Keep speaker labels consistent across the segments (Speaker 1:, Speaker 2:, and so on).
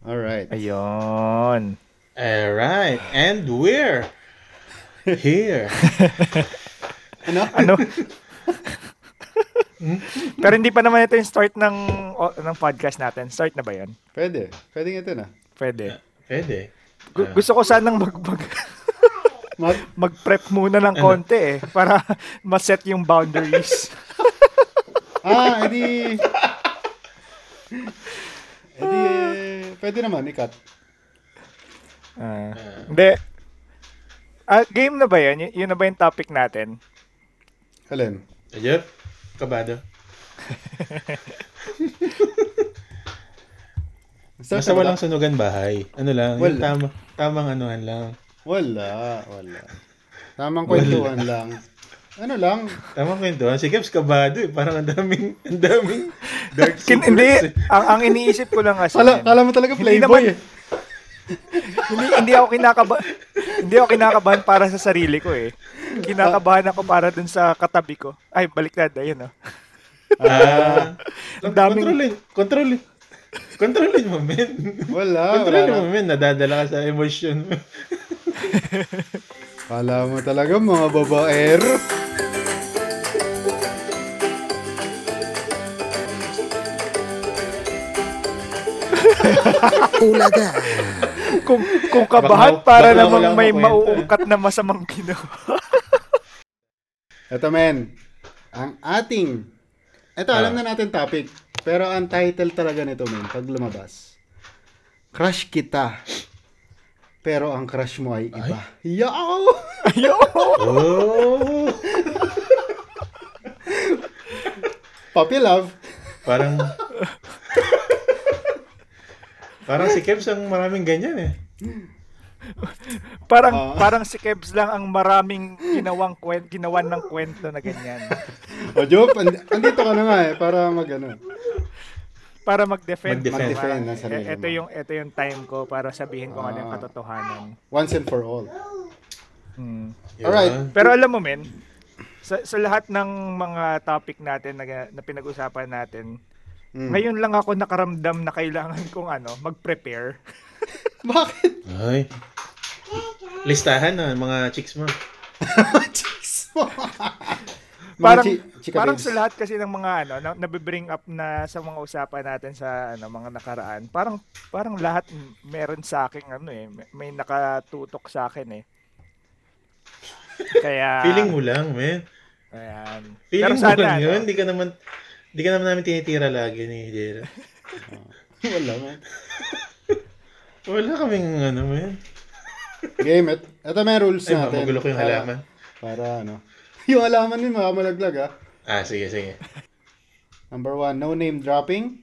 Speaker 1: Alright.
Speaker 2: Ayun.
Speaker 3: Alright, and we're here.
Speaker 1: Ano?
Speaker 2: Ano? Pero hindi pa naman ito yung start ng o- ng podcast natin. Start na ba 'yon?
Speaker 1: Pwede. Pwede ito na.
Speaker 2: Pwede.
Speaker 3: Pwede.
Speaker 2: Gu- gusto ko sanang mag, mag
Speaker 1: Mag
Speaker 2: mag-prep muna ng konti eh para ma-set yung boundaries.
Speaker 1: ah, edi... Edi, eh, pwede naman, ikat.
Speaker 2: Ah. Hindi. Ah, game na ba 'yan? Y- yun na ba yung topic natin?
Speaker 1: Helen.
Speaker 3: Ayun, kabado.
Speaker 1: Start na
Speaker 3: Basta
Speaker 1: ba
Speaker 3: walang
Speaker 1: ta-
Speaker 3: sunugan bahay. Ano lang, yung
Speaker 1: Wala.
Speaker 3: tama, tamang anuhan lang.
Speaker 1: Wala, wala. Tamang kwentuhan lang. Ano lang?
Speaker 3: Tamang kwentuhan. Si Kevs kabado eh. Parang ang daming, ang daming dark
Speaker 2: Kin-
Speaker 3: secrets.
Speaker 2: hindi.
Speaker 3: eh.
Speaker 2: Ang, ang iniisip ko lang kasi.
Speaker 1: Kala,
Speaker 2: yun.
Speaker 1: kala mo talaga
Speaker 2: Hindi
Speaker 1: playboy. eh.
Speaker 2: naman- hindi, hindi ako kinakabahan. hindi ako kinakabahan para sa sarili ko eh. Kinakabahan ako para dun sa katabi ko. Ay, baliktad. Ayun oh.
Speaker 3: Ah,
Speaker 2: Ang daming-
Speaker 3: Kontrolin, kontrolin. Kontrolin mo, men.
Speaker 1: eh. Wala, wala.
Speaker 3: Kontrolin
Speaker 1: lang.
Speaker 3: mo, men. Nadadala ka sa emosyon mo.
Speaker 1: Kala mo talaga mga babaero.
Speaker 4: Ulaga.
Speaker 2: Kung, kung
Speaker 3: Baka
Speaker 2: kabahan
Speaker 3: ako-
Speaker 2: para
Speaker 3: baka ako
Speaker 2: namang
Speaker 3: lang
Speaker 2: may
Speaker 3: makwento eh.
Speaker 2: mauungkat na masamang ginawa.
Speaker 1: Ito men, ang ating, ito
Speaker 3: Ah.
Speaker 1: alam na natin topic, pero ang title talaga nito men, pag lumabas, Crush Kita, pero ang crush mo ay iba. Yo!
Speaker 2: Yo!
Speaker 3: Oh!
Speaker 1: Puppy love.
Speaker 3: Parang... parang si Kevs ang maraming ganyan eh.
Speaker 1: Ah.
Speaker 2: Parang, parang si Kebs lang ang maraming ginawang kwen, ginawan ng kwento na ganyan.
Speaker 1: O Job, and, andito ka na nga eh, para mag ano.
Speaker 2: Para mag-defend.
Speaker 3: Mag-defend.
Speaker 1: Mag-defend ng sarili mo.
Speaker 2: Ito
Speaker 1: Ah.
Speaker 2: yung, ito yung time ko para sabihin kung ano yung katotohanan.
Speaker 1: Once and for all.
Speaker 2: Mm.
Speaker 1: Alright.
Speaker 2: Pero alam mo men, sa, sa lahat ng mga topic natin na, ga- na pinag-usapan natin,
Speaker 1: Mm.
Speaker 2: ngayon lang ako nakaramdam na kailangan kong ano, mag-prepare.
Speaker 1: Bakit?
Speaker 3: Ay. Listahan na mga chicks mo.
Speaker 1: Jeez. Mga
Speaker 2: Parang
Speaker 1: chi- chika
Speaker 2: parang
Speaker 1: babes.
Speaker 2: sa lahat kasi ng mga ano, na, nabibring up na sa mga usapan natin sa ano, mga nakaraan, parang parang lahat m- meron sa akin ano eh, may- may nakatutok sa akin eh. Kaya
Speaker 3: Feeling mo lang, man.
Speaker 2: Ayan.
Speaker 3: Feeling
Speaker 2: Ah. Pero
Speaker 3: mo
Speaker 2: sana,
Speaker 3: lang
Speaker 2: ano,
Speaker 3: yun. Hindi ka naman... Hindi ka naman namin tinitira lagi ni Jera.
Speaker 1: Wala man.
Speaker 3: Wala kaming ano, man.
Speaker 1: Game it. Ito may rules
Speaker 3: Ay,
Speaker 1: natin.
Speaker 3: magulo ko yung
Speaker 1: Para-
Speaker 3: halaman.
Speaker 1: Para ano. Yung halaman yun, makamalaglag ah.
Speaker 3: Ah, sige, sige.
Speaker 1: Number one, no name dropping.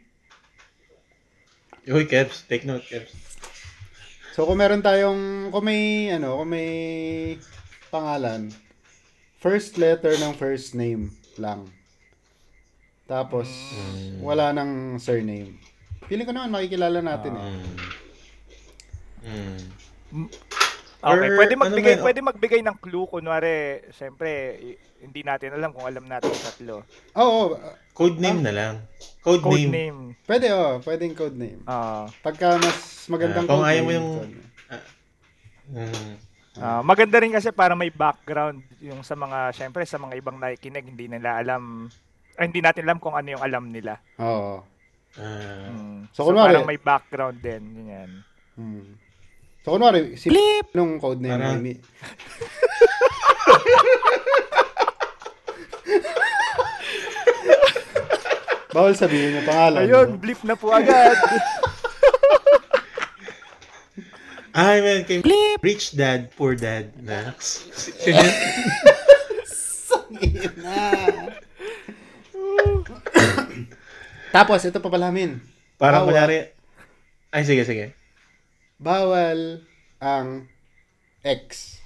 Speaker 3: Uy, Kevs. Take note, Kevs.
Speaker 1: So kung meron tayong, kung may, ano, kung may pangalan, first letter ng first name lang. Tapos,
Speaker 3: Mm.
Speaker 1: wala ng surname. Feeling ko naman makikilala natin eh.
Speaker 3: Mm. Mm.
Speaker 2: Okay,
Speaker 3: Or
Speaker 2: pwede
Speaker 3: ano
Speaker 2: magbigay,
Speaker 3: man,
Speaker 2: pwede magbigay ng clue kunwari, syempre i- hindi natin alam kung alam natin yung tatlo.
Speaker 1: Oo, oh, oh,
Speaker 3: Code name na lang. Code,
Speaker 2: Code
Speaker 3: name.
Speaker 2: name.
Speaker 1: pwede oh, pwedeng code name.
Speaker 2: Ah.
Speaker 1: Pagka mas magandang
Speaker 3: Ah, kung
Speaker 1: code
Speaker 3: ayaw
Speaker 1: name.
Speaker 3: mo yung-
Speaker 1: code name.
Speaker 3: Mm.
Speaker 2: Ah, maganda rin kasi para may background yung sa mga syempre sa mga ibang nakikinig hindi nila alam ay, hindi natin alam kung ano yung alam nila.
Speaker 1: Oo.
Speaker 3: Ah.
Speaker 2: Mm.
Speaker 1: So, kunwari-
Speaker 2: parang may background din ganyan.
Speaker 1: Hmm. So kunwari, si Flip! nung code name
Speaker 3: Parang-
Speaker 1: ni- Bawal sabihin yung pangalan.
Speaker 2: Ayun, blip na po agad.
Speaker 3: Ay, man. Kay Rich dad, poor dad. Nax.
Speaker 1: Tapos, ito pa pala, Min.
Speaker 3: Parang
Speaker 1: Bawal.
Speaker 3: kunyari... Ay, sige, sige.
Speaker 1: Bawal ang X.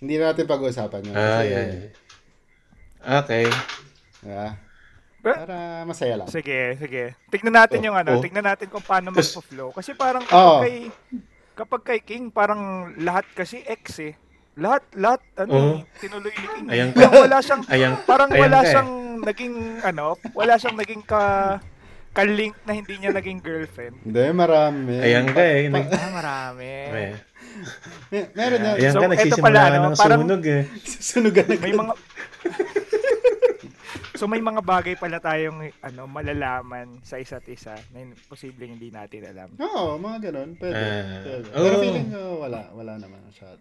Speaker 1: Hindi na natin pag-uusapan yun.
Speaker 3: Ah,
Speaker 1: Kasi,
Speaker 3: yan. Okay.
Speaker 1: diba?
Speaker 2: Pero-
Speaker 1: Para masaya lang.
Speaker 2: sige, sige. Tignan natin yung ano,
Speaker 3: Oh.
Speaker 2: tignan natin kung paano
Speaker 3: Tas-
Speaker 2: magpo-flow kasi parang kapag
Speaker 1: Oo.
Speaker 2: kay kapag kay King parang lahat kasi X eh. Lahat lahat ano,
Speaker 3: Oo.
Speaker 2: tinuloy ni King.
Speaker 3: Oh. Ayan ka.
Speaker 2: Parang wala siyang
Speaker 3: Ayan-
Speaker 2: parang
Speaker 3: ayan
Speaker 2: wala
Speaker 3: ka eh.
Speaker 2: siyang naging ano, wala siyang naging ka kalink na hindi niya naging girlfriend.
Speaker 1: Hindi, marami.
Speaker 3: Ayan ka eh. Nag,
Speaker 2: Ah, marami.
Speaker 3: eh.
Speaker 1: Mer- meron na.
Speaker 3: Ayan
Speaker 2: So,
Speaker 3: ka,
Speaker 2: eto
Speaker 3: nagsisimula
Speaker 2: pala,
Speaker 3: ka
Speaker 2: no,
Speaker 3: ng
Speaker 2: parang-
Speaker 3: sunog eh.
Speaker 1: Susunugan na
Speaker 2: May mga So may mga bagay pala tayong ano malalaman sa isa't isa na yun- posibleng hindi natin alam.
Speaker 1: Oo, mga ganun. Pwede.
Speaker 3: Ah,
Speaker 1: pwede. Pero
Speaker 3: oo.
Speaker 1: feeling ko wala. Wala naman masyado.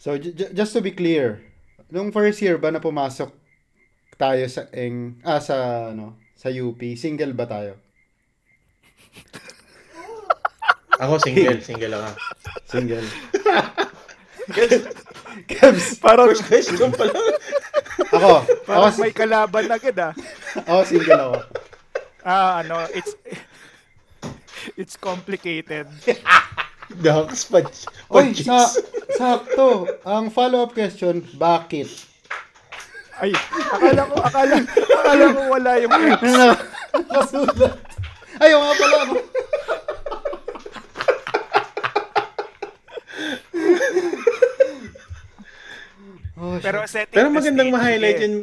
Speaker 1: So, ju- ju- just to be clear, nung first year ba na pumasok tayo sa eng ah sa ano sa UP single ba tayo
Speaker 3: Ako single, single ako.
Speaker 1: single Kebs
Speaker 2: Parang
Speaker 3: First question pa lang.
Speaker 1: ako ako
Speaker 2: parang may kalaban agad ah.
Speaker 1: ako single ako
Speaker 2: Ah, ano, it's it's complicated.
Speaker 3: Docs, pa
Speaker 1: Oy, sa,
Speaker 3: sa...
Speaker 1: sakto. Ang follow-up question, bakit?
Speaker 2: Ay, akala ko akala akala ko wala yung
Speaker 1: Ano na? Nakasulat. Ayaw nga pala. no? oh,
Speaker 2: pero
Speaker 1: shit.
Speaker 2: setting
Speaker 3: Pero
Speaker 2: the
Speaker 3: magandang
Speaker 2: stage,
Speaker 3: ma-highlight
Speaker 2: sige.
Speaker 3: yun.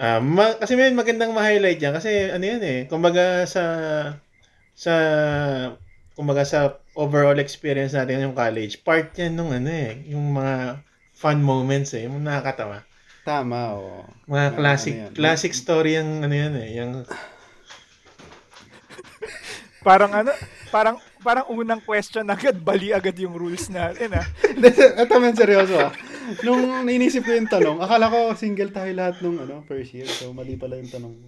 Speaker 3: Ah, ma- kasi may magandang ma-highlight yan. Kasi ano yan eh. Kumbaga sa... Sa... Kumbaga sa overall experience natin yung college. Part yan nung ano eh. Yung mga fun moments eh. Yung nakakatawa.
Speaker 1: Tama, oo.
Speaker 3: Mga
Speaker 1: Ano
Speaker 3: classic
Speaker 1: yan?
Speaker 3: classic story yung ano yan eh. Yung
Speaker 2: Parang ano, parang parang unang question agad bali agad yung rules natin ah.
Speaker 1: Hindi, Ito man seryoso ah. Nung inisip ko yung tanong, akala ko single tayo lahat nung ano, first year. So mali pala yung tanong ko.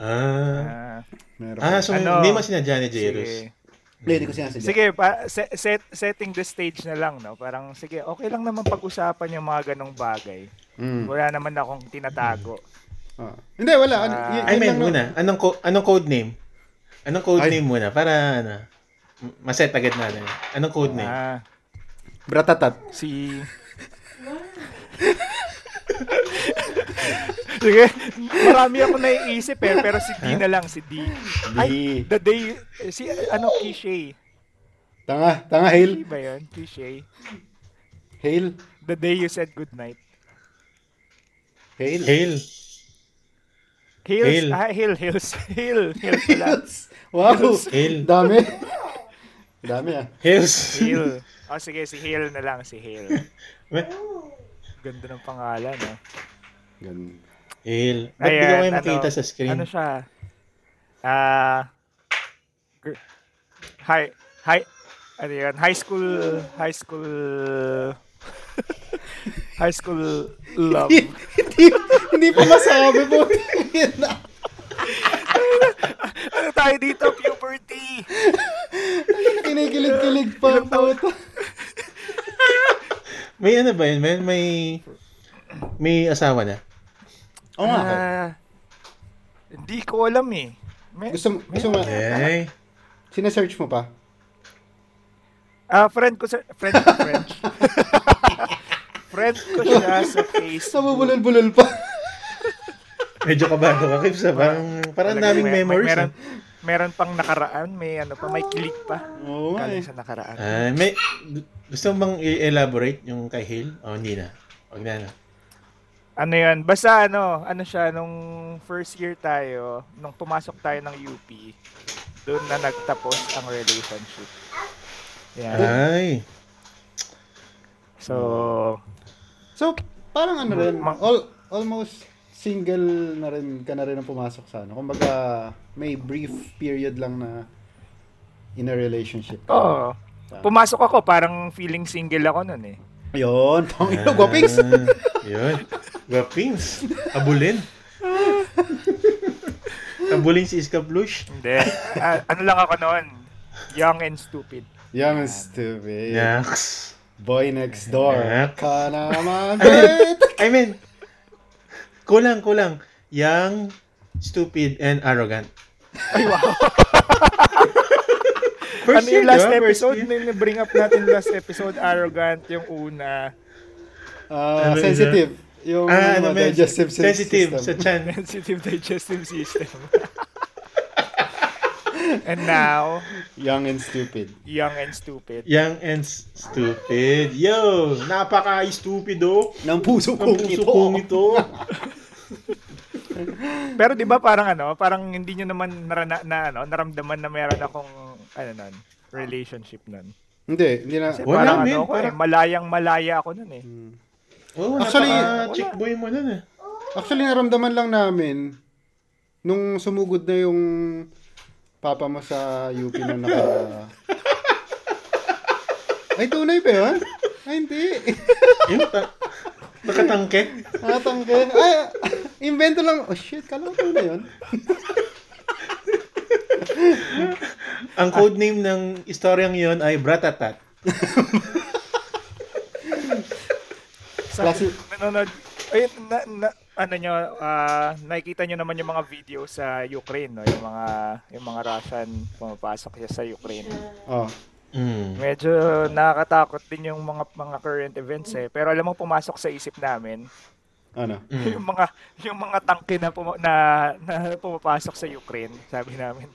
Speaker 3: ah,
Speaker 2: Ah,
Speaker 1: Meron.
Speaker 3: ah so
Speaker 2: Ano?
Speaker 3: hindi mo sinadya ni Jairus.
Speaker 2: sige.
Speaker 1: Hindi, hindi ko sinasadya.
Speaker 2: Sige, pa, se- set, setting the stage na lang, no? Parang, sige, okay lang naman pag-usapan yung mga ganong bagay.
Speaker 1: Mm.
Speaker 2: Wala naman akong tinatago.
Speaker 1: Ah. Hindi, wala. Ano,
Speaker 2: Ah.
Speaker 1: yun-
Speaker 3: Ay,
Speaker 1: yun
Speaker 3: may
Speaker 1: lang na-
Speaker 3: muna. Anong, co- anong code name? Anong code
Speaker 1: Ay.
Speaker 3: name muna? Para ano, m- maset agad na. ano. Anong code name?
Speaker 2: Ah,
Speaker 1: Bratatat.
Speaker 2: si... sige, marami ako naiisip eh, pero si D na lang, si D. Ay,
Speaker 1: D.
Speaker 2: the day, si ano, Kishay.
Speaker 1: Tanga, tanga,
Speaker 2: Kishay
Speaker 1: hail.
Speaker 2: ba yun? Kishay.
Speaker 1: Hail.
Speaker 2: The day you said goodnight.
Speaker 1: Hail.
Speaker 3: Hail.
Speaker 2: Hills,
Speaker 3: Hail.
Speaker 2: ah, hill, hills, hill, hill pala.
Speaker 1: Wow.
Speaker 3: Hail.
Speaker 1: Dami. Dami ah.
Speaker 3: Hails.
Speaker 2: Hill. O Ah, sige, si Hill na lang, si Hill. Ganda ng pangalan, no?
Speaker 1: Ganun.
Speaker 3: Hail. Ba't di ko
Speaker 2: Ayan,
Speaker 3: kayo
Speaker 2: ano,
Speaker 3: makita sa screen?
Speaker 2: Ano siya? Ah... gr- high, high, ano yun? High school, high school, high school love.
Speaker 1: hindi, hindi pa masabi po.
Speaker 2: ano tayo dito? Puberty!
Speaker 1: Kinikilig-kilig pa
Speaker 2: Ilang taon?
Speaker 1: po.
Speaker 3: May ano ba yun? May, may, may asawa na.
Speaker 1: Oo nga. Kat.
Speaker 2: Ah, Hindi ko alam eh. May,
Speaker 1: Gusto, mo- gusto mo,
Speaker 2: Eh.
Speaker 3: Okay.
Speaker 1: sinesearch mo pa?
Speaker 2: Ah, friend ko sa friend friend. friend ko siya sa
Speaker 1: Gusto mo
Speaker 2: Facebook.
Speaker 1: bulol-bulol pa?
Speaker 3: Medyo kabado ka, Kibs. ah. Parang, parang
Speaker 2: Talagang
Speaker 3: daming
Speaker 2: may- may-
Speaker 3: memories. ah. eh.
Speaker 2: Meron,
Speaker 3: Meron.
Speaker 2: meron pang nakaraan, may ano pa, may kilig pa.
Speaker 1: Oo nga eh.
Speaker 2: Galing sa nakaraan.
Speaker 3: Ah, may, gu- gusto mo bang i-elaborate yung kay Hail? O hindi na. Huwag na na.
Speaker 2: Ano yun, basta ano, ano siya, nung first year tayo, nung pumasok tayo ng UP, doon na nagtapos ang relationship.
Speaker 3: Ah.
Speaker 2: Yan.
Speaker 3: Ay.
Speaker 2: So,
Speaker 1: So, parang ano rin,
Speaker 2: Ma-
Speaker 1: all, almost single na rin ka na rin ang pumasok sa ano. Kumbaga, may brief period lang na in a relationship.
Speaker 2: oo. Pumasok ako, parang feeling single ako nun eh.
Speaker 1: Ayun, pang ino, guwapings.
Speaker 3: Ah, yun. Guwapings. Abulin. Abulin si Iska Blush.
Speaker 2: Hindi. Ah, ano lang ako noon, young and stupid.
Speaker 1: Young and stupid.
Speaker 3: Yaks.
Speaker 1: Boy next door.
Speaker 3: Yeah.
Speaker 1: Ka naman, bet.
Speaker 3: I mean, kulang, kulang. Young, stupid, and arrogant.
Speaker 2: Ay, wow.
Speaker 3: First
Speaker 2: ano yung
Speaker 3: year,
Speaker 2: last
Speaker 3: di ba? First
Speaker 2: episode?
Speaker 3: year.
Speaker 2: Ano yung bring up natin last episode? Arrogant yung una.
Speaker 1: Ah,
Speaker 3: Ano yun?
Speaker 1: sensitive. Yung
Speaker 3: Ah,
Speaker 1: ano,
Speaker 3: ano man,
Speaker 1: digestive sy-
Speaker 3: sensitive sa
Speaker 1: system.
Speaker 3: chan.
Speaker 2: Sensitive digestive system. and now,
Speaker 1: Young and stupid.
Speaker 2: young and stupid.
Speaker 3: Young and s- stupid. Yo, oh. napaka-stupido
Speaker 1: Nang puso
Speaker 3: ng
Speaker 1: kong
Speaker 2: oh.
Speaker 3: puso
Speaker 1: ito.
Speaker 3: kong ito.
Speaker 2: Pero 'di ba parang ano, parang hindi niyo naman narana na ano, naramdaman na meron akong ano nun, relationship nun.
Speaker 1: Hindi, hindi na.
Speaker 2: Kasi
Speaker 3: Wala,
Speaker 2: parang
Speaker 3: men,
Speaker 2: ano ako eh,
Speaker 3: parang-
Speaker 2: malayang malaya ako nun eh.
Speaker 1: Mm.
Speaker 3: Oo,
Speaker 1: Actually,
Speaker 3: Actually, chick Oh, boy mo nun eh.
Speaker 1: Actually, naramdaman lang namin nung sumugod na yung papa mo sa UP na naka... Ay, tunay ba yun? Ay, hindi.
Speaker 3: Yung ta- nakatangke.
Speaker 1: Nakatangke. Ay, invento lang. Oh, shit. Kala ko tunay yun.
Speaker 3: Ang codename ng istoryang yun ay Bratatat.
Speaker 2: Sa,
Speaker 1: Klase-
Speaker 2: nanonood, ayun, na, na, ano nyo, ah, nakikita nyo naman yung mga video sa Ukraine, no? yung mga yung mga Russian pumapasok siya sa Ukraine.
Speaker 1: Oh.
Speaker 3: Mm.
Speaker 2: Medyo nakakatakot din yung mga mga current events eh. Pero alam mo pumasok sa isip namin
Speaker 1: Ano?
Speaker 3: Mm.
Speaker 2: yung mga yung mga tangke na puma- na, na pumapasok sa Ukraine, sabi namin.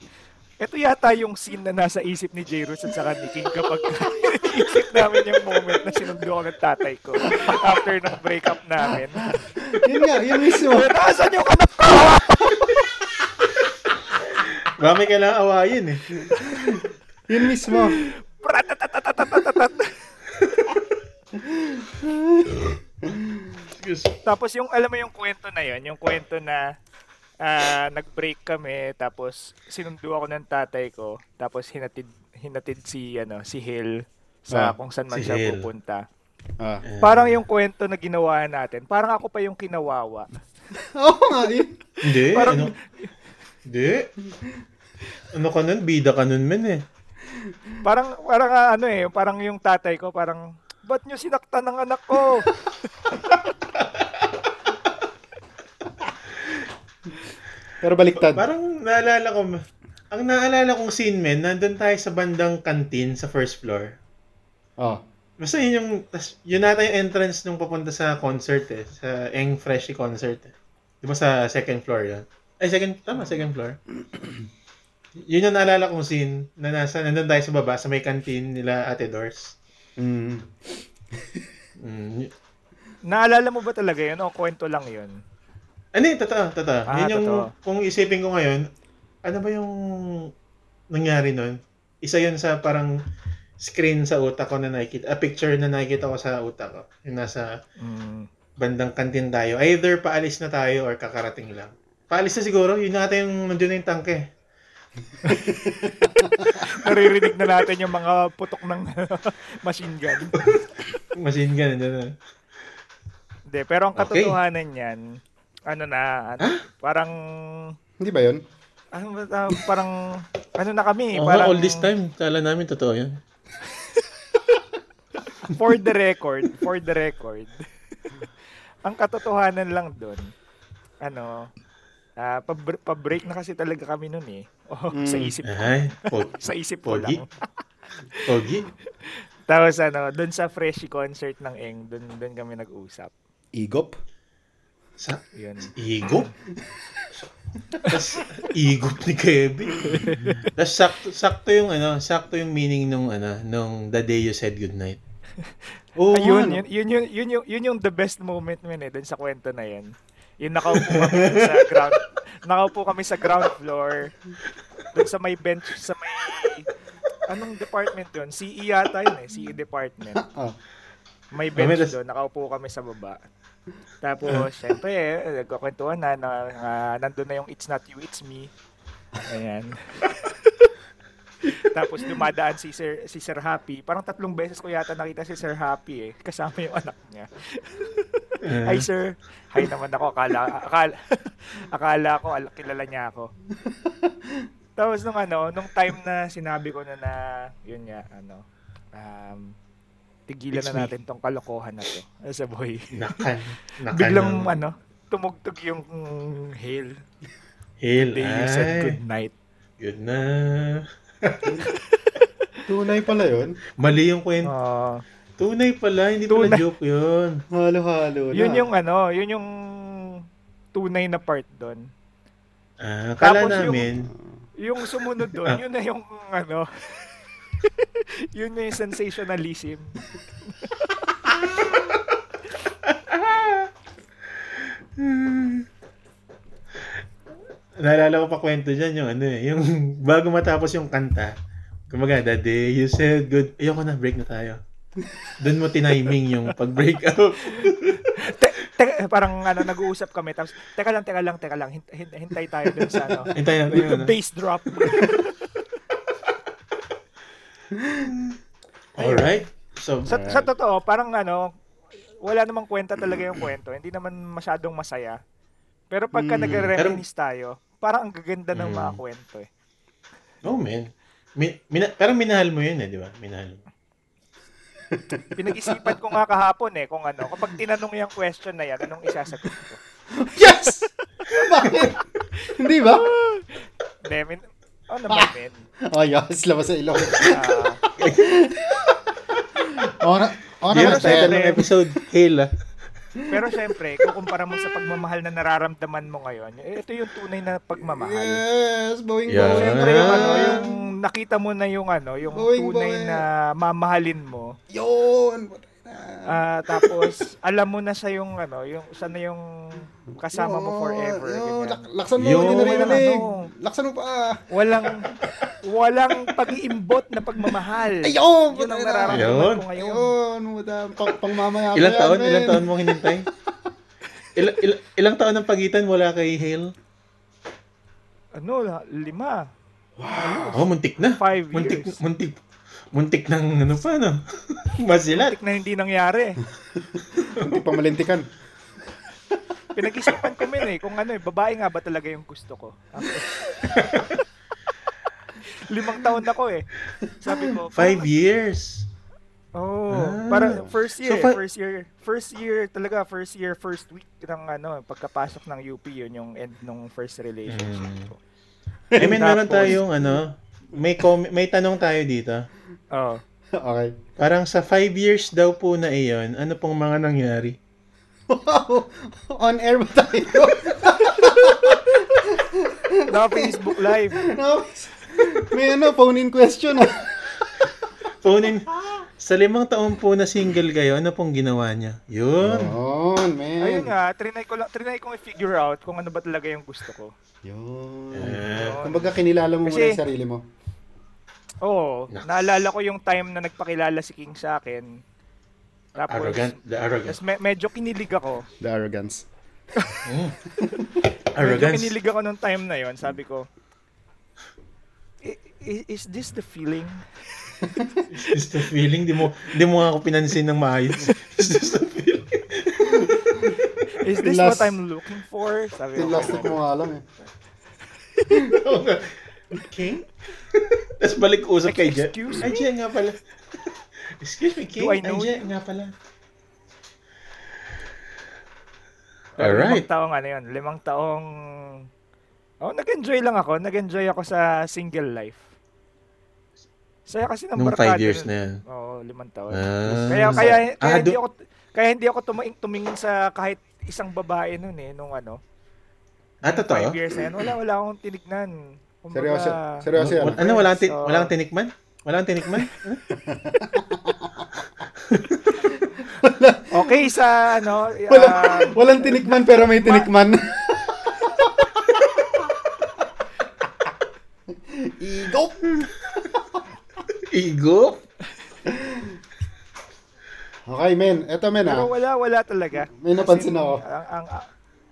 Speaker 2: Ito yata yung scene na nasa isip ni Jairus at saka ni King kapag isip namin yung moment na sinundo ko ng tatay ko after ng breakup namin.
Speaker 1: Yun nga, yun mismo.
Speaker 2: Nasaan yung anak ko?
Speaker 3: Marami kailangan awayin eh.
Speaker 1: Yun mismo.
Speaker 2: Pratatatatatatatatat.
Speaker 3: Excuse.
Speaker 2: Tapos yung, alam mo yung kwento na yon yung kwento na ah, nag-break kami, tapos sinundo ako ng tatay ko, tapos hinatid, hinatid si, ano, si Hill
Speaker 1: Ah,
Speaker 2: sa kung saan man
Speaker 3: si
Speaker 2: siya
Speaker 3: Hill.
Speaker 2: pupunta.
Speaker 1: Ah.
Speaker 3: Eh,
Speaker 2: Parang yung kwento na ginawa natin, parang ako pa yung kinawawa.
Speaker 1: Oo nga, eh. yun.
Speaker 3: Hindi,
Speaker 2: Parang-
Speaker 3: ano? Hindi. Ano ka nun? Bida ka nun men eh.
Speaker 2: Parang, parang ah, ano eh, parang yung tatay ko, parang, ba't nyo sinaktan ng anak ko?
Speaker 1: Pero baliktad.
Speaker 3: Parang naalala ko, ang naalala kong scene men, nandun tayo sa bandang kantin sa first floor.
Speaker 1: Oh.
Speaker 3: Basta yun yung, tas, yun nata yung entrance nung papunta sa concert eh. Sa Eng Freshy concert eh. Di ba sa second floor yun? Ay, second, tama, second floor. yun yung naalala kong scene na nasa, nandun tayo sa baba, sa may canteen nila Ate Dors.
Speaker 1: Mm.
Speaker 3: Mm. y-
Speaker 2: Naalala mo ba talaga yun o kwento lang yun?
Speaker 3: Ano yun, totoo, totoo.
Speaker 2: Ah,
Speaker 3: yun yung,
Speaker 2: totoo.
Speaker 3: kung isipin ko ngayon, ano ba yung nangyari nun? Isa yun sa parang screen sa utak ko na nakikita, a picture na nakikita ko sa utak ko. Yung nasa
Speaker 2: Mm.
Speaker 3: bandang kantin tayo. Either paalis na tayo or kakarating lang. Paalis na siguro. Yun na ata yung nandiyan na yung tangke.
Speaker 2: Naririnig na natin yung mga putok ng machine gun.
Speaker 3: Machine gun. Nandiyan na.
Speaker 2: Hindi, pero ang
Speaker 3: Okay.
Speaker 2: katotohanan niyan, ano na, ano, parang,
Speaker 1: Hindi ba yun?
Speaker 2: ano ba, ah, parang, ano na kami,
Speaker 3: Oo nga,
Speaker 2: parang,
Speaker 3: all this time, kala namin totoo yun.
Speaker 2: for the record, for the record, ang katotohanan lang doon, ano, ah pabr- pabreak na kasi talaga kami noon eh. Oh,
Speaker 1: Mm.
Speaker 2: sa isip
Speaker 3: Ay, po-
Speaker 2: sa isip ko
Speaker 3: pogi.
Speaker 2: lang.
Speaker 3: Pogi.
Speaker 2: Tapos ano, doon sa Freshy concert ng Eng, doon doon kami nag-usap.
Speaker 1: Igop?
Speaker 3: Sa
Speaker 2: Yun.
Speaker 3: igop. Tapos, igop ni Kevin. Tapos, sakto, sakto yung, ano, sakto yung meaning nung, ano, nung the day you said goodnight. Oo,
Speaker 2: Ayun,
Speaker 3: ano.
Speaker 2: yun, yun, yun, yun, yung- yun yung the best moment mo yun eh, dun sa kwento na yun. Yung nakaupo kami dun sa ground, nakaupo kami sa ground floor, dun sa may bench, sa may, anong department yun? CE yata yun eh, CE department.
Speaker 1: Ah.
Speaker 2: May
Speaker 3: Kami
Speaker 2: bench
Speaker 3: tas-
Speaker 2: doon, nakaupo kami sa baba. Tapos, syempre, eh, nagkakwentuhan na, na, na, nandun na yung it's not you, it's me. Ayan. Tapos dumadaan si Sir si Sir Happy. Parang tatlong beses ko yata nakita si Sir Happy eh, kasama yung anak niya.
Speaker 3: Ah.
Speaker 2: Hi sir. Hi naman ako. Akala, akala, akala ko al- kilala niya ako. Tapos nung ano, nung time na sinabi ko na na, yun nga, ano, um, tigilan na
Speaker 3: It's me.
Speaker 2: natin tong kalokohan na to. Ano sa boy?
Speaker 3: Nakan. Nakan.
Speaker 2: Biglang
Speaker 3: ng-
Speaker 2: ano, tumugtog yung mm, hail.
Speaker 3: Hail.
Speaker 2: They said
Speaker 3: ay.
Speaker 2: good night.
Speaker 3: Good na.
Speaker 1: Tunay pala yun.
Speaker 3: Mali yung kwento.
Speaker 2: Oh,
Speaker 3: Tunay pala, hindi
Speaker 2: Tunay.
Speaker 3: pala joke yun.
Speaker 1: Halo-halo na.
Speaker 2: yun yung ano, yun yung tunay na part doon.
Speaker 3: Ah, kala
Speaker 2: Tapos yung-
Speaker 3: namin,
Speaker 2: Yung sumunod doon,
Speaker 3: Ah.
Speaker 2: yun na yung ano, yun na yung sensationalism.
Speaker 3: naalala ko pa kwento dyan yung ano eh, yung bago matapos yung kanta, kumbaga, the day you said good, ayoko na, break na tayo. Doon mo tiniming yung pag-break up.
Speaker 2: Te- te- parang ano, nag-uusap kami. Tapos, teka lang, teka lang, teka lang. Hint- hint- hintay tayo dun sa ano.
Speaker 3: Hintay lang tayo. ano?
Speaker 2: bass drop.
Speaker 3: Alright. So,
Speaker 2: sa, sa totoo, parang ano, wala namang kwenta talaga yung kwento. Hindi naman masyadong masaya. Pero pagka
Speaker 3: Mm,
Speaker 2: nagre-reminisce tayo, parang ang gaganda ng
Speaker 3: Mm.
Speaker 2: mga kwento eh.
Speaker 3: oh man. Mi- mina- pero minahal mo yun eh, di ba? Minahal mo.
Speaker 2: Pinag-isipan ko nga kahapon eh kung ano. Kapag tinanong yung question na yan, anong isasagot ko?
Speaker 1: Yes! Bakit? Hindi ba?
Speaker 2: Hindi, min... Ano ba, men?
Speaker 1: Oh, yes. Labas sa ilong.
Speaker 2: Ah,
Speaker 1: Oo na. Oo
Speaker 3: Yun
Speaker 1: naman.
Speaker 3: ang title
Speaker 1: Sir.
Speaker 3: ng episode, Hail ah.
Speaker 2: pero syempre, kukumpara mo sa pagmamahal na nararamdaman mo ngayon, eh, ito yung tunay na pagmamahal.
Speaker 1: Yes, Boeing
Speaker 3: Yeah.
Speaker 1: Boeing.
Speaker 2: Syempre, yung ano, yung nakita mo na yung ano, yung
Speaker 1: Boing,
Speaker 2: tunay
Speaker 1: boing.
Speaker 2: na mamahalin mo,
Speaker 1: Yun.
Speaker 2: Ah, tapos alam mo na siya yung ano, yung siya na yung kasama mo
Speaker 1: Yun,
Speaker 2: forever.
Speaker 1: yun.
Speaker 2: ganyan.
Speaker 1: Lak- Laksan mo,
Speaker 3: Yun.
Speaker 1: hindi narinig.
Speaker 2: Ano?
Speaker 1: Laksan mo pa.
Speaker 2: Walang walang pag-iimbot na pagmamahal.
Speaker 1: Ayun!
Speaker 2: Yun ang
Speaker 1: Ayun.
Speaker 2: nararamdaman ko ngayon.
Speaker 1: Ayun, muda. Pang, pang mamaya.
Speaker 3: Ilang taon, ilang taon mong hinintay? Ilang, ilang, ilang taon ang pagitan mula kay Hale?
Speaker 2: Ano, lima.
Speaker 3: Oh, muntik na.
Speaker 2: Five
Speaker 3: muntik,
Speaker 2: years.
Speaker 3: muntik, muntik ng ano pa, no? Masilat.
Speaker 2: Tik na hindi nangyari.
Speaker 1: Hindi pa malintikan.
Speaker 2: Pinag-isipan ko min eh, kung ano eh, babae nga ba talaga yung gusto ko. Ako- Limang taon ako eh. Sabi ko,
Speaker 3: Five years.
Speaker 2: Oh,
Speaker 3: Ah.
Speaker 2: para first year,
Speaker 3: So, fa-
Speaker 2: first year, first year talaga, first year, first week ng ano, pagkapasok ng UP yun yung end ng first relationship
Speaker 3: Mm.
Speaker 2: ko.
Speaker 3: I mean, meron
Speaker 2: Tapos-
Speaker 3: tayong ano, may, com- may tanong tayo dito.
Speaker 2: Oh.
Speaker 1: Okay.
Speaker 3: Parang sa five years daw po na iyon, ano pong mga nangyari?
Speaker 1: Wow! On air ba tayo?
Speaker 2: Na Facebook live.
Speaker 1: no? Ano? May ano, phone-in question ah.
Speaker 3: Punin, sa limang taon po na single kayo, ano pong ginawa niya? Yun.
Speaker 1: Oh, Yun, man.
Speaker 2: Ayun nga, trinay ko lang, trinay kong i-figure out kung ano ba talaga yung gusto ko.
Speaker 1: Yun.
Speaker 3: Eh,
Speaker 1: Kumbaga, kinilala mo muna
Speaker 2: Kasi-
Speaker 1: yung sarili mo.
Speaker 2: Oo,
Speaker 3: Naks.
Speaker 2: naalala ko yung time na nagpakilala si King sa akin. Tapos,
Speaker 3: arrogant. The arrogant.
Speaker 2: Tapos me- medyo kinilig ako.
Speaker 1: The arrogance.
Speaker 2: Medyo
Speaker 3: Arrogance.
Speaker 2: kinilig ako nung time na yon sabi ko, "I- i- is this the feeling?
Speaker 3: It's the feeling. Di mo, di mo nga ako pinansin ng maayos. It's just the feeling.
Speaker 2: Is this
Speaker 1: Last-
Speaker 2: what I'm looking for? Sabi ko.
Speaker 1: Tinlastik mo nga alam eh.
Speaker 3: King? Tapos balik usap kay Jet.
Speaker 2: Excuse
Speaker 3: Ay, Jet nga pala. Excuse me, King.
Speaker 2: Do I know
Speaker 3: Ay, Jet nga pala.
Speaker 2: Alright.
Speaker 3: Alright.
Speaker 2: Limang taong ano yun, limang taong... Oh, nag-enjoy lang ako. Nag-enjoy ako sa single life. Saya kasi ng
Speaker 3: Nung
Speaker 2: barkada.
Speaker 3: five years na yan.
Speaker 2: Oo, limang taon.
Speaker 3: Ah.
Speaker 2: kaya, kaya, kaya,
Speaker 3: Ah,
Speaker 2: hindi
Speaker 3: do-
Speaker 2: ako, kaya hindi ako tumaing, tumingin sa kahit isang babae nun eh, nung ano.
Speaker 3: Ah, totoo?
Speaker 2: Five years na yan. Wala, wala akong tinignan. Kumbaga,
Speaker 1: Seryoso. Seryoso yan.
Speaker 3: Wa- ano, wala kang, ti-
Speaker 2: So-
Speaker 3: wala kang tinikman? Wala kang tinikman?
Speaker 2: Okay sa ano,
Speaker 1: Wala,
Speaker 2: ah,
Speaker 1: walang tinikman pero may tinikman. Igop!
Speaker 3: Igo?
Speaker 1: Okay, men. Eto, men
Speaker 2: Pero
Speaker 1: ah.
Speaker 2: wala, wala talaga.
Speaker 1: May
Speaker 2: As
Speaker 1: napansin
Speaker 2: in,
Speaker 1: ako.
Speaker 2: Ang, ang,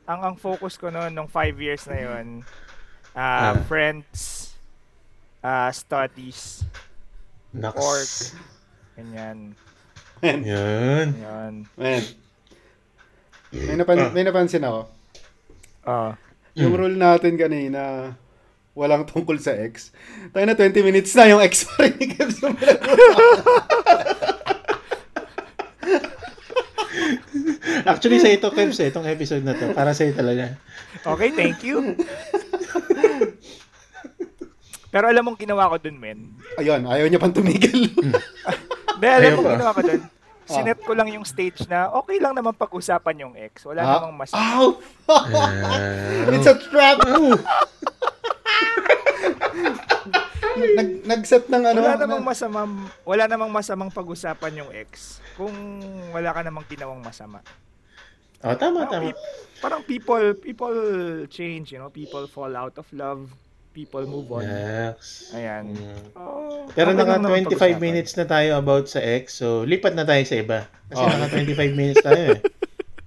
Speaker 2: ang, ang focus ko noon, nung five years na yun, ah,
Speaker 3: Ah.
Speaker 2: friends, ah, studies, work,
Speaker 3: Naks.
Speaker 2: ganyan,
Speaker 1: Men,
Speaker 3: Yan.
Speaker 2: ganyan.
Speaker 1: men. May, napan- may napansin ako.
Speaker 2: Oh.
Speaker 1: Yung rule natin kanina, walang tungkol sa ex. Tayo na 20 minutes na yung ex pa rin ni Kebs yung pinag-uusapan.
Speaker 3: Actually, sa ito, Kebs, eh, itong episode na to, para sa'yo talaga.
Speaker 2: Okay, thank you. Pero alam mong ginawa ko dun, men.
Speaker 1: Ayun, ayaw niya pang tumigil.
Speaker 2: Hindi, alam
Speaker 3: Ayaw
Speaker 2: mong
Speaker 3: pa.
Speaker 2: ginawa ko dun.
Speaker 1: Ah.
Speaker 2: Sinet ko lang yung stage na okay lang naman pag-usapan yung ex. Wala
Speaker 1: Ah.
Speaker 2: namang mas...
Speaker 1: Ow!
Speaker 3: Ah.
Speaker 1: It's a trap! Nag- nag-set ng ano.
Speaker 2: Wala namang masamang wala namang masamang pag-usapan yung ex kung wala ka namang ginawang masama.
Speaker 3: Oh, tama,
Speaker 2: Parang
Speaker 3: tama.
Speaker 2: peop- parang people people change, you know, people fall out of love, people move on.
Speaker 3: Next.
Speaker 2: Ayan.
Speaker 3: Mm.
Speaker 2: Oh,
Speaker 3: Pero
Speaker 2: okay
Speaker 3: naka
Speaker 2: lang naman
Speaker 3: 25
Speaker 2: pag-usapan. eh.
Speaker 3: minutes na tayo about sa X, so lipat na tayo sa iba. Kasi
Speaker 1: Oh.
Speaker 3: naka 25 minutes tayo eh.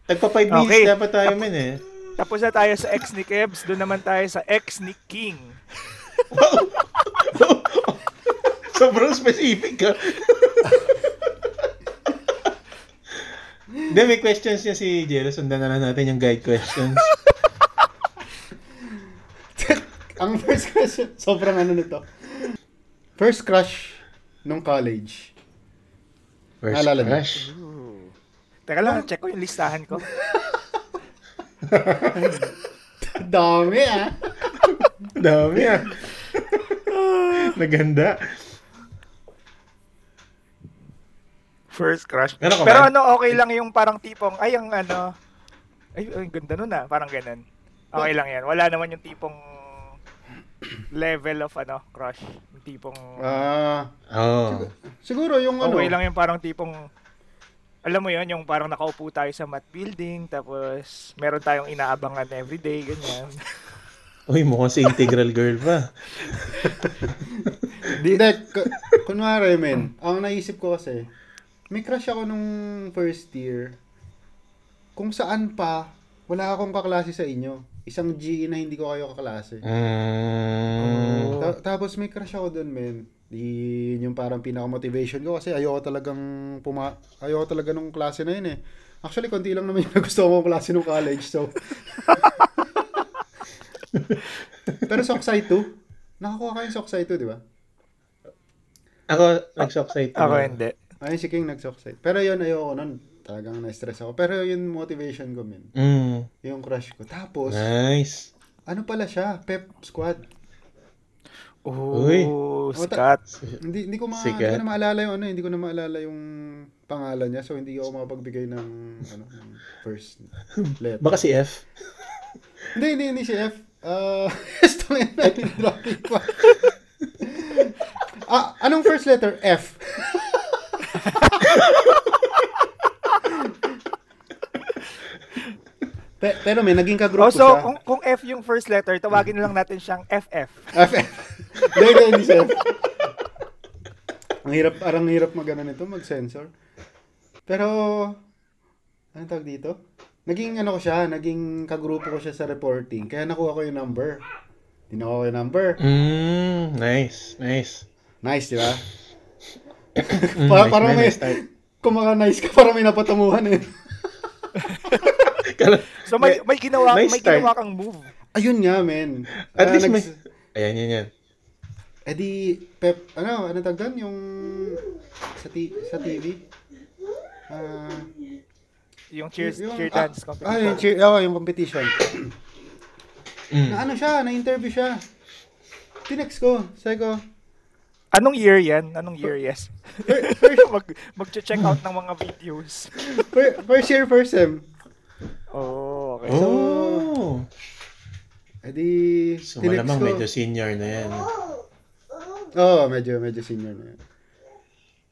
Speaker 3: Tagpa 5 minutes
Speaker 2: Okay.
Speaker 3: dapat tayo men eh.
Speaker 2: Tapos na tayo sa ex ni Kebs, doon naman tayo sa ex ni King.
Speaker 3: Sobrang specific ah. ka. Hindi, may questions niya si Jero. Sundan na lang natin yung guide questions.
Speaker 1: Ang first question, sobrang ano nito. First crush nung college.
Speaker 3: First
Speaker 1: Naalala niyo?
Speaker 3: crush.
Speaker 2: Teka lang, check ko yung listahan ko.
Speaker 1: Dami ah.
Speaker 3: Dami ah. Naganda.
Speaker 2: First crush.
Speaker 3: Meron ka ba?
Speaker 2: Pero ano, okay lang yung parang tipong, ay, ang ano, ay, ay, ang ganda nun ah, parang ganun. Okay lang yan. Wala naman yung tipong level of ano, crush. Yung tipong,
Speaker 1: Ah,
Speaker 3: Oh.
Speaker 1: siguro yung ano.
Speaker 2: okay lang yung parang tipong, alam mo yon yung parang nakaupo tayo sa mat building, tapos meron tayong inaabangan everyday, ganyan.
Speaker 3: Uy, mukhang si Integral Girl pa.
Speaker 1: Hindi, k- kunwari men. Ang naisip ko kasi, may crush ako nung first year. Kung saan pa, wala akong kaklase sa inyo. Isang GE na hindi ko kayo kaklase.
Speaker 3: Mm.
Speaker 2: Oo.
Speaker 1: Ta- tapos may crush ako dun, men. Di, yun yung parang pinaka-motivation ko kasi ayoko talagang puma... Ayoko talaga nung klase na yun eh. Actually, konti lang naman yung nagusto ko klase nung college, so... Pero Soksay 2? Nakakuha kayo ng Soksay 2, di ba?
Speaker 3: Ako, nagsoksay
Speaker 2: Ako hindi.
Speaker 1: Ayun, si King nag-Soksay. Pero yun, ayoko nun. Talagang na-stress ako. Pero yun motivation ko, men.
Speaker 3: Mm.
Speaker 1: Yung crush ko. Tapos,
Speaker 3: Ah. Nice.
Speaker 1: ano pala siya? Pep Squad.
Speaker 3: Uy.
Speaker 2: Oh,
Speaker 1: ta-
Speaker 2: sikat.
Speaker 1: Hindi hindi ko ma
Speaker 3: Sikat.
Speaker 1: hindi ko na maalala yung ano, hindi ko na maalala yung pangalan niya. So hindi ako makapagbigay ng ano, ng first letter.
Speaker 3: Baka si F.
Speaker 1: hindi, hindi, hindi si F. Ah, gusto nga na pinrapik pa. ah, anong first letter? F. Pe- pero may naging kagrupo
Speaker 2: Oh, so,
Speaker 1: siya.
Speaker 2: kung, kung F yung first letter, tawagin na lang natin siyang FF.
Speaker 1: F. Hindi, hindi, hindi, sir. Ang hirap, parang hirap mag ano nito, mag-sensor. Pero, ano tawag dito? Naging ano ko siya, naging kagrupo ko siya sa reporting. Kaya nakuha ko yung number. Di nakuha ko yung number.
Speaker 3: Mm. Nice. Nice.
Speaker 1: Nice, di ba?
Speaker 3: Mm,
Speaker 1: Para- parang may,
Speaker 3: nice, nice, nice.
Speaker 1: kung mga nice ka, parang may napatamuhan eh.
Speaker 3: Kala-
Speaker 2: So, may, may, ginawa,
Speaker 3: Nice
Speaker 2: may
Speaker 3: start.
Speaker 2: ginawa kang move.
Speaker 1: Ayun nga, men.
Speaker 3: At
Speaker 1: Ah,
Speaker 3: least may...
Speaker 1: nags-
Speaker 3: Ayan, yan, yan.
Speaker 1: Eh di, Pep, ano, ano tawag doon? Yung sa, ti- sa TV? Ah...
Speaker 2: Yung cheers,
Speaker 1: Yung-
Speaker 2: cheer dance
Speaker 1: Ah, yung
Speaker 2: competition.
Speaker 1: cheer, oh, yung competition.
Speaker 3: Mm.
Speaker 1: Na ano siya, na-interview siya. Tinext ko, sabi ko,
Speaker 2: Anong year yan? Anong year, yes? Mag, mag-check out ng mga videos.
Speaker 1: "Fir- first year, first sem.
Speaker 2: Oh, okay. So,
Speaker 3: Oh.
Speaker 1: Eh di,
Speaker 3: So,
Speaker 1: tinext
Speaker 3: malamang
Speaker 1: ko.
Speaker 3: medyo senior na yan.
Speaker 1: Oo, medyo, medyo senior na yun.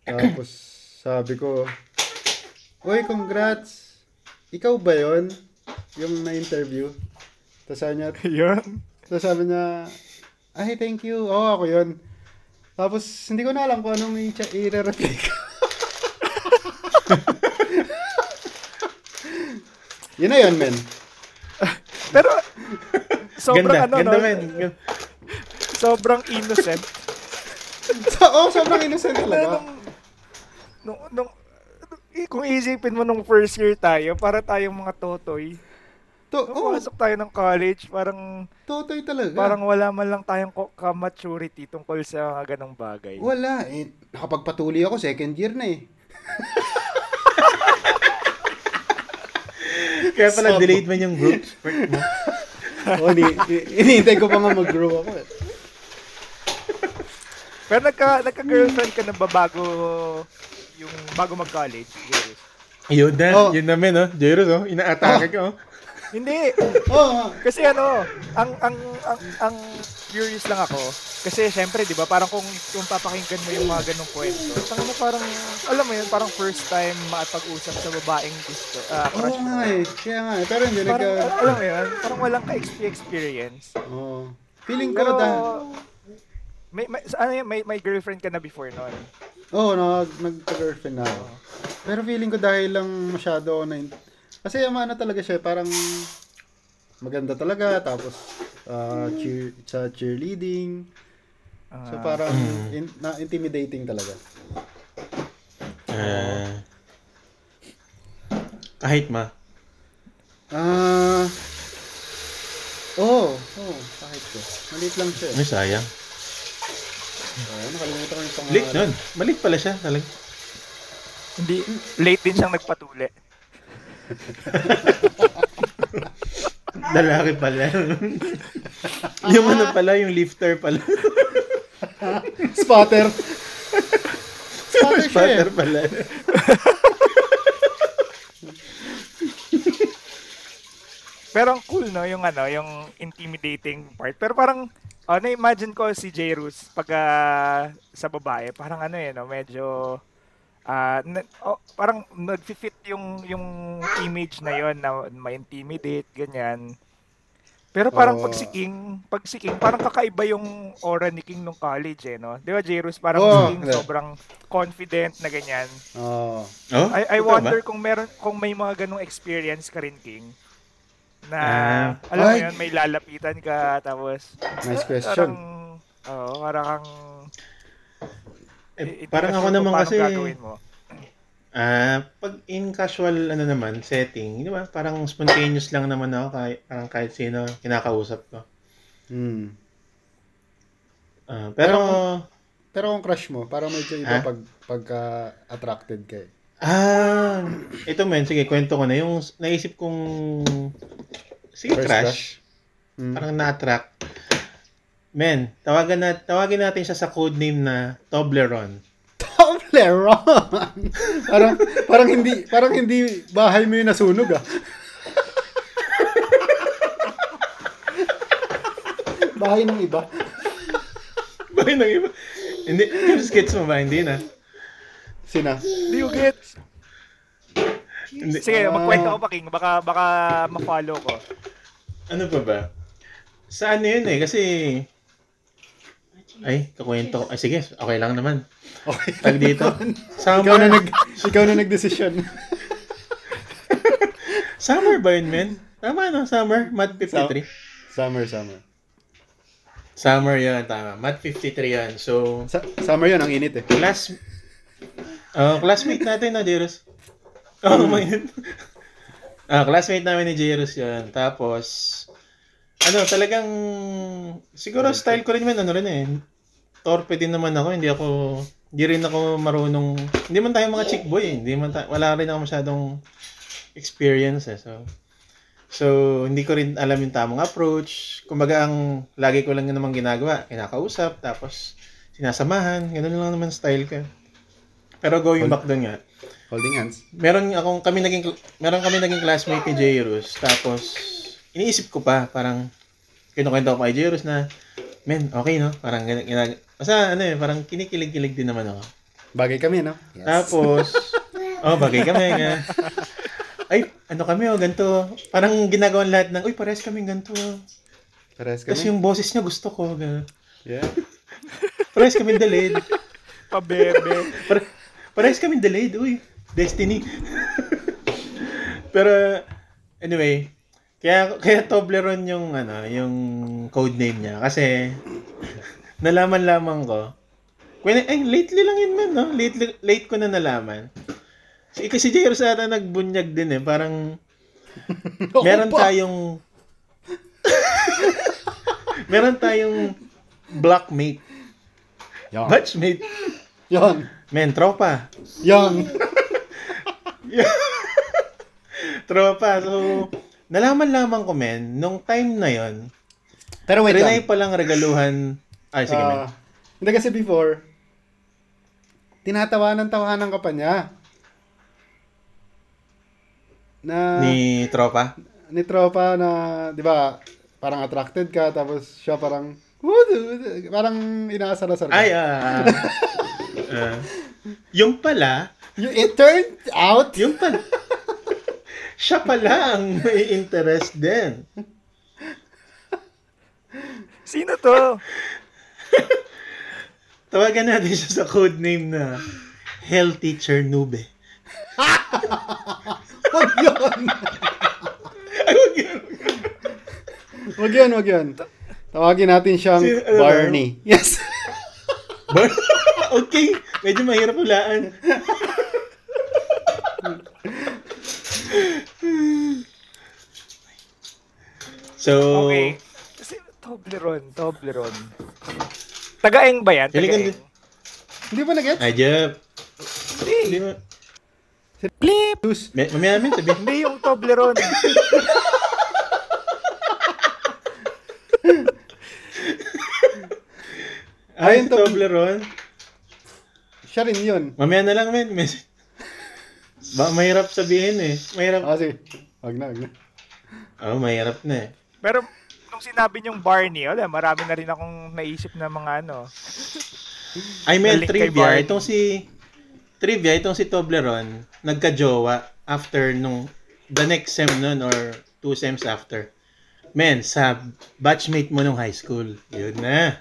Speaker 1: Tapos, sabi ko, Uy, congrats! Ikaw ba yon Yung na-interview? Tapos sabi niya,
Speaker 2: yun.
Speaker 1: tapos sabi niya, ay, thank you. Oo, ako yun. Tapos, hindi ko na alam kung anong i- i-reply ko. yun na yun, men.
Speaker 2: Pero, sobrang ano,
Speaker 3: Ganda, ganda
Speaker 2: no?
Speaker 3: man. Gan-
Speaker 2: sobrang innocent.
Speaker 1: So, oh, sobrang innocent talaga.
Speaker 2: nung, nung, eh, kung iisipin mo nung first year tayo, para tayong mga totoy,
Speaker 1: To,
Speaker 2: Nung
Speaker 1: oh,
Speaker 2: pumasok tayo ng college, parang
Speaker 1: totoy talaga.
Speaker 2: Parang wala man lang tayong ko- ka-maturity tungkol sa mga ganong bagay.
Speaker 1: Wala. Eh, nakapagpatuloy ako, second year na eh.
Speaker 3: Kaya pala delayed man yung group work mo.
Speaker 1: Oh, ni, ni- inihintay ko pa nga mag-grow ako. eh.
Speaker 2: Pero nagka, nagka-girlfriend ka na ba bago yung bago mag-college? Yes.
Speaker 3: Yun na,
Speaker 1: Oh.
Speaker 3: yun na men, oh. Jairus, oh. Inaatake ka, oh.
Speaker 2: Hindi.
Speaker 1: Oo.
Speaker 2: Kasi ano, ang ang ang, ang curious lang ako. Kasi syempre, 'di ba, parang kung kung papakinggan mo yung mga ganung kwento, tanga mo parang alam mo yun, parang first time makapag-usap sa babaeng gusto. Ah,
Speaker 1: Oo
Speaker 2: crush mo.
Speaker 1: nga eh. Kaya nga eh. Pero hindi nag...
Speaker 2: Parang al- alam mo yun, parang walang ka-experience.
Speaker 1: Oo. oh. Feeling ko
Speaker 2: Pero
Speaker 1: dahil...
Speaker 2: may, may sa- ano yun, may may girlfriend ka na before noon.
Speaker 1: Oo, oh, nag nagka-girlfriend na ako. Pero feeling ko dahil lang masyado ako na... Kasi yung ano talaga siya, parang maganda talaga. Tapos ah, cheer, sa cheerleading. So
Speaker 2: Ah.
Speaker 1: parang
Speaker 3: Mm.
Speaker 1: in- na intimidating talaga.
Speaker 3: Ah. kahit ma.
Speaker 1: Ah... Oo, oh, oh, kahit ko. Maliit lang siya.
Speaker 3: Ano sayang?
Speaker 1: Ah, nakalimutan ko yung
Speaker 3: Late
Speaker 1: pangalan.
Speaker 3: nun. Malik pala siya talaga.
Speaker 2: Hindi late din siyang nagpatuli.
Speaker 3: Lalaki pala. yung ano pala, yung lifter pala.
Speaker 1: Spotter! Spotter siya eh.
Speaker 3: Spotter pala.
Speaker 2: Pero ang cool no, yung ano, yung intimidating part. Pero parang ano imagine ko si Jairus pag ah, sa babae, parang ano eh, no, medyo ah, na- oh, parang nagfi-fit yung yung image na yon na ma-intimidate ganyan. Pero parang
Speaker 1: Oo.
Speaker 2: pag si King, pag si King, parang kakaiba yung aura ni King nung college eh, no? Di ba, Jairus? Parang
Speaker 1: Oo,
Speaker 2: si King
Speaker 1: yeah.
Speaker 2: sobrang confident na ganyan.
Speaker 1: Oo.
Speaker 3: Oh,
Speaker 2: I, I
Speaker 3: totoo ba?
Speaker 2: wonder kung meron kung may mga ganong experience ka rin, King. Na
Speaker 3: Ah.
Speaker 2: alam mo
Speaker 1: Ay.
Speaker 2: 'yun, may lalapitan ka tapos
Speaker 1: Nice
Speaker 2: parang
Speaker 1: question.
Speaker 2: oo, parang kang
Speaker 3: Eh,
Speaker 2: i- i-question
Speaker 3: parang ako
Speaker 2: ko
Speaker 3: naman
Speaker 2: paano
Speaker 3: kasi,
Speaker 2: gagawin mo.
Speaker 3: ah, pag in casual, ano naman, setting, di ba? Parang spontaneous lang naman ako, kahit, parang kahit sino kinakausap ko.
Speaker 1: Hmm.
Speaker 3: Ah, pero,
Speaker 1: Pero kung crush mo, parang medyo iba
Speaker 3: Ha?
Speaker 1: pag pagka-attracted ka eh.
Speaker 3: ah, ito men, sige, kwento ko na. Yung naisip kong, sige,
Speaker 1: First crush?
Speaker 3: crush.
Speaker 1: Mm.
Speaker 3: Parang na-attract. Men, tawagan na, tawagin natin siya sa codename na Toblerone.
Speaker 1: Toblerone! parang, parang hindi, parang hindi bahay mo yung nasunog ah. bahay ng iba.
Speaker 3: Bakit nang iba? Hindi, yung skits mo ba? Hindi na.
Speaker 1: Sina?
Speaker 2: Do you get?
Speaker 3: Hindi.
Speaker 2: Sige,
Speaker 1: Ah.
Speaker 2: magkwento ko pa King, baka baka ma-follow ko.
Speaker 3: Ano pa ba? Sa ano yun eh, kasi... Ay, kakwento ko. Ay, sige, okay lang naman.
Speaker 1: Okay.
Speaker 3: Tag dito.
Speaker 1: ikaw na
Speaker 3: Summer,
Speaker 1: nag ikaw na nagdesisyon.
Speaker 3: summer ba yun, men? Tama no, summer, Mat 53.
Speaker 1: summer, summer.
Speaker 3: Summer yun, tama. Mat 53 yun. So,
Speaker 1: Sa- summer yun, ang init eh.
Speaker 3: class... Oh, classmate natin na, Jerus. Oh, mm. Ah, classmate namin ni Jerus yun. Tapos, ano, talagang, siguro style ko rin man, ano rin eh. Torpe din naman ako, hindi ako, hindi rin ako marunong, hindi man tayo mga chick boy eh. Hindi man tayo, wala rin ako masyadong experience eh. So, so, hindi ko rin alam yung tamang approach. Kumbaga, ang lagi ko lang naman ginagawa, kinakausap, tapos sinasamahan, ganun lang naman style ko. Pero going back doon nga,
Speaker 1: Holding hands.
Speaker 3: meron akong kami naging meron kami naging classmate ni Jairus tapos iniisip ko pa parang kinukwento ko kay Jairus na men okay no parang gina, gina- basta ano eh parang kinikilig-kilig din naman ako
Speaker 1: Bagay kami, no?
Speaker 3: tapos oh bagay kami nga ay ano kami oh ganito parang ginagawan lahat ng uy pares kaming ganito oh.
Speaker 1: Parehas
Speaker 3: tapos
Speaker 1: kami.
Speaker 3: yung boses niya gusto ko ganun.
Speaker 1: Yeah.
Speaker 3: pares kaming delayed
Speaker 2: Pabebe.
Speaker 3: Pare, parehas kami delayed, uy. Destiny. Pero, anyway, kaya, kaya Toblerone yung, ano, yung code name niya. Kasi, nalaman lamang ko. When, ay, lately lang yun man, no? Lately, late ko na nalaman. Si, kasi Jairo sa ata nagbunyag din eh. Parang, meron tayong... meron tayong blockmate,
Speaker 1: Yan.
Speaker 3: batchmate,
Speaker 1: Yan.
Speaker 3: men, tropa.
Speaker 1: Yan.
Speaker 3: Tropa, so, nalaman lamang ko, men, nung time na yon,
Speaker 1: Pero wait lang.
Speaker 3: trinay palang regaluhan, ay, sige, men.
Speaker 1: Ah, Hindi kasi before, tinatawanan-tawanan ka pa niya. Na, Ah.
Speaker 3: Ni Tropa?
Speaker 1: ni tropa na, di ba, parang attracted ka, tapos siya parang, "Woo!" parang inaasar-asar ka.
Speaker 3: Ay, ah. ah. yung pala,
Speaker 1: You- it turned out,
Speaker 3: yung pala, siya pala ang may interest din.
Speaker 2: Sino to?
Speaker 3: Tawagan natin siya sa codename na Healthy Chernube.
Speaker 1: Huwag yun. Huwag yun, huwag yun. Tawagin natin siyang
Speaker 3: Si- ano ba?
Speaker 1: Barney. Yes.
Speaker 3: Bar- okay, medyo mahirap hulaan. so,
Speaker 2: Okay. Si- Toblerone, Toblerone. Tagaeng ba yan?
Speaker 3: Feeling ko
Speaker 2: Tagaeng.
Speaker 3: hindi-
Speaker 1: Hindi mo na-gets?
Speaker 3: ay, Jeff. Hindi
Speaker 2: Hindi.
Speaker 3: mo,
Speaker 2: Blip!
Speaker 1: Tus.
Speaker 3: may, mamaya namin sabihin.
Speaker 2: Hindi yung Toblerone.
Speaker 3: Ay,
Speaker 1: Ayun, Tom.
Speaker 3: Toblerone.
Speaker 1: Siya rin yun.
Speaker 3: Mamaya na lang, men. Mes- Ba, mahirap sabihin eh. Mahirap.
Speaker 1: Ah, sige. Huwag na, huwag na.
Speaker 3: Oh, mahirap na eh.
Speaker 2: Pero nung sinabi niyong Barney, wala, marami na rin akong naisip na mga ano.
Speaker 3: Ay, may
Speaker 2: Balik kay
Speaker 3: trivia.
Speaker 2: Barney.
Speaker 3: Itong si... Trivia, itong si Toblerone, nagka-jowa after nung... The next sem nun or two sems after. Men, sa batchmate mo nung high school. Yun na.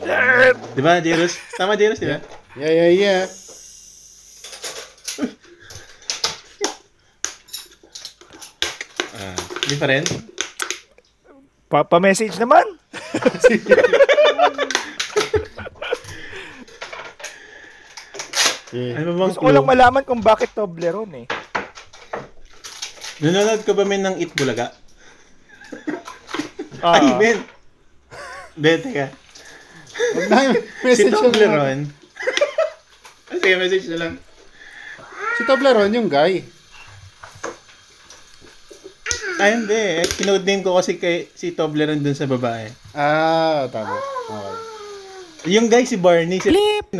Speaker 2: Shit!
Speaker 3: Di ba, Jerus? Tama, Jerus, di ba?
Speaker 1: Yeah, yeah, yeah.
Speaker 3: Ah, di pa rin?
Speaker 2: Pa- Pa-message naman.
Speaker 1: Yeah.
Speaker 3: Ano ba bang
Speaker 2: Gusto ko lang malaman kung bakit Toblerone eh.
Speaker 3: Nanonood ka ba, men, ng Eat Bulaga?
Speaker 2: Ah,
Speaker 3: Ay, men! Hindi, teka.
Speaker 1: Huwag na yun.
Speaker 3: Si
Speaker 1: Message siya lang.
Speaker 3: Toblerone... Sige, message na lang.
Speaker 1: Si Toblerone yung guy.
Speaker 3: Ay, hindi. Eh, Kinode name ko kasi kay, si Toblerone dun sa babae.
Speaker 1: Ah, tama. Okay.
Speaker 3: Yung guy, si Barney. Si Flip!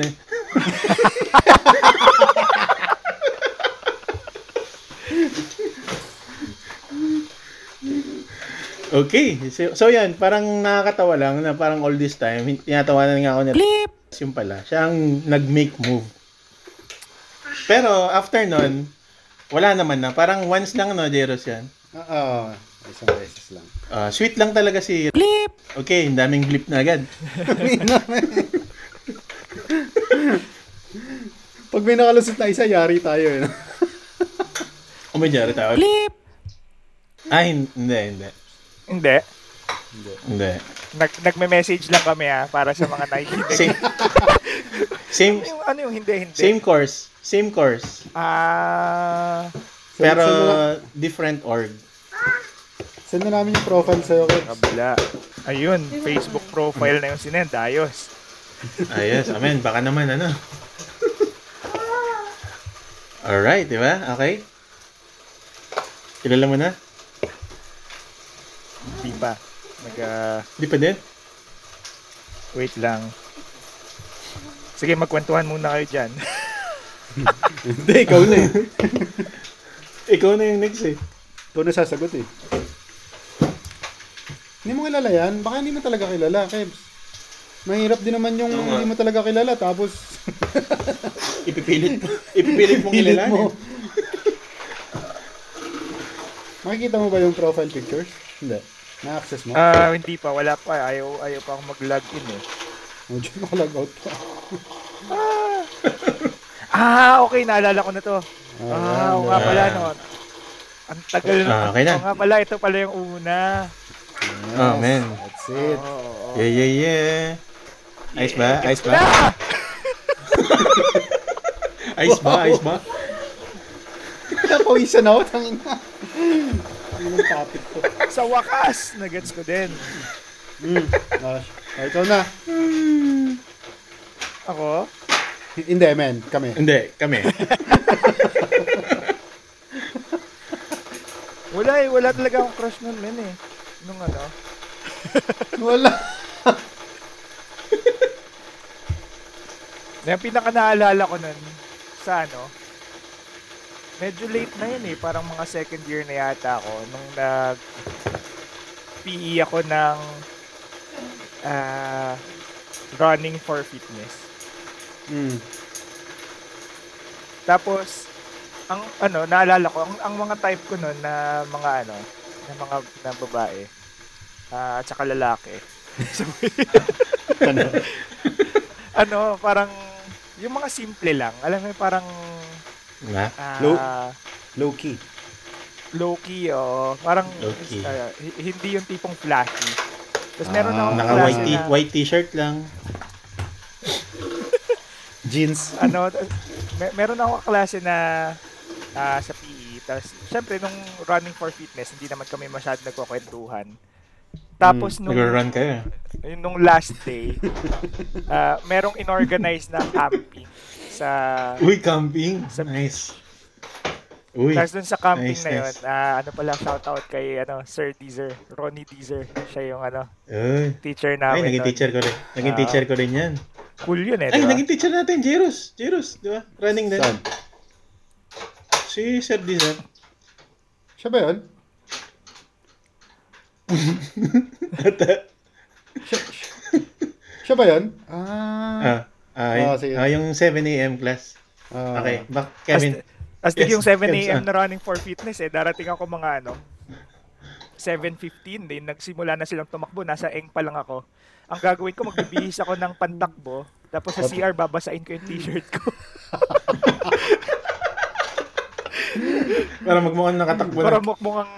Speaker 3: okay. So, so yan, parang nakakatawa lang na parang all this time, hin- tinatawanan nga ako niya. Flip! Yung pala, siya ang nag-make move. Pero after nun, wala naman na. Parang once lang, no, Jeros yan.
Speaker 1: Ah, ah, isang beses lang.
Speaker 3: Ah, sweet lang talaga si... Blip! Okay, ang daming blip na agad.
Speaker 1: Pag may nakalusot na isa, yari tayo. Eh. no?
Speaker 3: Umadyari tawag. Blip! Ay, hin- hindi, hindi.
Speaker 2: hindi.
Speaker 3: Hindi.
Speaker 2: Nag nagme-message lang kami ah para sa mga nakikinig.
Speaker 3: Same, same,
Speaker 2: Ano yung, ano yung hindi hindi?
Speaker 3: same course. Same course.
Speaker 2: Ah,
Speaker 1: Send-
Speaker 3: Pero
Speaker 1: send na,
Speaker 3: different org.
Speaker 1: send na namin yung profile sa'yo. Kurt.
Speaker 2: kabla. Ayun, Facebook profile na yung sinend. Ayos.
Speaker 3: Ayos, Ah, amen. Baka naman, ano. Alright, di ba? Okay. Kilala mo na?
Speaker 2: Di pa. Nag, ah,
Speaker 3: Di pa din?
Speaker 2: wait lang. Sige, magkwentuhan muna kayo dyan.
Speaker 1: Hindi, ikaw na eh.
Speaker 3: Ikaw na yung next eh.
Speaker 1: Ikaw na sasagot eh. Hindi mo kilala yan? Baka hindi mo talaga kilala, Kebs. Mahirap din naman yung
Speaker 3: Oo nga.
Speaker 1: hindi mo talaga kilala tapos
Speaker 3: Ipipilit mo. Ipipilit mong
Speaker 1: pilit
Speaker 3: kilalanin.
Speaker 1: mo. Makikita mo ba yung profile pictures? Hindi. Na-access mo?
Speaker 2: Ah, hindi pa. Wala pa. Ayaw, ayaw pa akong mag-login eh.
Speaker 1: Medyo naka-log out pa.
Speaker 2: Ah, okay. Naalala ko na to. Ah, oo
Speaker 1: wala.
Speaker 2: nga pala no. Ang tagal na.
Speaker 3: Ah, okay na.
Speaker 2: Oo nga pala. Ito pala yung una.
Speaker 1: Yes,
Speaker 3: Oh, man.
Speaker 1: That's it.
Speaker 2: Oo.
Speaker 3: Yeah, yeah, yeah. Ice ba? Ice ba?
Speaker 2: Ah!
Speaker 3: Ice ba? Ice ba?
Speaker 1: Napawisan ako, tangin na. Yun Ah. yung topic ko.
Speaker 2: Sa wakas, nagets ko din.
Speaker 1: Mm. Gosh. Oh, ikaw na.
Speaker 2: Ako?
Speaker 1: Hindi, man. Kami.
Speaker 3: Hindi, kami.
Speaker 2: Wala eh, wala talaga akong crush nun, men eh. Nung ano.
Speaker 1: Wala.
Speaker 2: Yung pinaka naalala ko nun, sa ano, medyo late na yun eh. Parang mga second year na yata ako. Nung nag PE ako ng ah, running for fitness.
Speaker 1: Mm.
Speaker 2: Tapos, ang ano, naalala ko, ang, ang mga type ko noon na mga ano, na mga na babae, ah, at saka lalaki.
Speaker 1: Ano?
Speaker 2: Ano, parang, yung mga simple lang. Alam mo, yung parang,
Speaker 3: Na?
Speaker 2: ah,
Speaker 1: Low? Low-key.
Speaker 2: low-key, oo. Parang,
Speaker 3: Low-key.
Speaker 2: ah, hi- hindi yung tipong flashy. Tapos
Speaker 1: Ah,
Speaker 2: meron akong
Speaker 3: naka
Speaker 2: klase
Speaker 3: white, t-
Speaker 2: na-
Speaker 3: white t-shirt lang.
Speaker 1: Jeans.
Speaker 2: ano, tas- mer- meron ako klase na ah, sa PE. Tapos, syempre, nung running for fitness, hindi naman kami masyado nagkukwentuhan. Tapos, nung,
Speaker 3: Hmm, Nag-run kayo.
Speaker 2: yun, nung last day, ah, merong inorganize na camping sa...
Speaker 3: Uy, camping.
Speaker 2: Sa-
Speaker 3: Nice. Uy.
Speaker 2: Tapos dun sa camping
Speaker 3: nice,
Speaker 2: na yun,
Speaker 3: nice.
Speaker 2: ah, ano pala, shoutout kay ano, Sir Deezer, Ronnie Deezer. Siya yung ano,
Speaker 3: Uy.
Speaker 2: teacher
Speaker 3: Ay,
Speaker 2: namin.
Speaker 3: naging
Speaker 2: nun.
Speaker 3: teacher ko rin. Naging
Speaker 2: Ah.
Speaker 3: teacher ko rin yan.
Speaker 2: Cool yun eh, di
Speaker 3: Ay,
Speaker 2: ba?
Speaker 3: naging teacher natin, Jeros. Jeros, di ba? Running na.
Speaker 1: Saan?
Speaker 3: Si Sir Dizan.
Speaker 1: Siya ba yun? Siya, siya- siya ba yun? Ah.
Speaker 3: Ah, ah,
Speaker 1: Ah,
Speaker 3: yun-
Speaker 1: sige.
Speaker 3: ah, yung 7 a.m. class.
Speaker 1: ah.
Speaker 3: Okay, back,
Speaker 2: As,
Speaker 3: Kevin.
Speaker 2: as di
Speaker 3: Yes, ah.
Speaker 2: yung 7 a.m.
Speaker 3: Kevin,
Speaker 2: na running for fitness eh, darating ako mga ano, 7.15 din, nagsimula na silang tumakbo, nasa eng pa lang ako. Ang gagawin ko, magbibihis ako ng pantakbo, tapos sa CR, babasain ko yung t-shirt ko.
Speaker 3: Para magmukhang nakatakbo
Speaker 2: Para
Speaker 3: na.
Speaker 2: mukmukang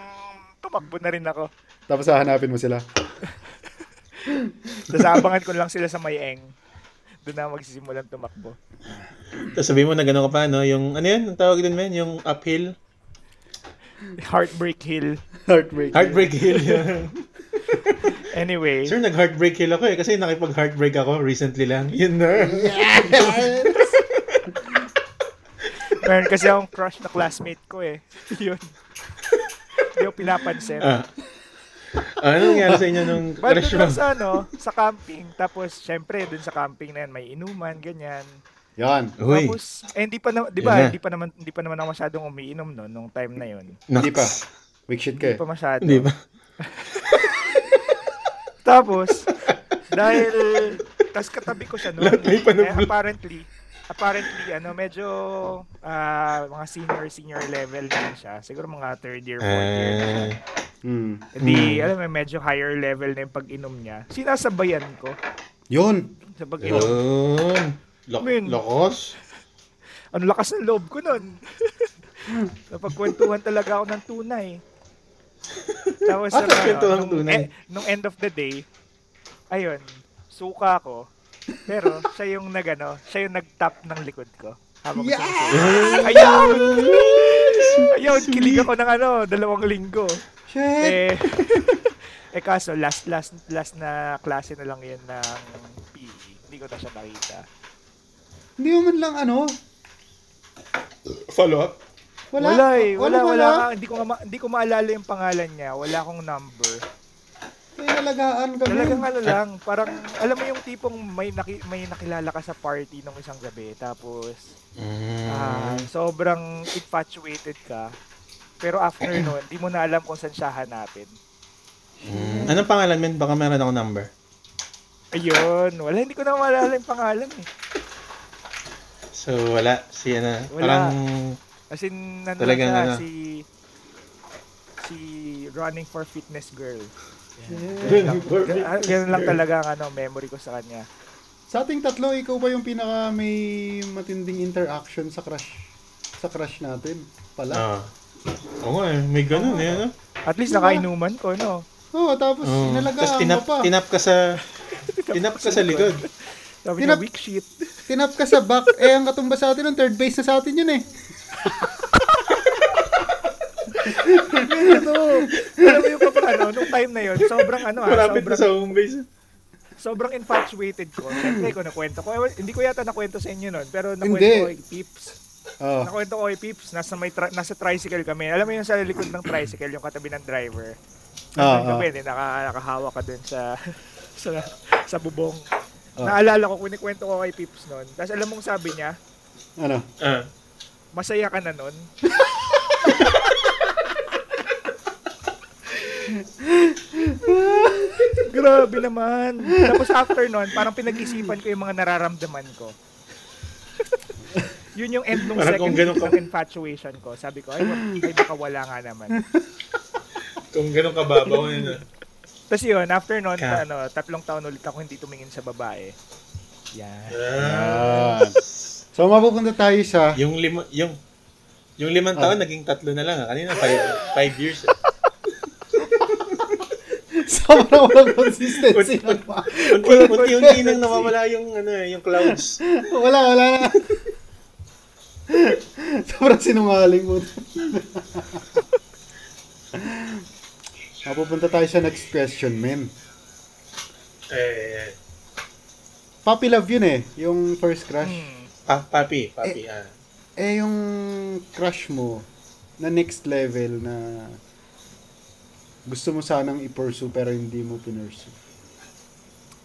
Speaker 2: tumakbo na rin ako.
Speaker 1: Tapos hahanapin mo sila.
Speaker 2: Tapos abangan ko lang sila sa may eng. Doon na magsisimulan tumakbo.
Speaker 3: Tapos sabihin mo na gano'n ka pa, no? Yung, ano yun? Ang tawag din, men? Yung uphill?
Speaker 2: Heartbreak Hill.
Speaker 1: Heartbreak.
Speaker 3: Heartbreak hill. yun.
Speaker 2: Anyway,
Speaker 3: Sir, nag-heartbreak hill ako eh. Kasi nakipag-heartbreak ako recently lang. Yun na.
Speaker 2: meron kasi akong crush na classmate ko eh. Yun. Hindi ko pinapansin.
Speaker 3: Ah. Ah, ano nangyari sa inyo nung
Speaker 2: But
Speaker 3: crush
Speaker 2: doon
Speaker 3: mo?
Speaker 2: lang sa ano, sa camping. Tapos, syempre, dun sa camping na yan, may inuman, ganyan.
Speaker 1: Yan.
Speaker 3: Uy,
Speaker 2: Tapos, eh, hindi pa na, di
Speaker 3: Yun
Speaker 2: ba,
Speaker 3: na.
Speaker 2: hindi pa naman, hindi pa naman ako masyadong umiinom noon, nung time na yun.
Speaker 3: naks.
Speaker 1: Hindi pa. Weak shit ka eh.
Speaker 2: Hindi pa masyado.
Speaker 3: Hindi ba?
Speaker 2: Tapos, dahil, tas katabi ko siya noon.
Speaker 3: Lahat may
Speaker 2: Eh,
Speaker 3: panublo.
Speaker 2: apparently, apparently, ano, medyo, ah, mga senior, senior level na yun siya. Siguro mga third year, fourth year na siya.
Speaker 3: Ah, hmm.
Speaker 1: Mm.
Speaker 2: Hindi, alam mo, medyo higher level na yung pag-inom niya. Sinasabayan ko
Speaker 1: Yun.
Speaker 2: sa pag-inom.
Speaker 3: yun. Lo-
Speaker 2: Men.
Speaker 3: lokos?
Speaker 2: Ang lakas ng loob ko nun. Napagkwentuhan talaga ako ng tunay. Tapos,
Speaker 3: Ah,
Speaker 2: ano,
Speaker 3: nagkwentuhan ng
Speaker 2: nung,
Speaker 3: tunay.
Speaker 2: eh, nung end of the day, ayun, suka ko. Pero, siya yung nag, ano, siya yung nag-tap ng likod ko. Habang yeah! Ayun! Ayun, kilig ako ng ano, dalawang linggo.
Speaker 1: Shit.
Speaker 2: Eh, eh kaso, last, last, last na klase na lang yun ng PE. Hindi ko na siya nakita.
Speaker 1: Hindi mo man lang ano.
Speaker 3: Follow up?
Speaker 1: Wala.
Speaker 2: Wala, eh.
Speaker 3: Ano
Speaker 2: Wala, wala.
Speaker 1: wala.
Speaker 2: nga. Hindi ko, nga ma- hindi ko maalala yung pangalan niya. Wala akong number.
Speaker 1: Pinalagaan kami.
Speaker 2: Talagang ano lang, parang, alam mo yung tipong may, naki- may nakilala ka sa party nung isang gabi. Tapos,
Speaker 3: Mm.
Speaker 2: ah, sobrang infatuated ka. Pero after nun, di mo na alam kung saan siya hanapin.
Speaker 3: Mm. Anong pangalan, men? Baka meron ako number.
Speaker 2: Ayun, wala, hindi ko na maalala yung pangalan eh.
Speaker 3: So, wala. Si, ano,
Speaker 2: Wala.
Speaker 3: parang...
Speaker 2: As in, nandun
Speaker 3: Talagang
Speaker 2: siya,
Speaker 3: ano.
Speaker 2: si, si running for fitness girl. Gan- ah, Ganun lang talaga ang ano, memory ko sa kanya.
Speaker 1: Sa ating tatlo, ikaw ba yung pinaka may matinding interaction sa crush? Sa crush natin? Pala.
Speaker 3: Ah. Oo nga, eh. may ganun eh, ano?
Speaker 2: At least nakainuman ko, no?
Speaker 1: Oo, tapos
Speaker 3: Oo. Tapos
Speaker 1: inalagaan
Speaker 3: Ah. tinap,
Speaker 1: mo pa.
Speaker 3: tinap ka sa... tinap ka sa likod.
Speaker 2: Sabi niya,
Speaker 1: Tinap-
Speaker 2: weak shit.
Speaker 1: Tinap ka sa back. Eh, ang katumba sa atin, ang third base na sa atin yun eh.
Speaker 2: Ito, alam mo yung kapag ano, nung time na yun, sobrang ano, ah,
Speaker 3: Malapit na
Speaker 2: sobrang,
Speaker 3: sa home base.
Speaker 2: sobrang infatuated ko. Siyempre ko nakwento ko. Ewan, hindi ko yata nakwento sa inyo nun, pero nakwento
Speaker 1: Hindi.
Speaker 2: ko kay Pips.
Speaker 1: Oo.
Speaker 2: Nakwento ko kay Pips, nasa, may tri- nasa tricycle kami. Alam mo yung sa likod ng tricycle, yung katabi ng driver.
Speaker 1: Ah, ah.
Speaker 2: Nandun kami, eh, naka, nakahawa ka dun sa, sa, sa bubong.
Speaker 1: Ah.
Speaker 2: Naalala ko, kunikwento ko kay Pips nun. Tapos alam mong sabi niya,
Speaker 1: Ano?
Speaker 3: Ah.
Speaker 2: masaya ka na nun. Grabe naman. Tapos after nun, parang pinag-isipan ko yung mga nararamdaman ko. Yun yung end nung
Speaker 3: Parang
Speaker 2: second
Speaker 3: kung ganun ka-
Speaker 2: ng infatuation ko. Sabi ko, ay, wa- ay baka wala nga naman.
Speaker 3: Kung ganun kababaw yun. eh.
Speaker 2: Tapos yun, after nun,
Speaker 3: Ka-
Speaker 2: ano, tatlong taon ulit ako hindi tumingin sa babae. Yan.
Speaker 1: Yan. So, mapupunta tayo sa...
Speaker 3: Yung lima, yung yung limang
Speaker 1: Ah.
Speaker 3: taon, naging tatlo na lang. ah. Kanina, five, five years. ah.
Speaker 1: Sobrang walang consistency. ng-
Speaker 3: Unti- Unti-unti nang nawawala yung, ano, eh, yung clouds.
Speaker 1: wala, wala na. Sobrang sinungaling mo. mapupunta tayo sa next question, men.
Speaker 3: Eh,
Speaker 1: Puppy love yun eh, yung first crush.
Speaker 2: Hmm.
Speaker 3: pa, papi, papi. ah.
Speaker 1: Eh, yung crush mo na next level na gusto mo sanang i-pursue pero hindi mo pinursue.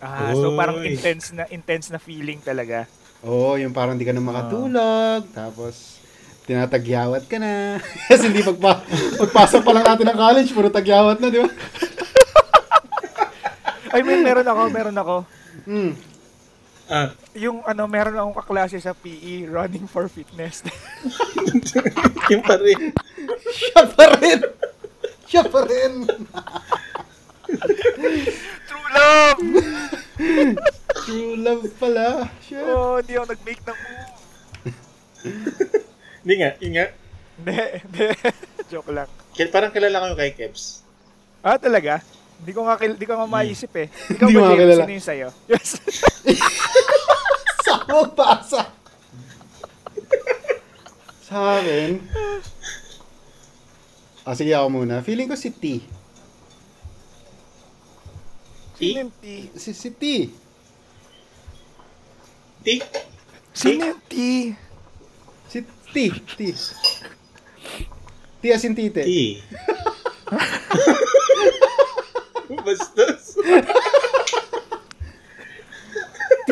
Speaker 2: Ah, so parang
Speaker 3: Oy.
Speaker 2: intense na intense na feeling talaga.
Speaker 1: Oo, yung parang hindi ka na makatulog, tapos tinatagyawat ka na. Kasi hindi pagpa pagpasok pa lang natin ng college, puro tagyawat na, di ba?
Speaker 2: Ay, may meron ako, meron ako.
Speaker 1: Mm.
Speaker 3: Ah,
Speaker 2: Yung ano, meron akong kaklase sa PE, running for fitness.
Speaker 3: yung pa rin.
Speaker 1: Siya pa rin! Siya pa rin!
Speaker 2: True love!
Speaker 1: True love pala. Siya.
Speaker 2: Oh, hindi ako nag-make ng move.
Speaker 3: Hindi nga, yun nga.
Speaker 2: Hindi, hindi. Joke lang.
Speaker 3: Kil- Parang kilala ko yung kay Kebs.
Speaker 2: Ah, talaga? Hindi ko nga, kil- hindi ko nga maisip eh. Ikaw
Speaker 1: Hmm. Hindi
Speaker 2: ba,
Speaker 1: mo nga
Speaker 2: James?
Speaker 1: kilala.
Speaker 2: Sino yung sa'yo? Yes.
Speaker 1: Sa magbasa! Sa akin? Ah, sige ako muna. Feeling ko si T.
Speaker 2: Sino yung T?
Speaker 1: Si, si T.
Speaker 3: Ti?
Speaker 2: Sino yung T?
Speaker 1: Si T. T. T as in tite.
Speaker 3: Ti. Bastos.
Speaker 2: T?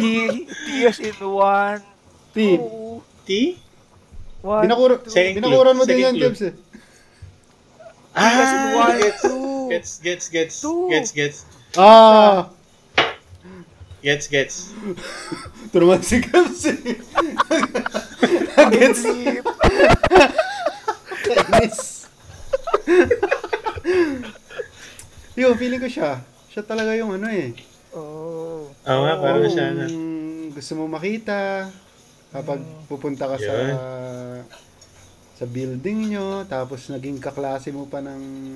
Speaker 2: T as in one,
Speaker 1: T.
Speaker 2: two,
Speaker 3: Ti?
Speaker 2: one,
Speaker 1: Binakuro,
Speaker 3: Second clue.
Speaker 1: binakuran mo din
Speaker 3: Second
Speaker 1: yan,
Speaker 3: clue.
Speaker 1: Jebs. eh.
Speaker 2: as in one,
Speaker 3: Ah, gets,
Speaker 2: two.
Speaker 3: gets, gets, gets,
Speaker 2: Two.
Speaker 3: gets, gets,
Speaker 1: Ah!
Speaker 3: gets, gets.
Speaker 1: Ito naman si Jebs. eh. Nag-gets.
Speaker 2: Flip.
Speaker 1: Kainis. Yo, feeling ko siya. Siya talaga yung ano eh.
Speaker 2: Oh.
Speaker 3: Oo nga, parang
Speaker 1: Yung
Speaker 3: siya na.
Speaker 1: Gusto mo makita. Kapag pupunta ka sa
Speaker 3: Yun.
Speaker 1: sa building nyo, tapos naging kaklase mo pa ng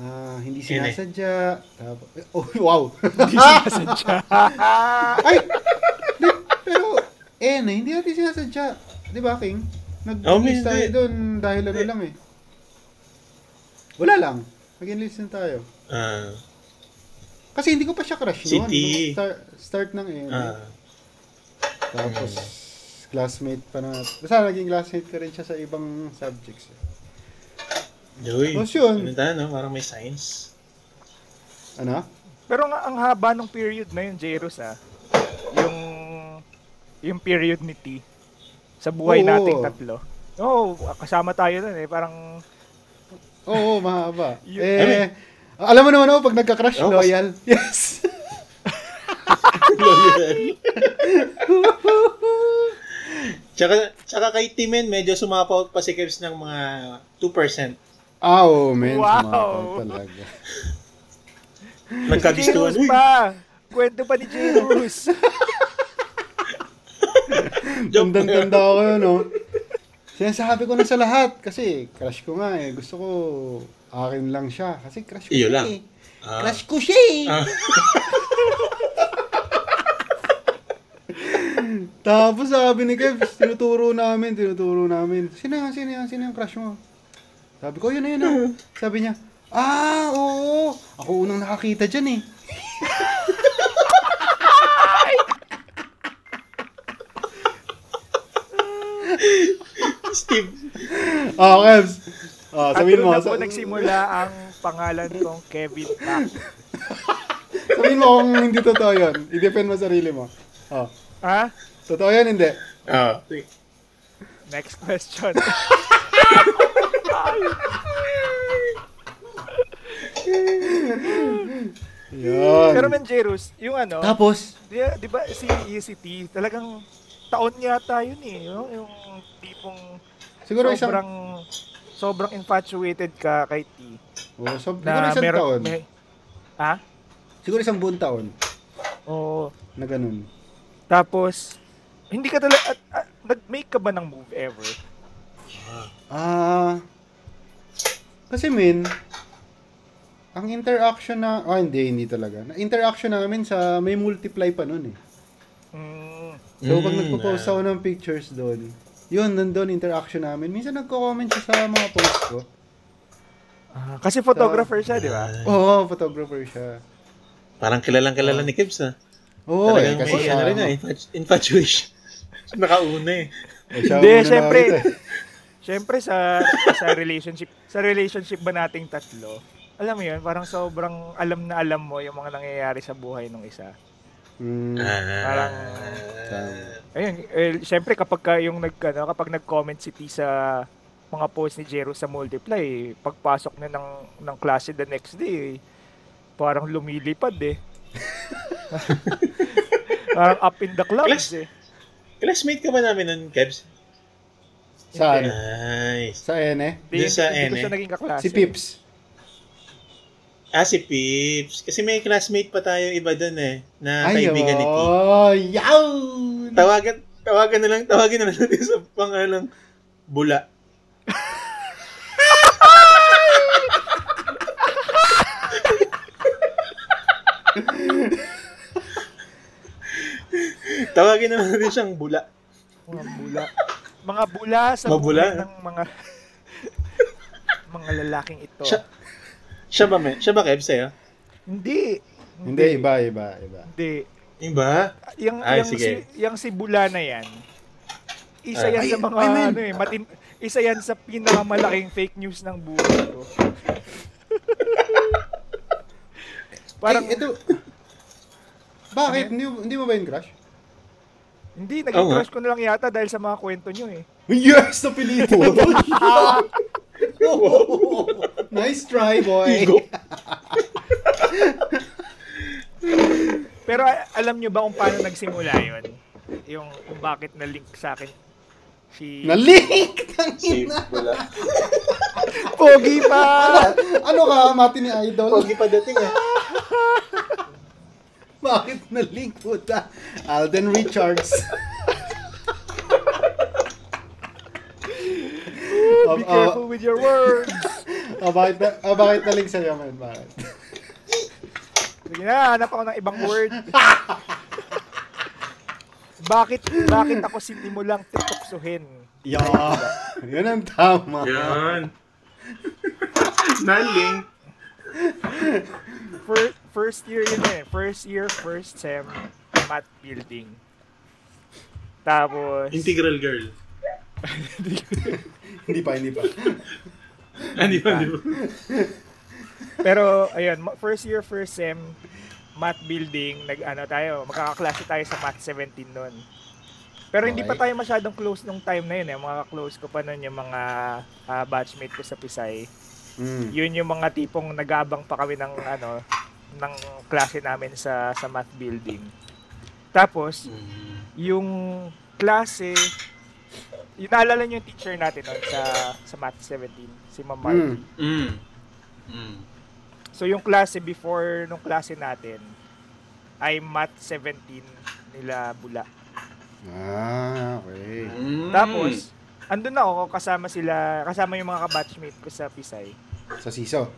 Speaker 1: ah, hindi
Speaker 3: Yun eh.
Speaker 1: sinasadya. Tapos, oh, wow!
Speaker 2: Hindi sinasadya.
Speaker 1: Ay! Di- Pero, eh, na, hindi natin sinasadya. Di ba, King?
Speaker 3: Oh, may
Speaker 1: Nag-enlist
Speaker 3: hindi.
Speaker 1: tayo doon dahil ano
Speaker 3: Hindi.
Speaker 1: lang eh. Wala lang. Nag-enlist na tayo.
Speaker 3: Ah,
Speaker 1: Kasi hindi ko pa siya crush
Speaker 3: Si
Speaker 1: noon.
Speaker 3: T.
Speaker 1: Nung star- start ng eh.
Speaker 3: ah.
Speaker 1: Tapos, classmate pa na. Basta naging classmate ko rin siya sa ibang subjects. eh.
Speaker 3: Joy.
Speaker 1: Tapos yun.
Speaker 3: Ano tayo, no? Parang may science.
Speaker 1: Ano?
Speaker 2: Pero nga, ang haba ng period na yun, Jairus, ah. Yung, yung period ni T sa buhay
Speaker 1: Oo.
Speaker 2: nating tatlo. Oo, oh, kasama tayo nun eh. Parang,
Speaker 1: Oo, mahaba.
Speaker 2: Yun.
Speaker 1: eh, alam mo naman ako, pag nagka-crush,
Speaker 3: Oo, kasi-
Speaker 1: loyal. Yes!
Speaker 3: tsaka, tsaka kay Timen, medyo sumapaw pa si Kebs ng mga 2%.
Speaker 1: Ah, oh, men.
Speaker 2: Wow.
Speaker 1: Wow! Talaga.
Speaker 3: Nagkagustuhan.
Speaker 2: Jairus
Speaker 3: Uy,
Speaker 2: pa! Kwento pa ni Jairus?
Speaker 3: Joke na yun.
Speaker 1: Tandang-tanda ako yun, oh. Sinasabi ko na sa lahat kasi crush ko nga eh. Gusto ko akin lang siya kasi crush ko
Speaker 3: Iyo
Speaker 1: siya
Speaker 3: lang.
Speaker 1: eh.
Speaker 3: Ah.
Speaker 1: Crush ko siya eh.
Speaker 3: Ah.
Speaker 1: Tapos sabi ni Kev, tinuturo namin, tinuturo namin. Sino yan, sino yan, sino yung crush mo? Sabi ko, yun na yun. ah."
Speaker 3: Hmm.
Speaker 1: Sabi niya, ah, oo. Ako unang nakakita dyan eh.
Speaker 3: Steve.
Speaker 1: Ah, Kev. Ah,
Speaker 2: At
Speaker 1: sabihin
Speaker 2: doon
Speaker 1: mo.
Speaker 2: na po
Speaker 1: sa-
Speaker 2: nagsimula ang pangalan kong Kevin Pack.
Speaker 1: sabihin mo kung hindi totoo yun. I-defend mo sarili mo. Ah,
Speaker 2: Ha?
Speaker 1: totoo yun, hindi.
Speaker 3: Ah.
Speaker 2: Next question.
Speaker 1: Yun.
Speaker 2: Pero men, Jerus, yung ano,
Speaker 1: Tapos,
Speaker 2: di, di ba si ECT, talagang taon yata yun eh. Yung, yung tipong
Speaker 1: siguro isang,
Speaker 2: sobrang, sobrang infatuated ka kay T.
Speaker 1: oh, so, siguro
Speaker 2: Na
Speaker 1: isang
Speaker 2: meron,
Speaker 1: taon.
Speaker 2: may- ha?
Speaker 1: Siguro isang buong taon
Speaker 2: Oo.
Speaker 1: na ganun.
Speaker 2: Tapos, hindi ka talaga, at, at- nag-make ka ba ng move ever?
Speaker 1: Ah, kasi min, ang interaction na, oh hindi, hindi talaga. Na interaction namin sa, may multiply pa nun eh.
Speaker 2: Mm,
Speaker 1: So, pag nagpo-post ako ng pictures doon, yun, nandun interaction namin. Minsan nagko-comment siya sa mga posts ko.
Speaker 4: Mm.
Speaker 2: ah, kasi photographer siya, di ba?
Speaker 1: Oo, photographer siya.
Speaker 4: Parang kilalang kilala ni Gibbs ah.
Speaker 1: Oo, eh,
Speaker 4: Talagang
Speaker 1: kasi
Speaker 4: may
Speaker 1: siya,
Speaker 4: ano rin ah, infatu- infatuation. Nakauna eh.
Speaker 1: eh, siya
Speaker 2: Hindi,
Speaker 1: ang una
Speaker 2: syempre.
Speaker 1: nakakita eh.
Speaker 2: Siyempre sa sa relationship, sa relationship ba nating tatlo? Alam mo 'yun, parang sobrang alam na alam mo yung mga nangyayari sa buhay ng isa.
Speaker 1: Mm,
Speaker 4: Ah.
Speaker 2: Parang
Speaker 1: tama.
Speaker 2: ayun, eh, siyempre kapag ka yung nag ano, kapag nag-comment si T sa mga post ni Jero sa Multiply, pagpasok na ng ng klase the next day, parang lumilipad eh. parang up in the clouds eh.
Speaker 4: Classmate ka ba namin nun, Gibbs?
Speaker 1: Saan?
Speaker 4: Nice.
Speaker 1: Sa N eh?
Speaker 2: Hindi,
Speaker 4: Doon sa
Speaker 2: hindi ko
Speaker 4: N,
Speaker 2: siya
Speaker 4: eh.
Speaker 2: naging kaklase.
Speaker 1: Si Pips.
Speaker 4: Ah, si Pips. Kasi may classmate pa tayo iba dun eh,
Speaker 1: Ah,
Speaker 4: na kaibigan ni T.
Speaker 1: Oh, yaw!
Speaker 4: Tawagan, tawagan na lang, tawagin na lang natin sa pangalang Bula. tawagin na lang natin siyang Bula.
Speaker 2: Mga bula. Mga bula sa
Speaker 4: Mabula.
Speaker 2: buhay ng mga mga lalaking ito.
Speaker 4: Siya, siya ba, men? Siya ba, eh, ah? Kev, sa'yo?
Speaker 2: Hindi.
Speaker 1: Hindi, iba, iba, iba.
Speaker 2: Hindi.
Speaker 4: Iba?
Speaker 2: Yung,
Speaker 4: Ay,
Speaker 2: yung,
Speaker 4: sige.
Speaker 2: si, yung si Bula na yan, isa
Speaker 4: Ah.
Speaker 2: yan sa
Speaker 1: Ay,
Speaker 2: mga
Speaker 1: ay, man.
Speaker 2: ano eh, matin, isa yan sa pinakamalaking fake news ng buhay ko. Parang,
Speaker 1: Ay, Eh, ito. Bakit? Hindi, mo- hindi mo ba yung crush?
Speaker 2: hindi,
Speaker 4: Oo
Speaker 2: naging
Speaker 4: nga.
Speaker 2: crush ko na lang yata dahil sa mga kwento nyo eh.
Speaker 1: Yes! Napilitin mo! nice try, boy!
Speaker 4: Igo?
Speaker 2: Pero a- alam nyo ba kung paano nagsimula yun? Yung kung bakit na-link sa akin si...
Speaker 1: Nalik!
Speaker 4: Si
Speaker 1: Tangin na!
Speaker 4: Bula.
Speaker 2: Pogi pa!
Speaker 1: Ano ka, mati ni Idol?
Speaker 4: Pogi pa dating ah.
Speaker 1: Bakit nalik po ta? Alden Richards.
Speaker 2: Be
Speaker 1: Ab- ab-
Speaker 2: careful with your words!
Speaker 1: ah, uh, bakit, na, ah, bakit nalik sa'yo, man? Bakit?
Speaker 2: Sige na, hanap ako ng ibang word. bakit bakit ako sinimulang tituksuhin?
Speaker 1: Yo! Yun ang tama.
Speaker 4: Yan. Naling.
Speaker 2: First, first year yun eh. First year, first sem, math building. Tapos,
Speaker 4: Integral girl.
Speaker 1: Hindi pa, hindi pa.
Speaker 4: Ano ba? di ba?
Speaker 2: pero ayun, ma- first year, first sem, math building, nag ano tayo, magkakaklase tayo sa math 17 noon. Pero hindi pa
Speaker 1: Okay.
Speaker 2: tayo masyadong close nung time na yun eh. Mga close ko pa noon yung mga ah, batchmate ko sa Pisay.
Speaker 1: Mm.
Speaker 2: yun yung mga tipong nagabang pa kami ng ano ng klase namin sa sa math building. Tapos yung klase yung naalala niyo yung teacher natin nun sa sa math 17 si Ma'am Margie.
Speaker 4: Mm.
Speaker 1: Mm.
Speaker 4: Mm.
Speaker 2: So yung klase before nung klase natin ay math 17 nila Bula.
Speaker 1: Ah, okay.
Speaker 4: Mm.
Speaker 3: Hmm.
Speaker 2: Tapos andun na ako kasama sila kasama yung mga kabatchmate ko sa Pisay.
Speaker 1: Sa siso.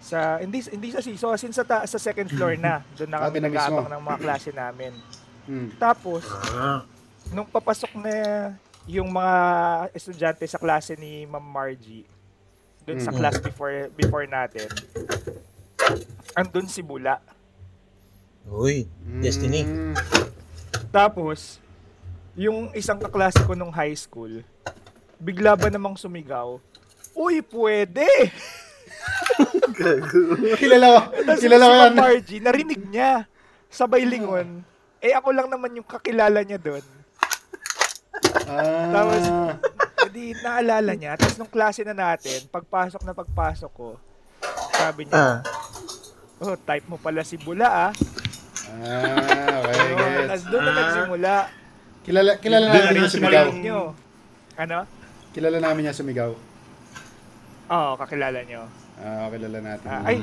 Speaker 2: sa hindi hindi sa siso as in sa ta- sa second floor na doon na
Speaker 1: Ah,
Speaker 2: kami
Speaker 1: doon na mismo.
Speaker 2: nag-aabang ng mga klase namin
Speaker 1: Mm.
Speaker 2: tapos
Speaker 4: Ah.
Speaker 2: nung papasok na yung mga estudyante sa klase ni Ma'am Margie doon sa
Speaker 1: Mm.
Speaker 2: class before before natin andun si Bula
Speaker 4: Uy, Destiny.
Speaker 1: Mm.
Speaker 2: tapos yung isang kaklase ko nung high school bigla ba namang sumigaw uy pwede
Speaker 1: Kilala ko.
Speaker 2: Tapos
Speaker 1: Kilala
Speaker 2: si
Speaker 1: ko yan.
Speaker 2: Ma'am Margie, narinig niya. Sabay lingon. Eh ako lang naman yung kakilala niya doon.
Speaker 1: Ah.
Speaker 2: Tapos, hindi naalala niya. Tapos nung klase na natin, pagpasok na pagpasok ko, Sabi niya,
Speaker 4: Ah.
Speaker 2: oh, type mo pala si Bula ah.
Speaker 1: Ah, okay,
Speaker 2: Oh,
Speaker 1: gets.
Speaker 2: tas doon na
Speaker 4: Ah.
Speaker 2: nagsimula.
Speaker 1: Kilala, kilala
Speaker 3: Doon
Speaker 1: namin
Speaker 3: na
Speaker 1: yung
Speaker 3: nagsimula
Speaker 1: sumigaw.
Speaker 3: yung-
Speaker 2: Nyo. Ano?
Speaker 1: Kilala namin yung sumigaw.
Speaker 2: Oo, kakilala nyo.
Speaker 1: Ah, kilala natin.
Speaker 2: Ah, ay,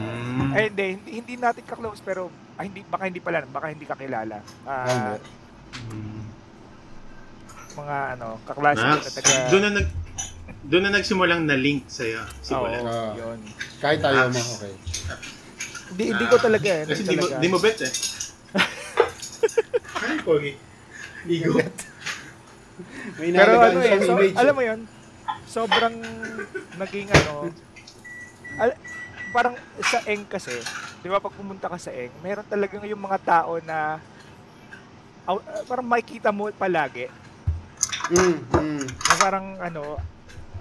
Speaker 2: ay, hindi, hindi, hindi natin ka-close pero ah, hindi, baka hindi pala, baka hindi kakilala.
Speaker 1: Ah,
Speaker 2: Ah,
Speaker 1: hindi.
Speaker 2: mga ano, kaklase ko
Speaker 3: Ah.
Speaker 2: na
Speaker 4: Max,
Speaker 2: taga...
Speaker 4: Mm. doon na nag doon na nagsimulang na-link sa'yo. Si
Speaker 2: Oo,
Speaker 4: Bula.
Speaker 1: Ah.
Speaker 2: yun.
Speaker 1: Kahit ayaw
Speaker 2: Ah,
Speaker 1: mo, okay.
Speaker 2: Hindi, hindi ko talaga eh.
Speaker 4: Kasi
Speaker 2: Hindi
Speaker 4: di mo,
Speaker 2: talaga.
Speaker 4: di mo bet eh. Ay, pogi. Igo.
Speaker 1: May
Speaker 2: Pero ano eh,
Speaker 1: siyang
Speaker 2: so,
Speaker 1: image.
Speaker 2: alam mo yun, sobrang naging ano, al- parang sa Eng kasi, di ba pag pumunta ka sa Eng, meron talagang yung mga tao na aw- ah, parang makikita mo palagi
Speaker 1: Mm, mm.
Speaker 2: na parang ano,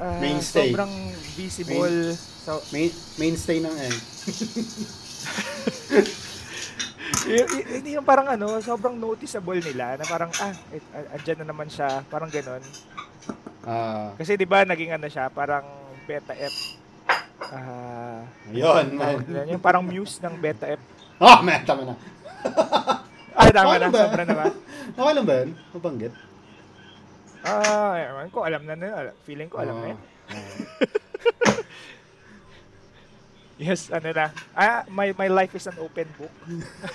Speaker 2: ah,
Speaker 1: Mainstay.
Speaker 2: sobrang visible. So,
Speaker 1: Main, mainstay ng end.
Speaker 2: y- y- hindi yung parang ano, sobrang noticeable nila na parang, ah, et, a- andyan na naman siya, parang ganun.
Speaker 1: Ah,
Speaker 2: Kasi di ba naging ano siya, parang beta F. Ah,
Speaker 1: yun, man.
Speaker 2: tawag nila yun, yung parang muse ng beta F.
Speaker 1: Oh, man, tama na.
Speaker 2: Ah, tama
Speaker 1: Ano
Speaker 2: na,
Speaker 1: ba?
Speaker 2: sobra na ba?
Speaker 1: Okay lang ba yun? Mabanggit?
Speaker 2: Ah, ewan ko, alam na na, alam- feeling ko
Speaker 1: Ah,
Speaker 2: alam na yun. Yes, ano na. Ah, my, my life is an open book.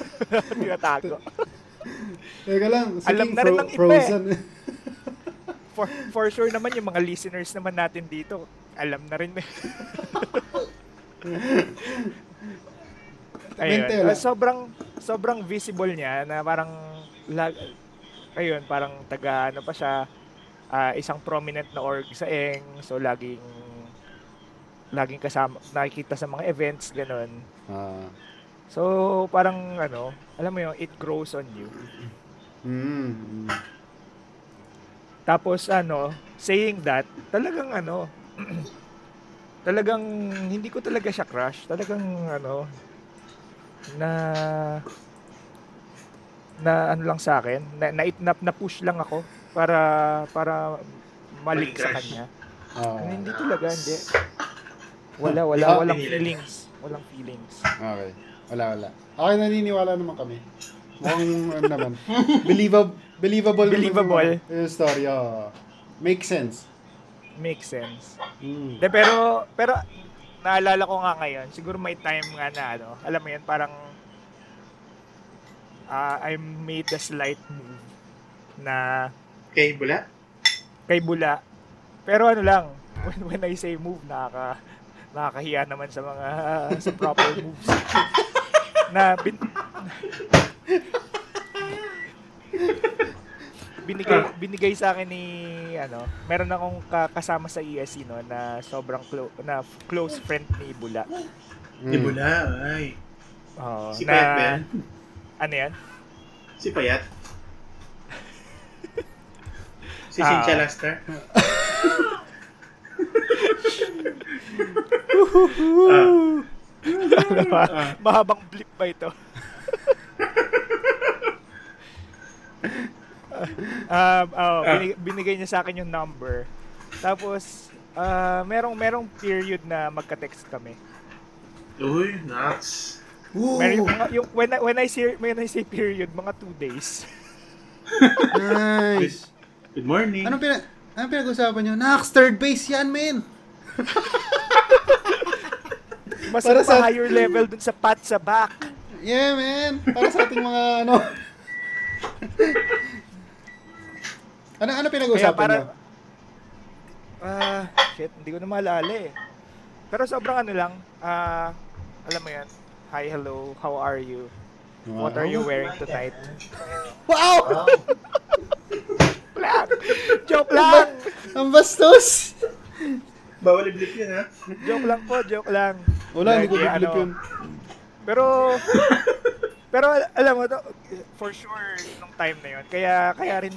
Speaker 2: Tinatago.
Speaker 1: Teka lang,
Speaker 2: Alam
Speaker 1: alam
Speaker 2: na rin ng iba eh.
Speaker 1: frozen.
Speaker 2: For, for sure naman, yung mga listeners naman natin dito, alam na rin. ayun.
Speaker 1: Mente, wala.
Speaker 2: Ah, sobrang, sobrang visible niya na parang, lag, ayun, parang taga, ano pa siya, ah, isang prominent na org sa ENG, so laging, laging kasama, nakikita sa mga events, ganun.
Speaker 1: Ah.
Speaker 2: So, parang ano, alam mo yung it grows on you.
Speaker 1: Mm. mm.
Speaker 2: Tapos ano, saying that, talagang ano, talagang hindi ko talaga siya crush. Talagang ano, na na ano lang sa akin, na na, na, na push lang ako para para malik sa
Speaker 4: Mag-crush.
Speaker 2: kanya.
Speaker 1: Ah,
Speaker 2: Hindi talaga, hindi. Wala, Oh. wala,
Speaker 1: Ah,
Speaker 2: walang
Speaker 4: pinilit.
Speaker 2: feelings. Walang feelings.
Speaker 1: okay. Wala, wala. Okay, naniniwala naman kami. Mukhang ano naman. Believable. Believable. naman
Speaker 2: Believable.
Speaker 1: yung- Yung story, oh. Make sense.
Speaker 2: Makes sense.
Speaker 1: Mm.
Speaker 2: De, pero, pero, naalala ko nga ngayon, siguro may time nga na, ano, alam mo yun, parang, ah, I made a slight move na
Speaker 4: Okay, Bula?
Speaker 2: kay Bula. Pero ano lang, when, when I say move, nakaka, nakakahiya naman sa mga, sa proper moves. na, bin, binigay, binigay sa akin ni, ano, meron akong ka- kasama sa ESC, no, na sobrang clo- na close friend ni Bula.
Speaker 4: Di
Speaker 1: Mm.
Speaker 4: Bula, ay.
Speaker 2: Oo,
Speaker 4: Si Payat ba yan?
Speaker 2: na, ano yan?
Speaker 4: Si Payat? si
Speaker 2: Ah.
Speaker 4: Cynthia Laster?
Speaker 2: Ano ba?
Speaker 4: Ah.
Speaker 2: Mahabang blip ba ito? um, oh, bini- binigay niya sa akin yung number. Tapos, ah, merong merong period na magka-text kami.
Speaker 4: Uy, Nax.
Speaker 2: Mer- mga, yung, when, I, when, I say, when I say period, mga two days.
Speaker 1: Nice.
Speaker 4: Good morning.
Speaker 1: Anong pinag anong pinag-usapan nyo? Nax, third base yan, men!
Speaker 2: Mas
Speaker 1: Para sa-
Speaker 2: pa higher level dun sa pat sa back.
Speaker 1: Yeah, man! Para sa ating mga ano... ano ano
Speaker 2: Kaya
Speaker 1: pinag-usapan
Speaker 2: parang,
Speaker 1: nyo?
Speaker 2: Ah, shit, hindi ko na maalala eh. Pero sobrang ano lang, ah, alam mo yan, hi, hello, how are you? What are you wearing tonight?
Speaker 1: Wow!
Speaker 2: Joke lang! Joke lang!
Speaker 1: Ang bastos!
Speaker 4: Bawal i-blip yun, ha?
Speaker 2: Joke lang po, joke lang.
Speaker 1: Wala, hindi ko
Speaker 2: Like, eh,
Speaker 1: biblip
Speaker 2: ano,
Speaker 1: yun.
Speaker 2: Pero, pero al- alam mo, to, for sure, nung time na yun, kaya, kaya rin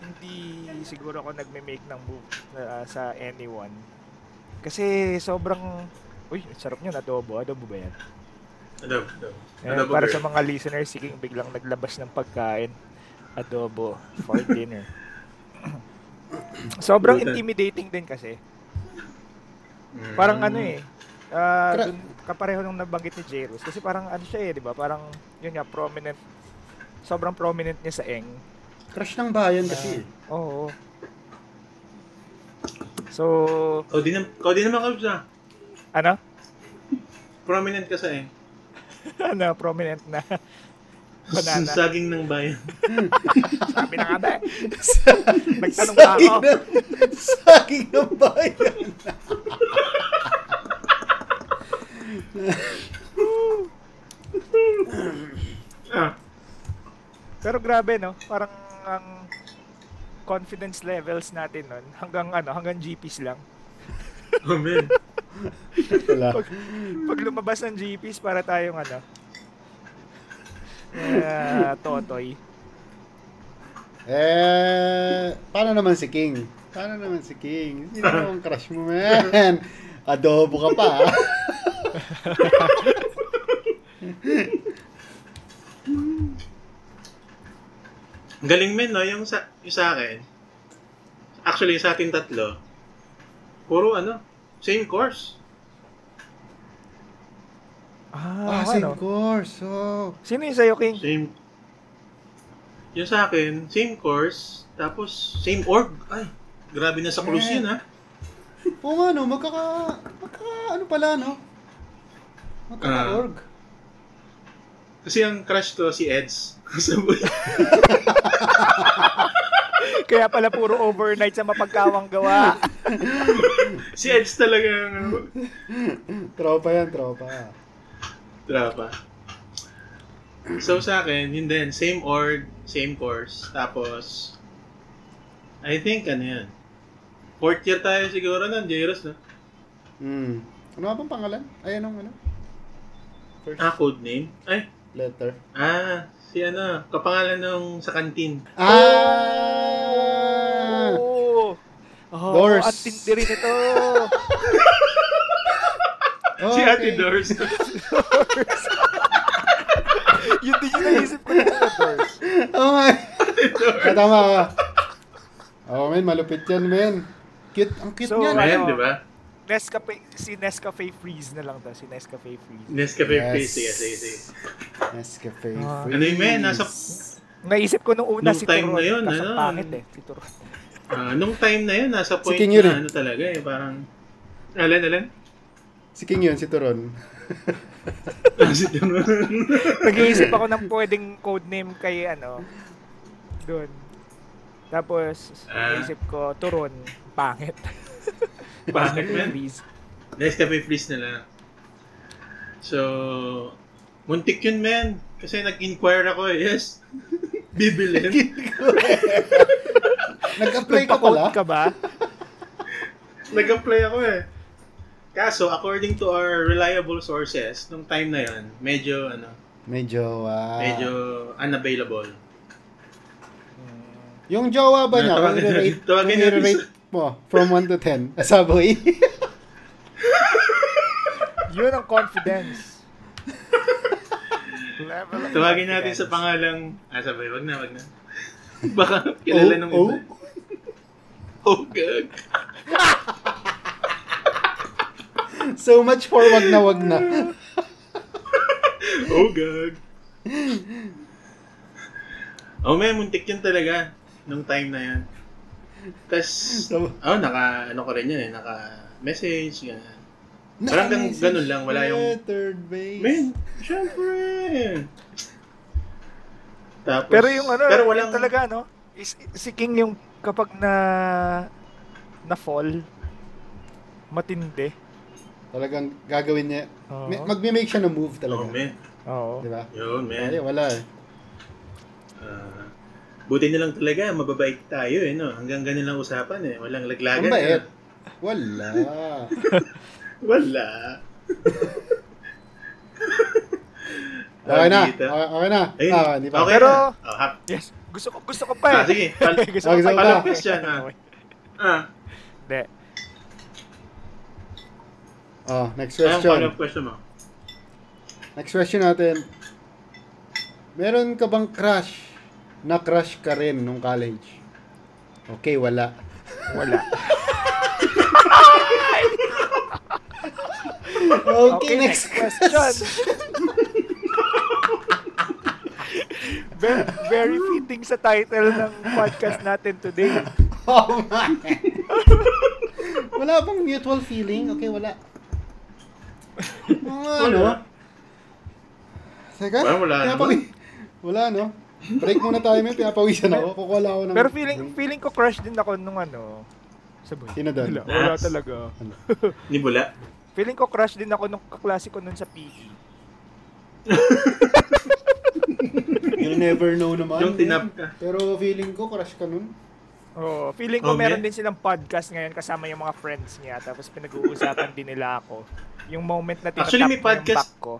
Speaker 2: hindi siguro ako nagme-make ng move na- sa anyone. Kasi sobrang, uy, sarap nyo, adobo. Adobo ba yan?
Speaker 4: Adob, adob.
Speaker 2: Eh, para sa mga listeners, si King biglang naglabas ng pagkain. Adobo for dinner. Sobrang
Speaker 4: Brutal.
Speaker 3: Mm.
Speaker 2: intimidating din kasi. Parang ano eh, Ah, dun, kapareho nung nabanggit ni Jairus. Kasi parang ano siya eh, di ba? Parang, yun nga, prominent. Sobrang prominent niya sa Eng.
Speaker 1: Crush ng bayan kasi. eh.
Speaker 2: Ah. Oo. So,
Speaker 3: Kau din, nam- kau din naman Kabs ah.
Speaker 2: ano?
Speaker 3: Prominent ka sa eh.
Speaker 2: Ano, prominent na banana.
Speaker 3: Saging ng bayan.
Speaker 2: Sabi na nga ba eh. Nagtanong pa ako.
Speaker 1: Saging ng bayan.
Speaker 3: Ah.
Speaker 2: Pero grabe no, parang ang confidence levels natin nun hanggang ano, hanggang GPs lang.
Speaker 3: Oh, man.
Speaker 1: Wala.
Speaker 2: Pag lumabas ng GPs para tayong ano, eh, totoy.
Speaker 1: Eh, paano naman si King? Paano naman si King? Sino naman ang crush mo, man? Adobo ka pa. ah.
Speaker 3: Ang galing men, no? Yung sa, yung sa akin. Actually, sa ating tatlo. Puro ano, same course.
Speaker 2: Ah,
Speaker 1: Ah,
Speaker 2: ano?
Speaker 1: same course. Oh.
Speaker 2: Sino yung sa'yo, King?
Speaker 3: Same. Yung sa akin, same course. Tapos, same org. Ay, grabe na sa cruise yun, ha?
Speaker 1: Oo nga, no. Magkaka... Magkaka... Ano pala, no? Magkaka-org.
Speaker 3: Ah. Kasi ang crush ko, si Eds. Sa buhay.
Speaker 2: Kaya pala puro overnight sa mapagkawang gawa.
Speaker 3: si Eds talaga ang ano,
Speaker 1: Tropa yan, tropa.
Speaker 3: drama. So sa akin, yun din. Same org, same course. Tapos, I think ano yun. Fourth year tayo siguro nun, Jairus, no?
Speaker 1: Hmm. Ano nga bang pangalan? Ay, anong ano? First
Speaker 3: Ah, code name? Ay,
Speaker 1: letter.
Speaker 3: ah, si ano, kapangalan nung sa kantin.
Speaker 1: Ah!
Speaker 2: Oo. Oh,
Speaker 1: Doors.
Speaker 2: At tindi rin ito.
Speaker 3: Si
Speaker 1: Oh, Ah!
Speaker 3: Ate
Speaker 1: Okay.
Speaker 3: Doris.
Speaker 2: Yun din yung naisip ko na Doors.
Speaker 1: Oo nga. Oh, Ah, Tama ka. Oo, men. Malupit yan, men. Cute. Ang cute
Speaker 2: So,
Speaker 1: niyan.
Speaker 3: Ayan,
Speaker 2: ano?
Speaker 3: di ba?
Speaker 2: Nescafe, si Nescafe Freeze na lang to. Si Nescafe Freeze.
Speaker 3: Nescafe
Speaker 1: Yes.
Speaker 3: Freeze. Sige, sige, sige.
Speaker 1: Nescafe
Speaker 2: Ah.
Speaker 1: Freeze.
Speaker 3: Ano yun, men? Nasa-
Speaker 2: Naisip ko nung una
Speaker 3: Nung
Speaker 2: si
Speaker 3: time
Speaker 2: Turon.
Speaker 3: na yun,
Speaker 2: Kasi
Speaker 3: ano?
Speaker 2: pangit eh. Si Turon.
Speaker 3: Ah, nung time na yun, nasa point
Speaker 1: King yun, eh.
Speaker 3: na ano talaga eh. Parang, alan, alan?
Speaker 1: Si King yun, si Turon.
Speaker 3: Ah,
Speaker 2: Nag-iisip ako ng pwedeng codename kay ano. Doon. Tapos,
Speaker 3: Ah.
Speaker 2: naisip ko, Turon. Pangit.
Speaker 3: Bakit, men?
Speaker 2: Freeze.
Speaker 3: Nescafe Freeze na lang. So, muntik yun, men. Kasi nag-inquire ako eh. Yes. Bibilin.
Speaker 1: Nag-apply ka pala?
Speaker 2: Nagpa-code ka ba?
Speaker 3: Nag-apply ako eh. Kaso, according to our reliable sources, nung time na yun, medyo, ano,
Speaker 1: Medyo, ah.
Speaker 3: medyo unavailable.
Speaker 2: Hmm.
Speaker 1: Yung jowa ba niya,
Speaker 3: Tawagin
Speaker 1: kung i-rate,
Speaker 3: natin- tawagin
Speaker 1: kung
Speaker 3: natin
Speaker 1: i-rate mo from 1 to 10, asaboy.
Speaker 2: Yun ang confidence. Level of
Speaker 3: Tawagin natin
Speaker 2: confidence.
Speaker 3: sa pangalang, ah, sabay, wag na, wag na. Baka kilala nung
Speaker 1: Oh,
Speaker 3: iba. Oh, gag.
Speaker 1: So much for wag na wag na.
Speaker 3: Oh, gag. oh, may muntik yun talaga nung time na yun. Tapos,
Speaker 1: Tama.
Speaker 3: oh, naka, ano ko rin yun eh, naka message, gano'n. Parang gan- ganun lang, wala yung-
Speaker 1: Third base.
Speaker 3: Men, syempre. Tapos,
Speaker 2: Pero yung ano,
Speaker 3: pero
Speaker 2: yun
Speaker 3: walang,
Speaker 2: talaga, no? Is, si King yung kapag na na-fall, matindi.
Speaker 1: Talagang gagawin niya.
Speaker 2: Oo.
Speaker 1: Ma- Magme-make siya ng move
Speaker 3: oh,
Speaker 1: talaga.
Speaker 3: men.
Speaker 2: Oo.
Speaker 1: Di ba?
Speaker 3: Yun,
Speaker 1: Ay,
Speaker 3: men.
Speaker 1: wala eh.
Speaker 3: Ah, buti na lang talaga, mababait tayo eh, no? Hanggang ganun lang usapan eh. Walang
Speaker 1: Ang
Speaker 3: laglagan.
Speaker 1: bait.
Speaker 3: no?
Speaker 1: Wala.
Speaker 3: Wala.
Speaker 1: Okay na.
Speaker 3: Dito.
Speaker 1: Okay, okay na.
Speaker 3: Ayun.
Speaker 1: Ah, di ba?
Speaker 3: Okay
Speaker 2: Pero-
Speaker 3: na. Oh, hap.
Speaker 2: Yes. Gusto ko, gusto ko pa eh.
Speaker 3: Ah, sige. Pal-
Speaker 2: gusto
Speaker 1: Okay,
Speaker 2: ko pa.
Speaker 1: sige,
Speaker 2: yun.
Speaker 1: pa.
Speaker 3: Question, ah. ah,
Speaker 2: Hindi.
Speaker 1: Oh, next
Speaker 3: ayun,
Speaker 1: question.
Speaker 3: follow-up question mo.
Speaker 1: Next question natin. Meron ka bang crush na crush ka rin nung college? Okay, wala.
Speaker 2: Wala. Okay, next question. very, very fitting sa title ng podcast natin today.
Speaker 1: Oh my. wala bang mutual feeling? Okay, wala. Mga ano?
Speaker 4: Wala.
Speaker 1: Teka?
Speaker 4: Parang wala
Speaker 1: pinapawi- Wala, no? Break muna tayo, may pinapawisan ako. Kukuha lang ako ng...
Speaker 2: Pero feeling feeling ko crush din ako nung ano. Sabay.
Speaker 1: Sino doon?
Speaker 2: Wala, wala
Speaker 4: Nice.
Speaker 2: talaga.
Speaker 4: Ni Bula.
Speaker 2: Feeling ko crush din ako nung kaklase ko nun sa E. PE.
Speaker 1: You'll never know naman.
Speaker 4: Yung tinap ka.
Speaker 1: Pero feeling ko, crush ka nun.
Speaker 2: Oh, feeling ko
Speaker 4: Okay.
Speaker 2: meron din silang podcast ngayon kasama yung mga friends niya tapos pinag-uusapan din nila ako. Yung moment na tinatap
Speaker 4: Actually, may
Speaker 2: niya yung
Speaker 4: podcast-
Speaker 2: back ko.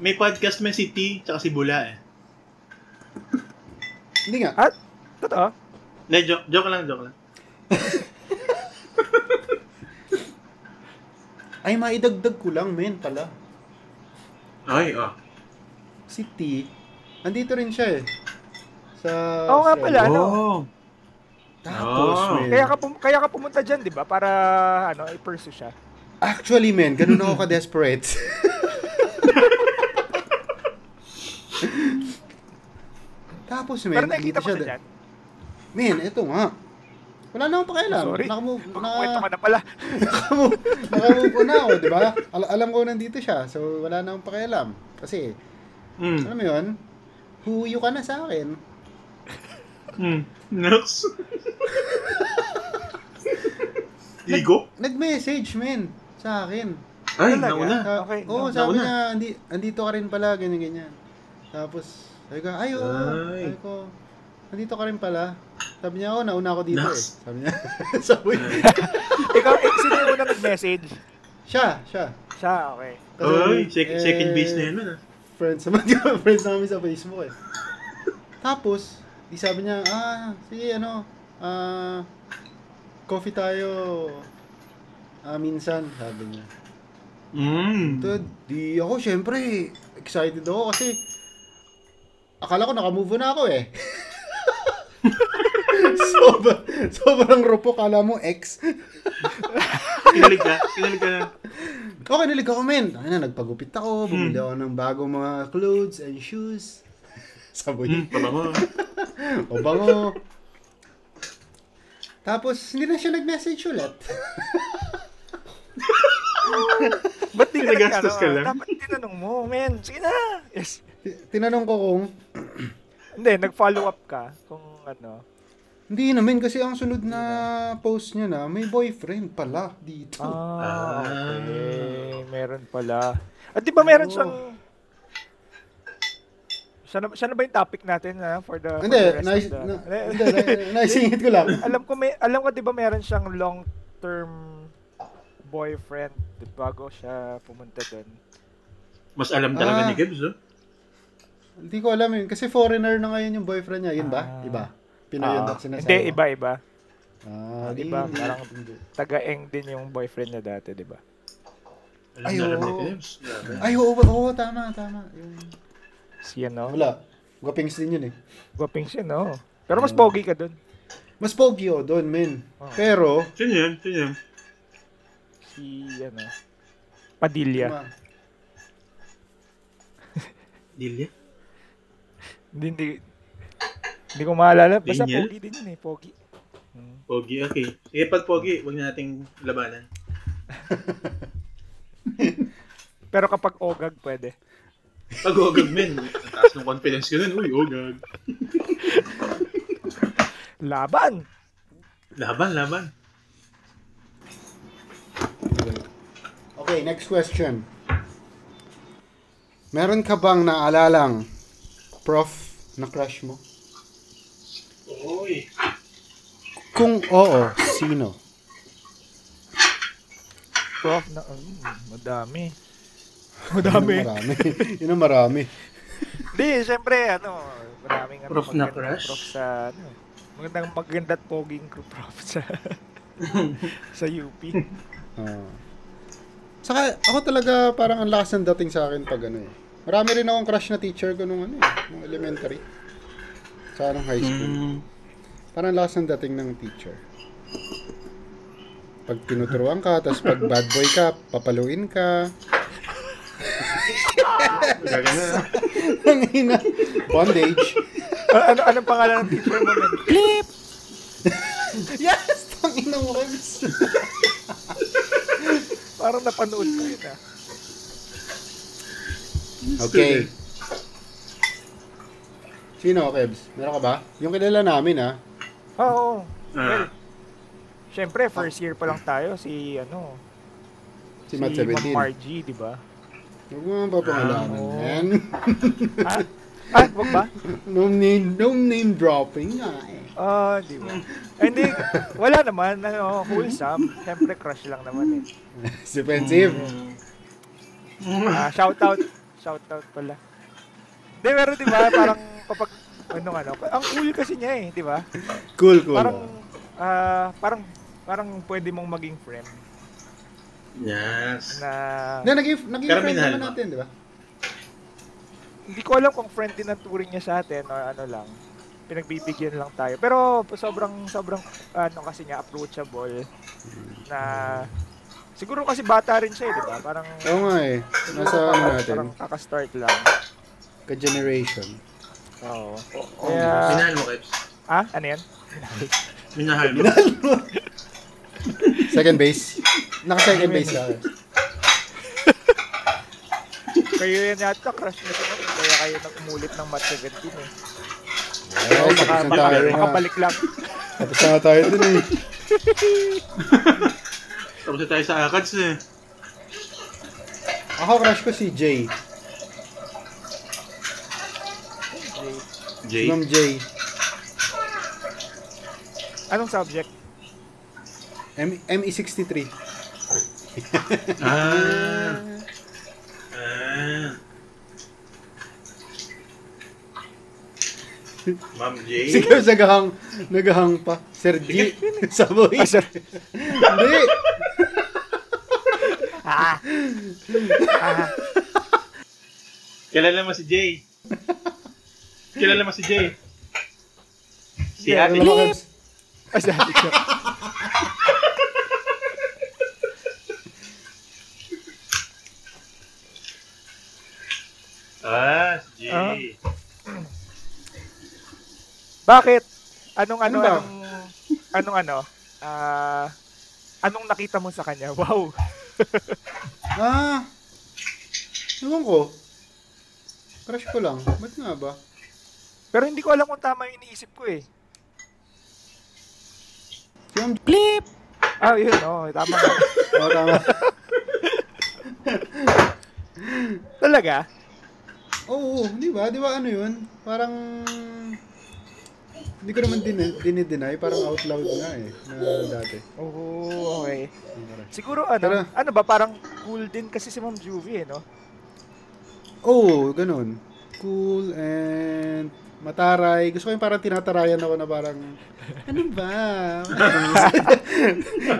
Speaker 4: May podcast man si T tsaka si Bula eh.
Speaker 1: Hindi nga.
Speaker 2: Totoo?
Speaker 4: Ne, joke, joke lang, joke lang.
Speaker 1: Ay, maidagdag ko lang, men, pala.
Speaker 4: Ay, oh.
Speaker 1: Si T, andito rin siya eh. Sa...
Speaker 2: Oo nga
Speaker 1: sa-
Speaker 2: pala. Ano?
Speaker 4: Oh.
Speaker 1: Tapos,
Speaker 4: Oh.
Speaker 1: men.
Speaker 2: Kaya ka pum- kaya ka pumunta diyan, 'di ba? Para ano, i-pursue siya.
Speaker 1: Actually, men, ganun ako ka-desperate. Tapos, men,
Speaker 2: Pero
Speaker 1: andito
Speaker 2: nakikita ko siya diyan.
Speaker 1: Men, eto nga. Wala na akong pakialam.
Speaker 2: Sorry.
Speaker 1: Nakamove, na,
Speaker 2: Kukwento ka na pala.
Speaker 1: nakamove, nakamove on na ako, di ba? Al- alam ko nandito siya, so wala na akong pakialam. Kasi,
Speaker 4: Mm.
Speaker 1: alam mo yun, huyo ka na sa akin.
Speaker 4: Mm. Next. Ligo?
Speaker 1: Nag-message, men, sa akin.
Speaker 4: Ay,
Speaker 2: Talaga?
Speaker 4: nauna.
Speaker 1: Sa-
Speaker 2: Okay,
Speaker 1: Ah, Oo,
Speaker 2: no,
Speaker 1: sabi
Speaker 4: nauna.
Speaker 1: niya, andi, andito ka rin pala, ganyan-ganyan. Tapos, sabi ko, ay, oo.
Speaker 4: Ay.
Speaker 1: Sabi ko, andito ka rin pala. Sabi niya, oo, nauna ako dito
Speaker 4: Naks.
Speaker 1: eh. Sabi niya, sabi niya.
Speaker 2: Ikaw, eh, sino yung unang nag-message?
Speaker 1: siya, siya.
Speaker 2: Siya, okay.
Speaker 4: Ay, second,
Speaker 1: eh,
Speaker 4: second base na yun. ah.
Speaker 1: Friends naman, di ba? Friends namin sa Facebook eh. Tapos, di sabi niya, ah, sige, ano, ah, coffee tayo, ah, minsan, sabi niya.
Speaker 4: Mm.
Speaker 1: Ito, di ako, syempre, excited ako kasi akala ko nakamove on na ako eh. Sobra, sobrang rupo, kala mo ex.
Speaker 4: Kinalig ka. Kinalig ka na.
Speaker 1: Okay, nilig ako, men. Ay na, nagpagupit ako, bumili ako ng bagong mga clothes and shoes.
Speaker 4: Mm,
Speaker 1: Saboy,
Speaker 4: pabango.
Speaker 1: o bango. Tapos, hindi na siya nag-message ulit.
Speaker 2: Ba't di ka
Speaker 4: Nagastos ka
Speaker 2: nagkaroon?
Speaker 4: lang?
Speaker 2: ano, Dapat tinanong mo, men. Sige na. Yes.
Speaker 1: Ti- Tinanong ko kung,
Speaker 2: Hindi, nag-follow up ka kung ano.
Speaker 1: hindi namin kasi ang sunod na post niya na, may boyfriend pala dito.
Speaker 4: Ah.
Speaker 2: Ah, okay. Meron pala. At di ba meron
Speaker 1: Oo.
Speaker 2: siyang... Siya na, siya na ba yung topic natin na for the, for
Speaker 1: Hindi,
Speaker 2: the rest
Speaker 1: nais,
Speaker 2: of the...
Speaker 1: na,
Speaker 2: Eh,
Speaker 1: hindi, na- naisingit ko lang.
Speaker 2: alam ko may alam ko 'di ba meron siyang long-term boyfriend bago siya pumunta doon.
Speaker 4: Mas alam talaga
Speaker 1: Ah.
Speaker 4: ni Gibbs, oh.
Speaker 1: Hindi ko alam yun. Kasi foreigner na ngayon yung boyfriend niya. Yun ba?
Speaker 2: Ah.
Speaker 1: Iba? Pinoy yun
Speaker 2: Ah,
Speaker 1: daw sinasabi.
Speaker 2: Hindi, iba-iba.
Speaker 1: Ah, di,
Speaker 2: Iba,
Speaker 1: hindi.
Speaker 2: parang-
Speaker 1: Hindi.
Speaker 2: Taga-eng din yung boyfriend niya dati, 'di ba?
Speaker 4: Alam
Speaker 1: Ay,
Speaker 4: na alam ni
Speaker 1: oo.
Speaker 4: Gibbs. Grabe.
Speaker 1: Ay, oo, oo, tama, tama. Yung...
Speaker 2: Si ano?
Speaker 1: Wala. Gwapings din yun eh.
Speaker 2: Gwaping siya, no? Pero mas pogi ka doon.
Speaker 1: Mas pogi oh, doon, men.
Speaker 2: Oh.
Speaker 1: Pero,
Speaker 4: Sino yun? Sino yun?
Speaker 2: Si ano? Padilla.
Speaker 1: ma-
Speaker 4: Dilya?
Speaker 2: Hindi, hindi, hindi ko maalala. Basta
Speaker 4: Daniel?
Speaker 2: pogi din yun eh, pogi.
Speaker 4: Pogi, okay.
Speaker 3: Eh,
Speaker 4: Sige, pag Pogi, huwag na nating labanan.
Speaker 2: Pero kapag ogag, pwede.
Speaker 4: Pag ogag, men. ang Taas ng confidence ko nun. Uy, ogag.
Speaker 2: Laban!
Speaker 4: Laban, laban.
Speaker 1: Okay, next question. Meron ka bang naalalang prof na crush mo?
Speaker 4: Uy.
Speaker 1: Kung oo, sino?
Speaker 2: Prof, na, um, madami. Madami.
Speaker 1: Yun ang marami. yun ang marami.
Speaker 2: Hindi, syempre, ano, maraming ano,
Speaker 4: Prof na
Speaker 2: magandang
Speaker 4: crush?
Speaker 2: Prof sa, ano, magandang maganda at poging cr- prof sa, sa UP.
Speaker 1: Ah. Saka ako talaga parang ang lakas ng dating sa akin pag ano eh. Marami rin akong crush na teacher ko nung ano eh, nung elementary. Sa Hmm. anong high school.
Speaker 4: Mm.
Speaker 1: Parang lakas ng dating ng teacher. Pag tinuturuan ka, tapos pag bad boy ka, papaluin ka.
Speaker 5: Gaga na.
Speaker 1: Ang ina. Bondage.
Speaker 2: Ano, ano, anong pangalan ng teacher mo nun? Clip!
Speaker 1: Yes! Ang ina mo kayo.
Speaker 2: Parang napanood ko yun ah.
Speaker 1: Okay. Sino, Kebs? Meron ka ba? Yung kilala namin, ah. ha?
Speaker 2: Oo.
Speaker 3: Ah.
Speaker 2: Siyempre, first year pa lang tayo si ano,
Speaker 1: Si Matt 17.
Speaker 2: Ma'am Margie, di ba?
Speaker 1: Huwag mo ang papangalanan,
Speaker 2: Ah.
Speaker 1: man.
Speaker 2: Ha? Ah, wag ba?
Speaker 1: no name, no name dropping, nga eh.
Speaker 2: Ah, di ba? Eh, Hindi, wala naman. Ano, wholesome. Siyempre, crush lang naman eh.
Speaker 1: It's Defensive.
Speaker 2: Ah, shout out. Shout out pala. Hindi, pero di ba, parang kapag, ano ano, ang cool kasi niya eh, di ba?
Speaker 1: Cool, cool.
Speaker 2: Parang, ah, parang, parang pwede mong maging friend
Speaker 3: Yes.
Speaker 2: na,
Speaker 1: Na, naging, naging
Speaker 3: Pero
Speaker 1: friend
Speaker 3: minahal
Speaker 1: naman
Speaker 3: mo.
Speaker 1: natin, di ba?
Speaker 2: hindi ko alam kung friend din ang turing niya sa atin o ano lang. Pinagbibigyan lang tayo. Pero sobrang, sobrang, ano kasi niya, approachable na, siguro kasi bata rin siya eh, di ba? Parang,
Speaker 1: Oo nga eh. Nasa ano natin,
Speaker 2: parang kakastart lang.
Speaker 1: ka-generation.
Speaker 2: Oo.
Speaker 3: Oh,
Speaker 2: Kaya-
Speaker 3: Minahal mo, Kebs.
Speaker 2: Ah, ano yan?
Speaker 3: Minahal mo.
Speaker 1: Second base. Naka-second base ka.
Speaker 2: Kayo yan yata, crush nyo naman. Kaya kayo nag-umulit ng Mat
Speaker 1: Ay,
Speaker 2: 17 eh. Baka,
Speaker 1: tapos na
Speaker 2: baka,
Speaker 1: tayo nga.
Speaker 2: makabalik lang.
Speaker 1: Tapos na nga tayo dun eh.
Speaker 3: Tapos na tayo sa Akads eh.
Speaker 1: Ako, crush ko si Jay.
Speaker 2: Jay.
Speaker 1: Si
Speaker 3: Jay.
Speaker 1: Ma'am Jay.
Speaker 2: Anong subject?
Speaker 1: M- E ME63.
Speaker 3: Ah. Ah. Ma'am
Speaker 1: Si
Speaker 3: Jay.
Speaker 1: Kev nagahang, nagahang pa. Sir G. Saboy. Hindi.
Speaker 2: Ah! ah.
Speaker 3: Kilala mo si Jay. Kilala mo si Jay. Si
Speaker 1: Ano
Speaker 3: Ate.
Speaker 1: naman, Kebs?
Speaker 2: Ay, sabi ko.
Speaker 3: Ah, si Jay.
Speaker 2: Bakit? Anong ano,
Speaker 1: Ano ba?
Speaker 2: anong, anong ano? Ah, anong nakita mo sa kanya? Wow!
Speaker 1: Ah. Ewan ko. Crush ko lang. Ba't nga ba?
Speaker 2: Pero hindi ko alam kung tama yung iniisip ko eh.
Speaker 1: Si Ma'am Jay.
Speaker 2: Blip! Ah, yun, oh, tama nga.
Speaker 1: Oo, tama.
Speaker 2: Talaga?
Speaker 1: Oo, di ba? Di ba ano yun? Parang... Hindi ko naman din dinideny. Parang out loud nga eh. Na dati.
Speaker 2: Oo, okay. Siguro ano,
Speaker 1: Pero-
Speaker 2: ano ba, parang cool din kasi si Ma'am Juvie eh, no?
Speaker 1: Oo, oh, ganun. Cool and mataray. Gusto ko yung parang tinatarayan ako na parang, ano ba?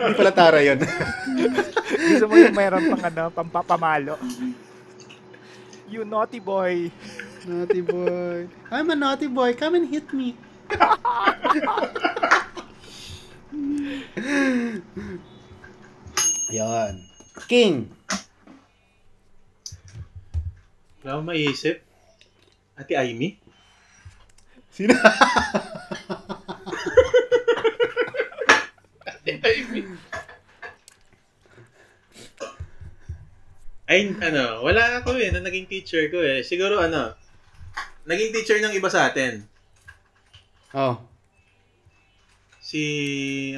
Speaker 1: Hindi pala taray yun.
Speaker 2: Gusto mo yung mayroon pang ano, pampapamalo. You naughty boy.
Speaker 1: naughty boy. I'm a naughty boy. Come and hit me. Yan. King.
Speaker 3: Wala akong maiisip. Ate Aimee?
Speaker 1: Sino?
Speaker 3: Ay, ano, wala ako eh, na naging teacher ko eh. Siguro ano, naging teacher ng iba sa atin.
Speaker 1: Oh.
Speaker 3: Si,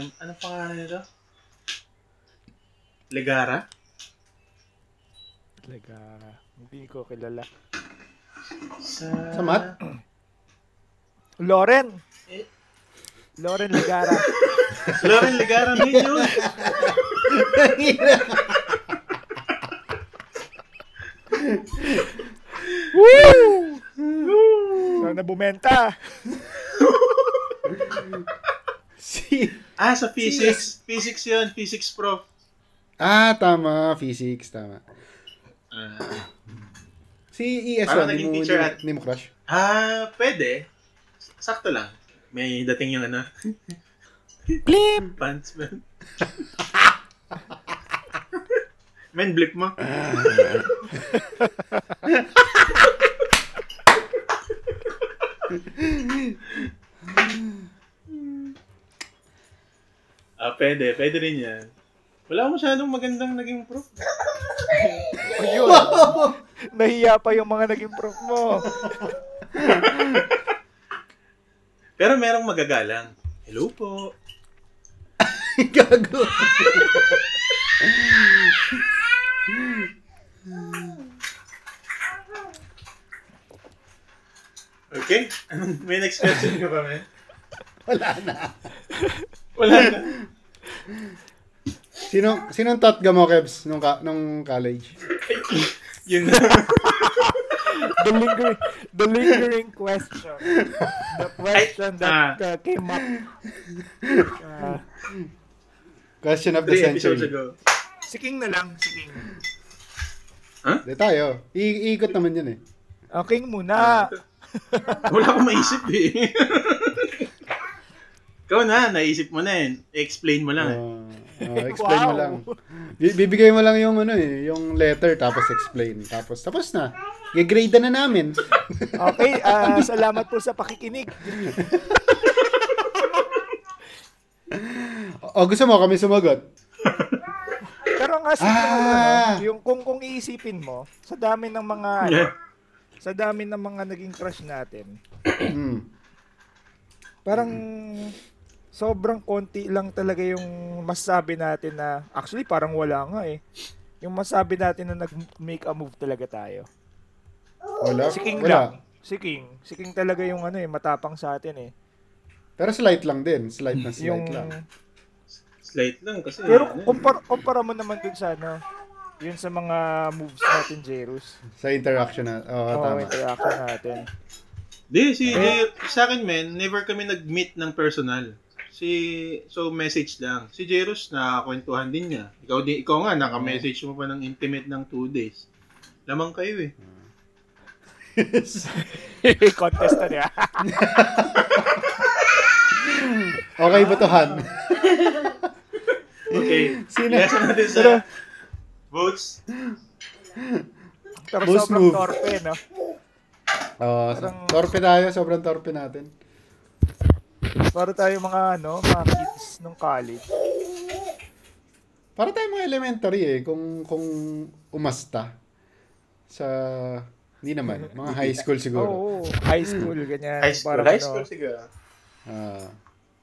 Speaker 3: ano pangalan nito? Legara?
Speaker 2: Talaga, hindi ko kilala.
Speaker 3: Sa...
Speaker 1: Sa mat?
Speaker 2: Loren!
Speaker 3: Eh?
Speaker 2: Loren Ligara.
Speaker 3: Lauren Legara din yun.
Speaker 2: Woo! Sana bumenta.
Speaker 1: si...
Speaker 3: Ah, sa physics. Physics yun, physics prof.
Speaker 1: Ah, tama. Physics, tama.
Speaker 3: Ah,
Speaker 1: Si ES1,
Speaker 3: Parang
Speaker 1: di
Speaker 3: naging
Speaker 1: mo, di
Speaker 3: teacher
Speaker 1: mo-
Speaker 3: at-
Speaker 1: di mo crush?
Speaker 3: ah, pwede. Sakto lang. May dating yung ano. Pants man. Men, blip mo. ah, pwede. Pwede rin yan. Wala akong masyadong magandang naging proof.
Speaker 2: Ayun. Nahiya pa yung mga naging proof mo.
Speaker 3: Pero merong magagalang. Hello po.
Speaker 1: Gago.
Speaker 3: Okay. May next question ka ba, men?
Speaker 1: Wala na.
Speaker 3: Wala na.
Speaker 1: Sino, sinong tatga mo, Kebs, nung, ka, nung college?
Speaker 3: Yun na.
Speaker 2: The lingering, the lingering question. The question that uh, came up. Uh,
Speaker 1: Question of the
Speaker 3: Three episodes
Speaker 1: century.
Speaker 3: ago.
Speaker 2: si King na lang. Si King.
Speaker 1: Di tayo. I- iikot naman yun eh.
Speaker 2: Oh, King muna.
Speaker 3: Wala akong maisip eh. Ikaw na, naisip mo na eh. Explain mo lang eh.
Speaker 1: Uh, uh, explain mo
Speaker 2: Wow.
Speaker 1: lang. Bi- bibigay mo lang yung ano eh, yung letter tapos explain. Tapos tapos na. Gigrade na namin.
Speaker 2: Okay, ah, salamat po sa pakikinig.
Speaker 1: O gusto mo kami sumagot?
Speaker 2: Pero nga sa
Speaker 1: Ah!
Speaker 2: yung kung kung iisipin mo, sa dami ng mga
Speaker 1: Uh,
Speaker 3: Yeah.
Speaker 2: sa dami ng mga naging crush natin,
Speaker 1: Hmm.
Speaker 2: parang sobrang konti lang talaga yung masabi natin na actually parang wala nga eh. Yung masabi natin na nag-make a move talaga tayo.
Speaker 1: Wala.
Speaker 2: Si King
Speaker 1: Wala.
Speaker 2: lang. Si King. Si King talaga yung ano eh, matapang sa atin eh.
Speaker 1: Pero slight lang din. Slight na slight
Speaker 2: Yung,
Speaker 1: lang.
Speaker 3: Slight lang kasi.
Speaker 2: pero
Speaker 3: ano,
Speaker 2: kumpara, kumpara mo naman dun sa ano, yun sa mga moves natin, Jerus. Oh,
Speaker 1: Sa interaction na. Oo,
Speaker 2: Oo,
Speaker 1: Ah, tama.
Speaker 2: interaction natin.
Speaker 3: Di, si, J- sa akin men, never kami nag-meet ng personal. Si, so message lang. Si Jeros, nakakwentuhan din niya. Ikaw, di, ikaw nga, naka-message mo pa ng intimate ng two days. Lamang kayo eh.
Speaker 2: Contest na niya.
Speaker 1: Okay, butuhan.
Speaker 2: Ah.
Speaker 3: Okay.
Speaker 1: Sino?
Speaker 3: Ilasa natin sa votes.
Speaker 2: Pero
Speaker 1: Boss
Speaker 2: sobrang
Speaker 1: move.
Speaker 2: torpe, eh, no?
Speaker 1: Oo, so, torpe tayo. Sobrang torpe natin.
Speaker 2: Para tayo mga, ano, mga kids nung college.
Speaker 1: Para tayo mga elementary eh, kung kung umasta sa hindi naman, mga high school siguro.
Speaker 2: Oo, high school, ganyan.
Speaker 3: High school.
Speaker 2: Parang,
Speaker 3: High
Speaker 2: ano,
Speaker 3: school siguro.
Speaker 1: Ah,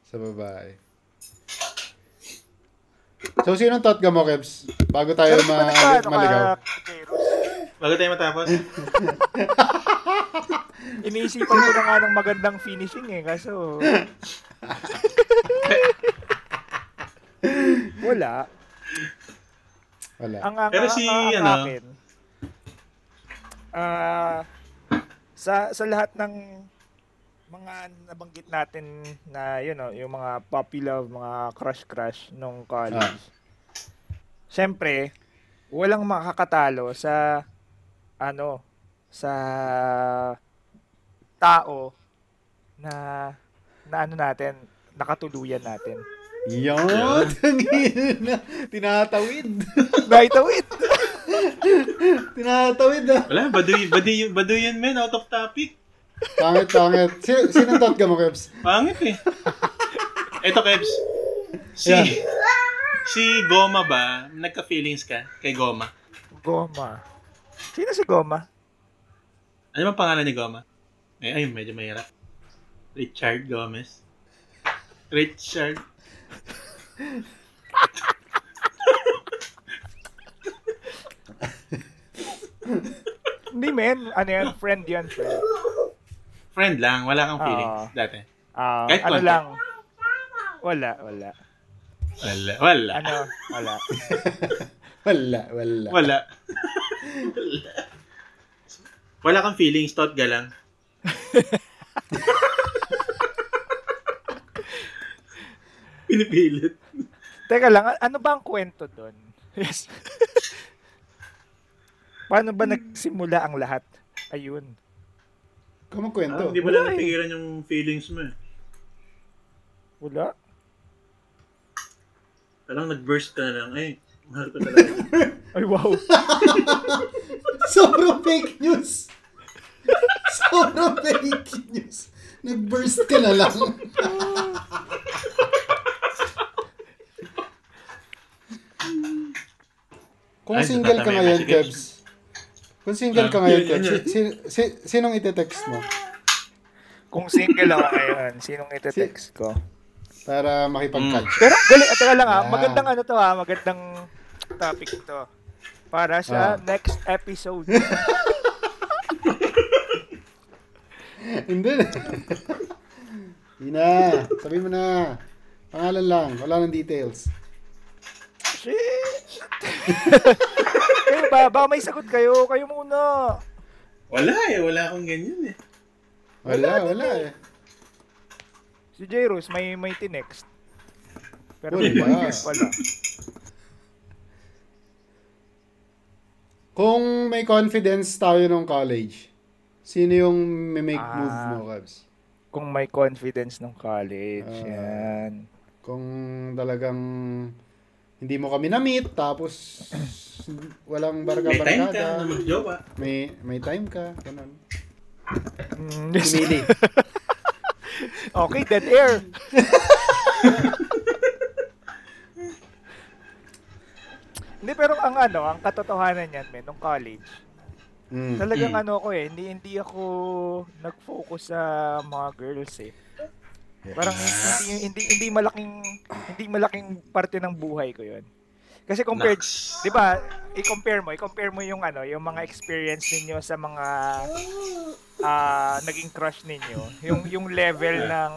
Speaker 1: sa babae. So, sino ang thought ka mo, Kebs? Bago tayo
Speaker 2: Pero
Speaker 1: ma-
Speaker 2: balik ka, ano ka,
Speaker 1: maligaw.
Speaker 2: Jeros?
Speaker 3: Bago tayo matapos.
Speaker 2: Iniisipan ko na nga ng magandang finishing eh, kaso... Wala.
Speaker 1: Wala.
Speaker 2: Ang ang
Speaker 3: Pero
Speaker 2: ang-
Speaker 3: si,
Speaker 2: ang- ang
Speaker 3: ano,
Speaker 2: akin, ah, sa sa lahat ng mga nabanggit natin na you know, yung mga puppy love, mga crush crush nung college.
Speaker 1: Ah.
Speaker 2: Siyempre, walang makakatalo sa ano sa tao na na ano natin, nakatuluyan natin.
Speaker 1: Yun! Tangin na. Tinatawid.
Speaker 2: Naitawid!
Speaker 1: Tinatawid ah. na.
Speaker 3: Wala, baduy, baduy, baduy yun men, out of topic.
Speaker 1: Pangit, pangit. Sino, sino ang thought ka mo, Kebs?
Speaker 3: Pangit eh. Eto, Kebs. Si,
Speaker 1: Yeah.
Speaker 3: si Goma ba, nagka-feelings ka kay Goma?
Speaker 2: Goma. Sino si Goma?
Speaker 3: Ano bang pangalan ni Goma? Ay, ay, medyo mahirap. Richard Gomez. Richard.
Speaker 2: Hindi men, ano yan, friend yan, friend.
Speaker 3: Friend lang, wala kang feelings
Speaker 2: Ah.
Speaker 3: dati.
Speaker 2: Ah,
Speaker 3: Kahit
Speaker 2: ano
Speaker 3: konti.
Speaker 2: lang. Wala, wala.
Speaker 3: Wala. Wala.
Speaker 2: Ano, wala.
Speaker 1: Wala, wala.
Speaker 3: Wala. Wala. Wala kang feelings, thought ka lang. Pinipilit.
Speaker 2: Teka lang, a- ano ba ang kwento doon? Yes. Paano ba nagsimula ang lahat? Ayun.
Speaker 1: Kumukwento.
Speaker 3: Ah, hindi mo
Speaker 2: eh.
Speaker 3: lang napigilan yung feelings mo eh.
Speaker 2: Wala.
Speaker 3: Parang nag-burst ka na lang. Ay, mahal ko talaga.
Speaker 2: Ay, wow.
Speaker 1: Sobrang fake news. Sobrang fake news. Nag-burst ka na lang. Kung
Speaker 4: Ay,
Speaker 1: single ka
Speaker 4: natatama
Speaker 1: ngayon,
Speaker 4: si Gibbs.
Speaker 1: Kebs. Kung single ka ngayon,
Speaker 4: yun,
Speaker 1: Kebs,
Speaker 4: yun.
Speaker 1: si, si, sinong ite-text mo?
Speaker 2: Kung single ako ngayon, sinong ite-text ko?
Speaker 1: Para makipag-catch.
Speaker 2: Pero ang galing, teka lang ah,
Speaker 1: Yan.
Speaker 2: magandang ano to ah, magandang topic to. Para
Speaker 1: Ah.
Speaker 2: sa next episode.
Speaker 4: Mm.
Speaker 1: Hindi. Hindi na. Sabi mo na. Pangalan lang. Wala ng details.
Speaker 2: Shit! kayo ba? Ba may sagot kayo? Kayo muna.
Speaker 4: Wala eh, wala akong ganyan eh.
Speaker 1: Wala, wala eh.
Speaker 2: Si J. Rose, may, may tinext. Pero
Speaker 1: Wala.
Speaker 2: may podcast pala.
Speaker 1: Kung may confidence tayo nung college, sino yung may make
Speaker 2: Ah.
Speaker 1: move mo, Kabs?
Speaker 2: Kung may confidence nung college.
Speaker 1: Ah.
Speaker 2: yan.
Speaker 1: Kung talagang hindi mo kami na-meet, tapos walang
Speaker 4: May time ka na
Speaker 1: barka-barkada,
Speaker 4: magjowa.
Speaker 1: may, may time ka, ganun.
Speaker 2: Mm, yes.
Speaker 1: Pumili.
Speaker 2: okay, dead air. Hindi, pero ang ano, ang katotohanan niyan, men, nung college,
Speaker 1: Mm.
Speaker 2: talagang
Speaker 4: Mm.
Speaker 2: ano ko eh, hindi, hindi ako nag-focus sa mga girls eh. Parang hindi, hindi, hindi malaking, hindi malaking parte ng buhay ko yun. Kasi compared,
Speaker 4: Naks.
Speaker 2: 'di ba? I-compare mo, i-compare mo yung ano, yung mga experience ninyo sa mga ah naging crush ninyo, yung yung level ng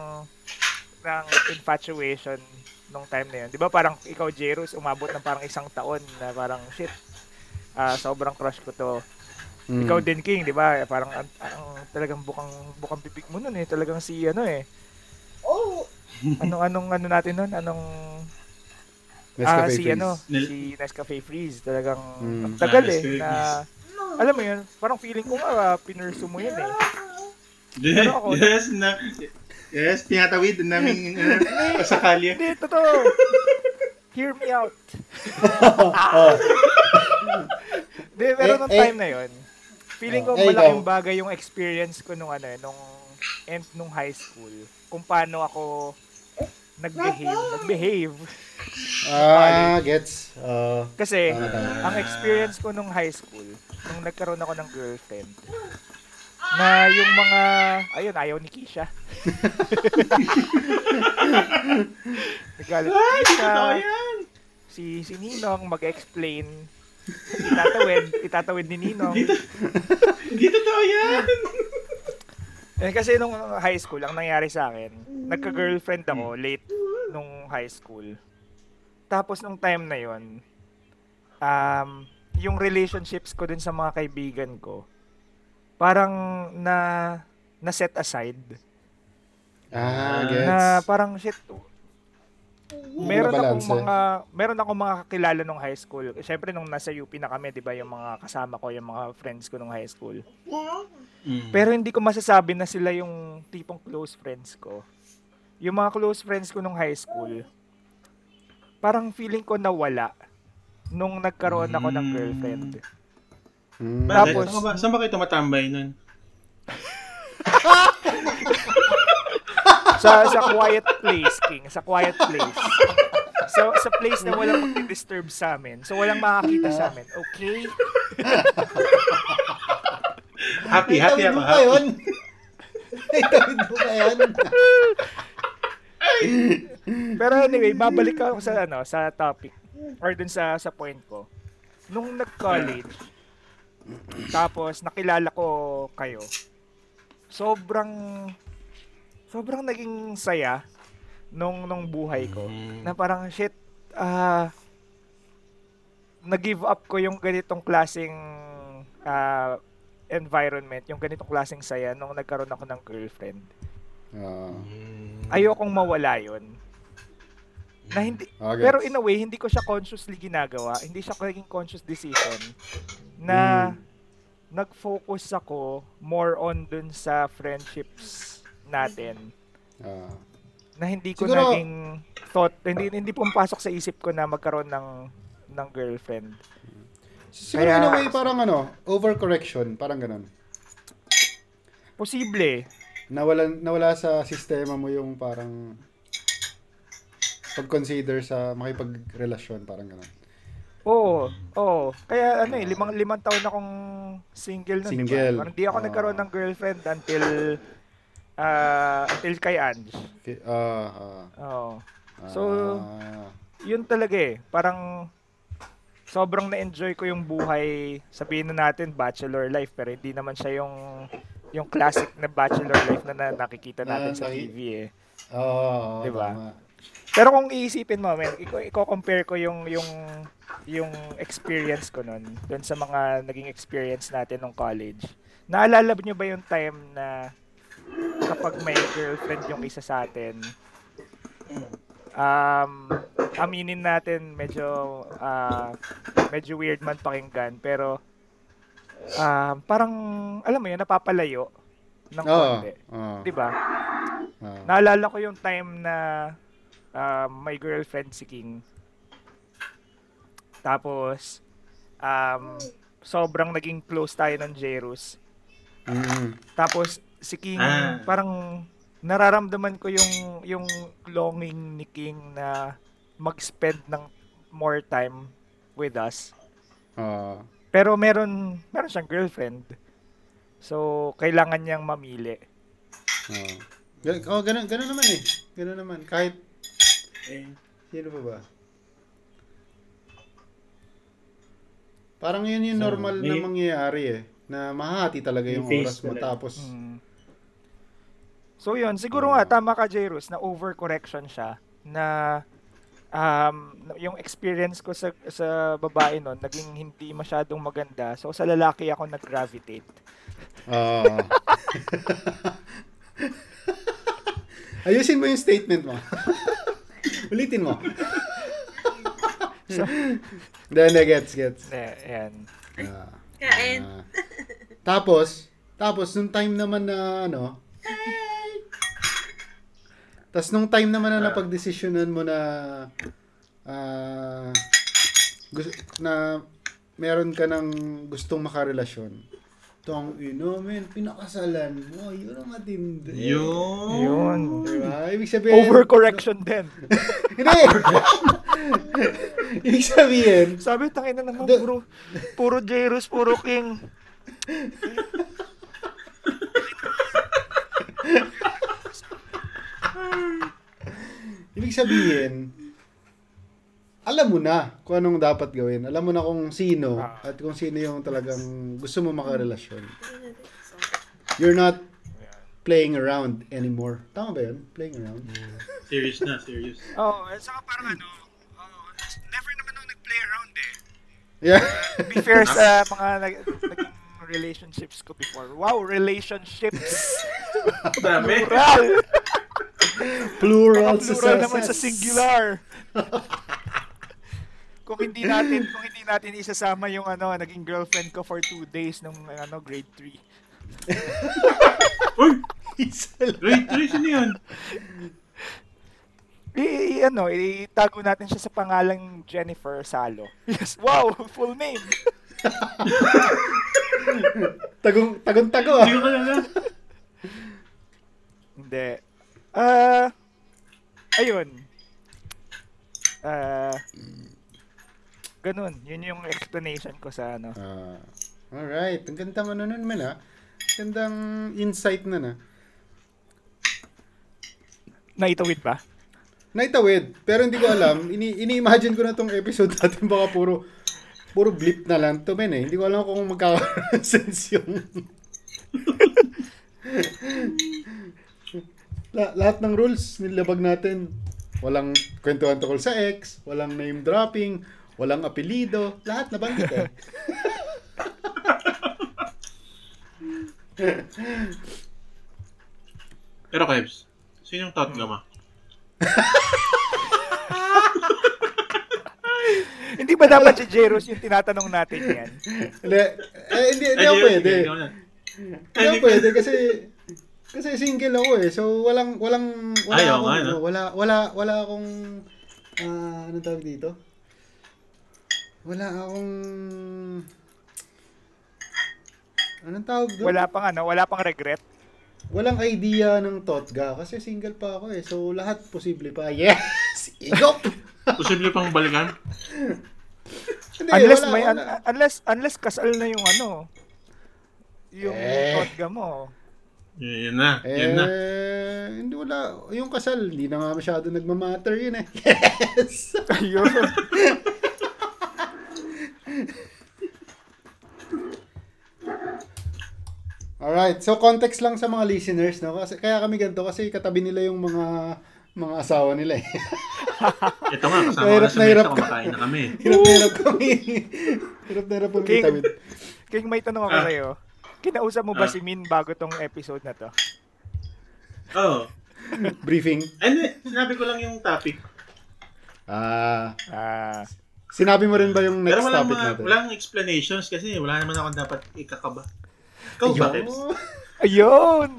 Speaker 2: ng infatuation nung time na yun. 'Di ba parang ikaw Jerus umabot ng parang isang taon na parang shit. ah sobrang crush ko to.
Speaker 1: Mm.
Speaker 2: Ikaw din King, 'di ba? Eh, Parang ang, ang talagang bukang bukang bibig mo noon eh, talagang si ano eh. Oh. Anong anong ano natin noon? Anong Ah,
Speaker 1: Nescafe
Speaker 2: si
Speaker 1: Freeze.
Speaker 2: ano,
Speaker 4: Nil-
Speaker 2: si Nescafe Freeze talagang
Speaker 1: Mm.
Speaker 2: ang tagal
Speaker 4: Ah,
Speaker 2: eh
Speaker 4: Nescafe
Speaker 2: na
Speaker 4: Freeze.
Speaker 2: alam mo yun, parang feeling ko nga uh, pinursu mo yun eh.
Speaker 4: Yes,
Speaker 2: Ano ako-
Speaker 4: yes, na, yes, pinatawid na namin uh, pasakali.
Speaker 2: Hindi, totoo. Hear me out. Hindi, pero
Speaker 1: Eh,
Speaker 2: nung
Speaker 1: eh.
Speaker 2: time na yun, feeling ko
Speaker 1: Eh,
Speaker 2: malaking
Speaker 1: ikaw.
Speaker 2: bagay yung experience ko nung ano eh, nung end nung high school. Kung paano ako nag-behave. Nag-behave.
Speaker 1: Ah, gets. Ah, Oo.
Speaker 2: Kasi,
Speaker 1: Tama, tama.
Speaker 2: ang experience ko nung high school, nung nagkaroon ako ng girlfriend, na yung mga, ayun, ayaw ni Kisha. Nagalit si Kisha,
Speaker 4: Totoo yan.
Speaker 2: si, si Ninong mag-explain, itatawid, itatawid ni Ninong.
Speaker 4: Hindi totoo yan.
Speaker 2: Eh, kasi nung high school, ang nangyari sa akin, nagka-girlfriend ako late nung high school. Tapos nung time na yon um, yung relationships ko dun sa mga kaibigan ko, parang na na set aside.
Speaker 1: Ah,
Speaker 2: Na
Speaker 1: gets.
Speaker 2: parang shit. Meron akong
Speaker 1: Nabalanse.
Speaker 2: mga meron akong mga kakilala nung high school. Siyempre nung nasa UP na kami, 'di ba, yung mga kasama ko, yung mga friends ko nung high school. Pero hindi ko masasabi na sila yung tipong close friends ko. Yung mga close friends ko nung high school, parang feeling ko nawala nung nagkaroon ako ng
Speaker 4: Mm.
Speaker 2: girlfriend.
Speaker 1: Mm.
Speaker 4: Bakit?
Speaker 2: Tapos-
Speaker 4: Saan ba, saan ba kayo tumatambay nun?
Speaker 2: Sa sa quiet place, King. Sa quiet place. So, sa place na walang mag-disturb sa amin. So, walang makakita sa amin. Okay?
Speaker 4: Happy, happy ako,
Speaker 1: Itawid mo pa
Speaker 4: happy.
Speaker 1: yun. Itawid mo pa yun.
Speaker 2: Pero anyway, babalik ako sa ano, sa topic or dun sa sa point ko. Nung nag-college, tapos nakilala ko kayo. Sobrang sobrang naging saya nung nung buhay ko na parang shit ah nag-give up ko yung ganitong klasing ah, environment, yung ganitong klasing saya nung nagkaroon ako ng girlfriend
Speaker 1: Ah,
Speaker 2: ayokong mawala yon na hindi
Speaker 1: ah, gets.
Speaker 2: pero in a way hindi ko siya consciously ginagawa hindi siya naging conscious decision na
Speaker 1: Mm.
Speaker 2: nag-focus ako more on dun sa friendships natin
Speaker 1: Ah.
Speaker 2: na hindi ko
Speaker 1: Siguro-
Speaker 2: naging thought hindi hindi pumapasok sa isip ko na magkaroon ng ng girlfriend
Speaker 1: Siguro
Speaker 2: Kaya-
Speaker 1: in a way, parang ano, overcorrection, parang ganun.
Speaker 2: Posible.
Speaker 1: Nawala, nawala sa sistema mo yung parang pag-consider sa makipagrelasyon, parang ganun.
Speaker 2: Oo, oo. Kaya ano eh, limang, limang taon akong single nun. di ba?
Speaker 1: Single.
Speaker 2: Parang Hindi ako
Speaker 1: Ah.
Speaker 2: nagkaroon ng girlfriend until, ah, until kay Ange.
Speaker 1: Fi- ah, ah,
Speaker 2: Oo.
Speaker 1: ah.
Speaker 2: So- Yun talaga eh. Parang sobrang na-enjoy ko yung buhay, sabihin na natin, bachelor life. Pero hindi naman siya yung yung classic na bachelor life na, na nakikita natin
Speaker 1: Ah,
Speaker 2: sa
Speaker 1: naki-
Speaker 2: TV eh.
Speaker 1: Oo, oo,
Speaker 2: Di ba?
Speaker 1: ah, tama.
Speaker 2: Pero kung iisipin mo, men, iko- i-compare ko yung yung yung experience ko nun dun sa mga naging experience natin nung college. Naalala niyo ba yung time na kapag may girlfriend yung isa sa atin, um, aminin natin medyo ah, medyo weird man pakinggan pero um, parang alam mo yun napapalayo ng
Speaker 1: Oo,
Speaker 2: konti,
Speaker 1: oo,
Speaker 2: 'di ba?
Speaker 1: oo.
Speaker 2: Naalala ko yung time na ah, may girlfriend si King. Tapos, um, sobrang naging close tayo ng Jerus.
Speaker 1: Mm.
Speaker 2: Tapos, si King,
Speaker 4: Ah.
Speaker 2: parang nararamdaman ko yung, yung longing ni King na mag-spend ng more time with us.
Speaker 1: Oo.
Speaker 2: Pero meron, meron siyang girlfriend. So, kailangan niyang mamili.
Speaker 1: Oo. Gan- Oh, ganun, ganun naman eh. Ganun naman. Kahit,
Speaker 4: Eh,
Speaker 1: sino pa ba? Parang yun yung
Speaker 4: So,
Speaker 1: normal na
Speaker 4: may-
Speaker 1: mangyayari eh. Na mahati talaga
Speaker 4: May
Speaker 1: yung
Speaker 4: face
Speaker 1: oras mo
Speaker 4: talaga.
Speaker 1: tapos.
Speaker 2: Mm. So yun, siguro nga tama ka Jairus na overcorrection siya na um, yung experience ko sa sa babae noon naging hindi masyadong maganda. So sa lalaki ako nag-gravitate.
Speaker 4: Mm.
Speaker 1: Oo. Ayusin mo yung statement mo. Ulitin mo.
Speaker 2: So,
Speaker 1: Hindi, hindi, gets, gets.
Speaker 2: eh, ayan.
Speaker 1: Ah,
Speaker 6: Kain.
Speaker 1: ah. tapos, tapos, nung time naman na, ano, tas nung time naman na napagdesisyonan mo na, ah, gus- na meron ka ng gustong makarelasyon, tong ino, men, pinakasalan mo, yun ang matindi.
Speaker 4: yun.
Speaker 2: Yun.
Speaker 1: Diba? Ibig sabihin,
Speaker 2: Overcorrection din.
Speaker 1: Hindi! Ibig sabihin,
Speaker 2: Sabi tangina naman
Speaker 1: The-
Speaker 2: puro puro Jairus, puro King.
Speaker 1: Ibig sabihin, alam mo na kung anong dapat gawin. Alam mo na kung sino
Speaker 2: Ah.
Speaker 1: at kung sino yung talagang gusto mo makarelasyon. You're not playing around anymore. Tama ba yun? Playing around?
Speaker 4: Serious na, serious.
Speaker 2: Oh, at saka parang ano, oh, never naman ako nag-play around eh.
Speaker 1: Yeah.
Speaker 2: be fair sa mga nag- naging relationships ko before. Wow, relationships!
Speaker 4: Dami.
Speaker 2: Plural!
Speaker 1: Plural.
Speaker 2: Plural naman sa singular! kung hindi natin kung hindi natin isasama yung ano naging girlfriend ko for two days nung ano grade 3.
Speaker 4: Uy!
Speaker 1: Isa lang.
Speaker 4: Wait, tuloy sino yun?
Speaker 2: I, i- ano, itago natin siya sa pangalang Jennifer Salo. Yes, wow, full name.
Speaker 1: Tagong, tagong tago
Speaker 4: Hindi
Speaker 1: ah.
Speaker 4: ko kalala.
Speaker 2: Hindi. Ah, ayun. Ah, ganun. Yun yung explanation ko sa ano.
Speaker 1: Ah. alright. Ang ganda mo nun man ah. Gandang insight na na.
Speaker 2: Naitawid ba?
Speaker 1: Naitawid, pero hindi ko alam. Ini ini-imagine ko na tong episode natin baka puro puro blip na lang to men eh. Hindi ko alam kung magkaka-sense yung La- lahat ng rules nilabag natin. Walang kwentuhan tungkol sa ex, walang name dropping, walang apelido, lahat nabanggit eh.
Speaker 4: Pero Kebs, sino yung tatlo mo?
Speaker 2: Hindi ba dapat si Jeros yung tinatanong natin yan?
Speaker 1: Hindi, eh, hindi, hindi ako pwede. Hindi ako pwede kasi kasi single ako eh. So walang walang wala
Speaker 4: Ayaw
Speaker 1: akong
Speaker 4: nga, no?
Speaker 1: ano, wala wala wala akong ah, anong tawag dito? Wala akong... Anong tawag doon?
Speaker 2: Wala pang ano, wala pang regret.
Speaker 1: Walang idea ng Totga kasi single pa ako eh. So, lahat posible pa. Yes! Igop!
Speaker 3: Posible pang balikan?
Speaker 1: Hindi,
Speaker 2: Unless
Speaker 1: wala,
Speaker 2: may
Speaker 1: wala.
Speaker 2: un- unless unless kasal na yung ano yung
Speaker 1: Eh.
Speaker 2: totga mo.
Speaker 3: Y- yun na,
Speaker 1: Eh,
Speaker 3: yun na.
Speaker 1: hindi wala. Yung kasal, hindi na nga masyado nagmamatter yun eh. Yes!
Speaker 2: Ayun.
Speaker 1: Alright, so context lang sa mga listeners, no? Kasi, kaya kami ganito kasi katabi nila yung mga mga asawa nila eh.
Speaker 3: Ito nga, kasama ko
Speaker 1: Nahirap,
Speaker 3: na sa mesa,
Speaker 1: nahirap ka.
Speaker 3: kumakain na kami.
Speaker 1: hirap na hirap kami. hirap na hirap kami
Speaker 2: King.
Speaker 1: kitawid.
Speaker 2: King, may tanong ako
Speaker 3: Ah.
Speaker 2: sa'yo. Kinausap mo ba
Speaker 3: Ah.
Speaker 2: si Min bago tong episode na to?
Speaker 3: Oo.
Speaker 1: Briefing.
Speaker 3: Ano, Oh, sinabi ko lang yung topic.
Speaker 1: Ah,
Speaker 2: Ah,
Speaker 1: sinabi mo rin ba yung
Speaker 3: Pero
Speaker 1: next
Speaker 3: walang,
Speaker 1: topic
Speaker 3: mga,
Speaker 1: natin?
Speaker 3: walang explanations kasi wala naman akong dapat ikakaba. Ikaw
Speaker 1: Ayun.
Speaker 3: ba, Kebs?
Speaker 2: ayun.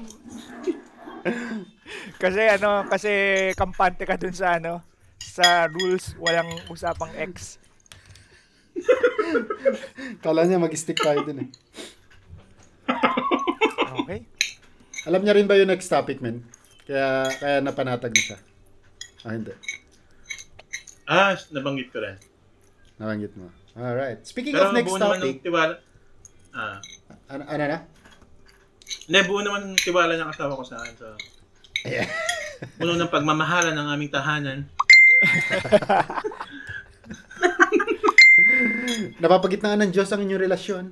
Speaker 2: kasi ano, kasi kampante ka dun sa ano, sa rules walang usapang ex.
Speaker 1: Kala niya mag-stick tayo dun eh.
Speaker 2: Okay?
Speaker 1: Alam niya rin ba yung next topic, men? Kaya, kaya napanatag na siya. Ah, hindi.
Speaker 3: Ah, nabanggit ko rin.
Speaker 1: Nabanggit mo. Alright. Speaking
Speaker 3: Pero
Speaker 1: of next
Speaker 3: buo naman ng
Speaker 1: topic,
Speaker 3: tiwala. Ah.
Speaker 1: ano, ano na?
Speaker 3: Hindi, buo naman ng tiwala ng asawa ko sa akin. So,
Speaker 1: Ayan.
Speaker 3: puno ng pagmamahala ng aming tahanan.
Speaker 1: Napapagitnaan ng Diyos ang inyong relasyon.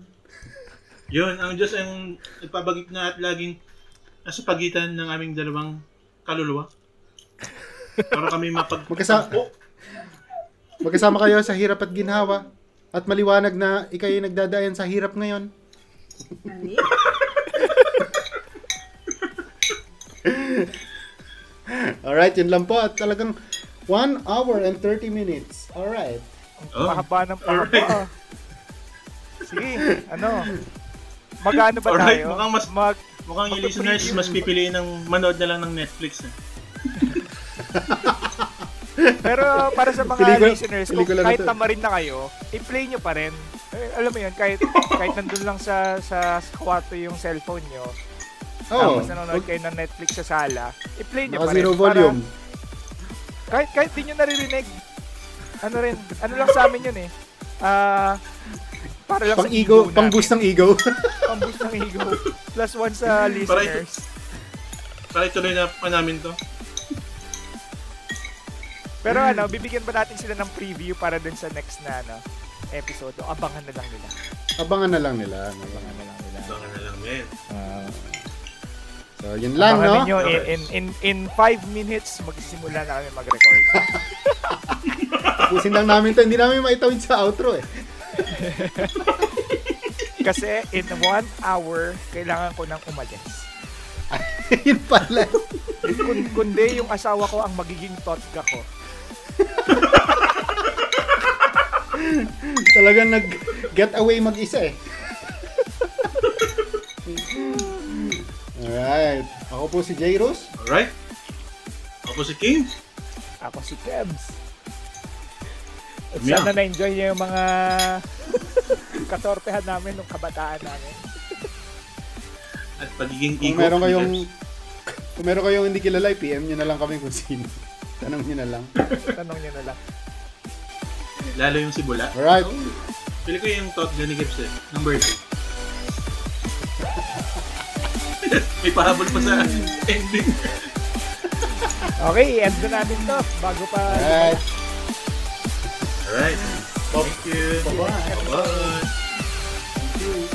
Speaker 3: Yun, ang Diyos ang nagpabagit na at laging nasa pagitan ng aming dalawang kaluluwa. Para kami mapag...
Speaker 1: Magkasa-
Speaker 3: Oh,
Speaker 1: Magkasama kayo sa hirap at ginhawa. At maliwanag na ikay nagdadayan sa hirap ngayon.
Speaker 7: Ani?
Speaker 1: Alright, yun lang po. At talagang 1 hour and 30 minutes. Alright.
Speaker 3: oh.
Speaker 2: Pahaba ng pahaba.
Speaker 3: Alright.
Speaker 2: ah. Sige, ano? Magano ba
Speaker 3: Alright,
Speaker 2: tayo?
Speaker 3: mukhang mas-
Speaker 2: Mag
Speaker 3: Mukhang yung listeners mas pipiliin ng manood na lang ng Netflix. Eh.
Speaker 2: Pero para sa mga
Speaker 1: Pelikula-
Speaker 2: listeners, kung
Speaker 1: pelikula na
Speaker 2: kahit
Speaker 1: to.
Speaker 2: tama rin na kayo, i-play nyo pa rin. Eh, alam mo yun, kahit, kahit nandun lang sa, sa, sa kwarto yung cellphone nyo,
Speaker 1: Oh,
Speaker 2: tapos nanonood kayo ng Netflix sa sala, i-play nyo
Speaker 1: naka
Speaker 2: pa rin.
Speaker 1: zero
Speaker 2: para-
Speaker 1: volume.
Speaker 2: kahit, kahit di nyo naririnig, ano rin, ano lang sa amin yun eh. Ah, para lang
Speaker 1: Pang
Speaker 2: sa
Speaker 1: ego,
Speaker 2: namin.
Speaker 1: pang boost ng ego.
Speaker 2: Pang boost ng ego. Plus one sa listeners.
Speaker 3: Para ituloy na pa namin to.
Speaker 2: Pero ano, bibigyan ba natin sila ng preview para dun sa next na ano, episode? O, Abangan na lang nila.
Speaker 1: Abangan na lang nila. ano lang.
Speaker 2: Abangan na lang nila.
Speaker 3: Baka na lang, men.
Speaker 2: Ah.
Speaker 1: So, yun lang,
Speaker 2: Abangan
Speaker 1: no?
Speaker 2: ninyo, in,
Speaker 3: Okay.
Speaker 2: in, in, in five minutes, magsisimula na kami mag-record.
Speaker 1: Tapusin lang namin to. Hindi namin maitawid sa outro eh.
Speaker 2: Kasi in one hour, kailangan ko nang umalis.
Speaker 1: yun pala.
Speaker 2: Kun, kundi yung asawa ko ang magiging totga ko.
Speaker 1: Talagang nag getaway mag-isa eh. Alright. Ako po si J. Rose.
Speaker 3: Alright? Ako si King.
Speaker 2: Ako si Kebs. At
Speaker 3: Yeah.
Speaker 2: sana na-enjoy niyo yung mga katorpehan namin nung kabataan namin.
Speaker 3: At pagiging
Speaker 1: Kung
Speaker 3: ego.
Speaker 1: meron kayong kung meron kayong hindi kilala, PM nyo na lang kami kung sino. Tanong nyo na lang.
Speaker 2: Tanong niyo na lang.
Speaker 3: Lalo yung sibula.
Speaker 1: Alright.
Speaker 3: Pili ko yung top ni Gibbs eh. Number 2. May pahabol pa sa ending.
Speaker 2: Okay, end na natin to. Bago pa
Speaker 1: Alright.
Speaker 3: Alright. Thank you.
Speaker 1: Bye-bye.
Speaker 3: Bye.
Speaker 1: Thank you.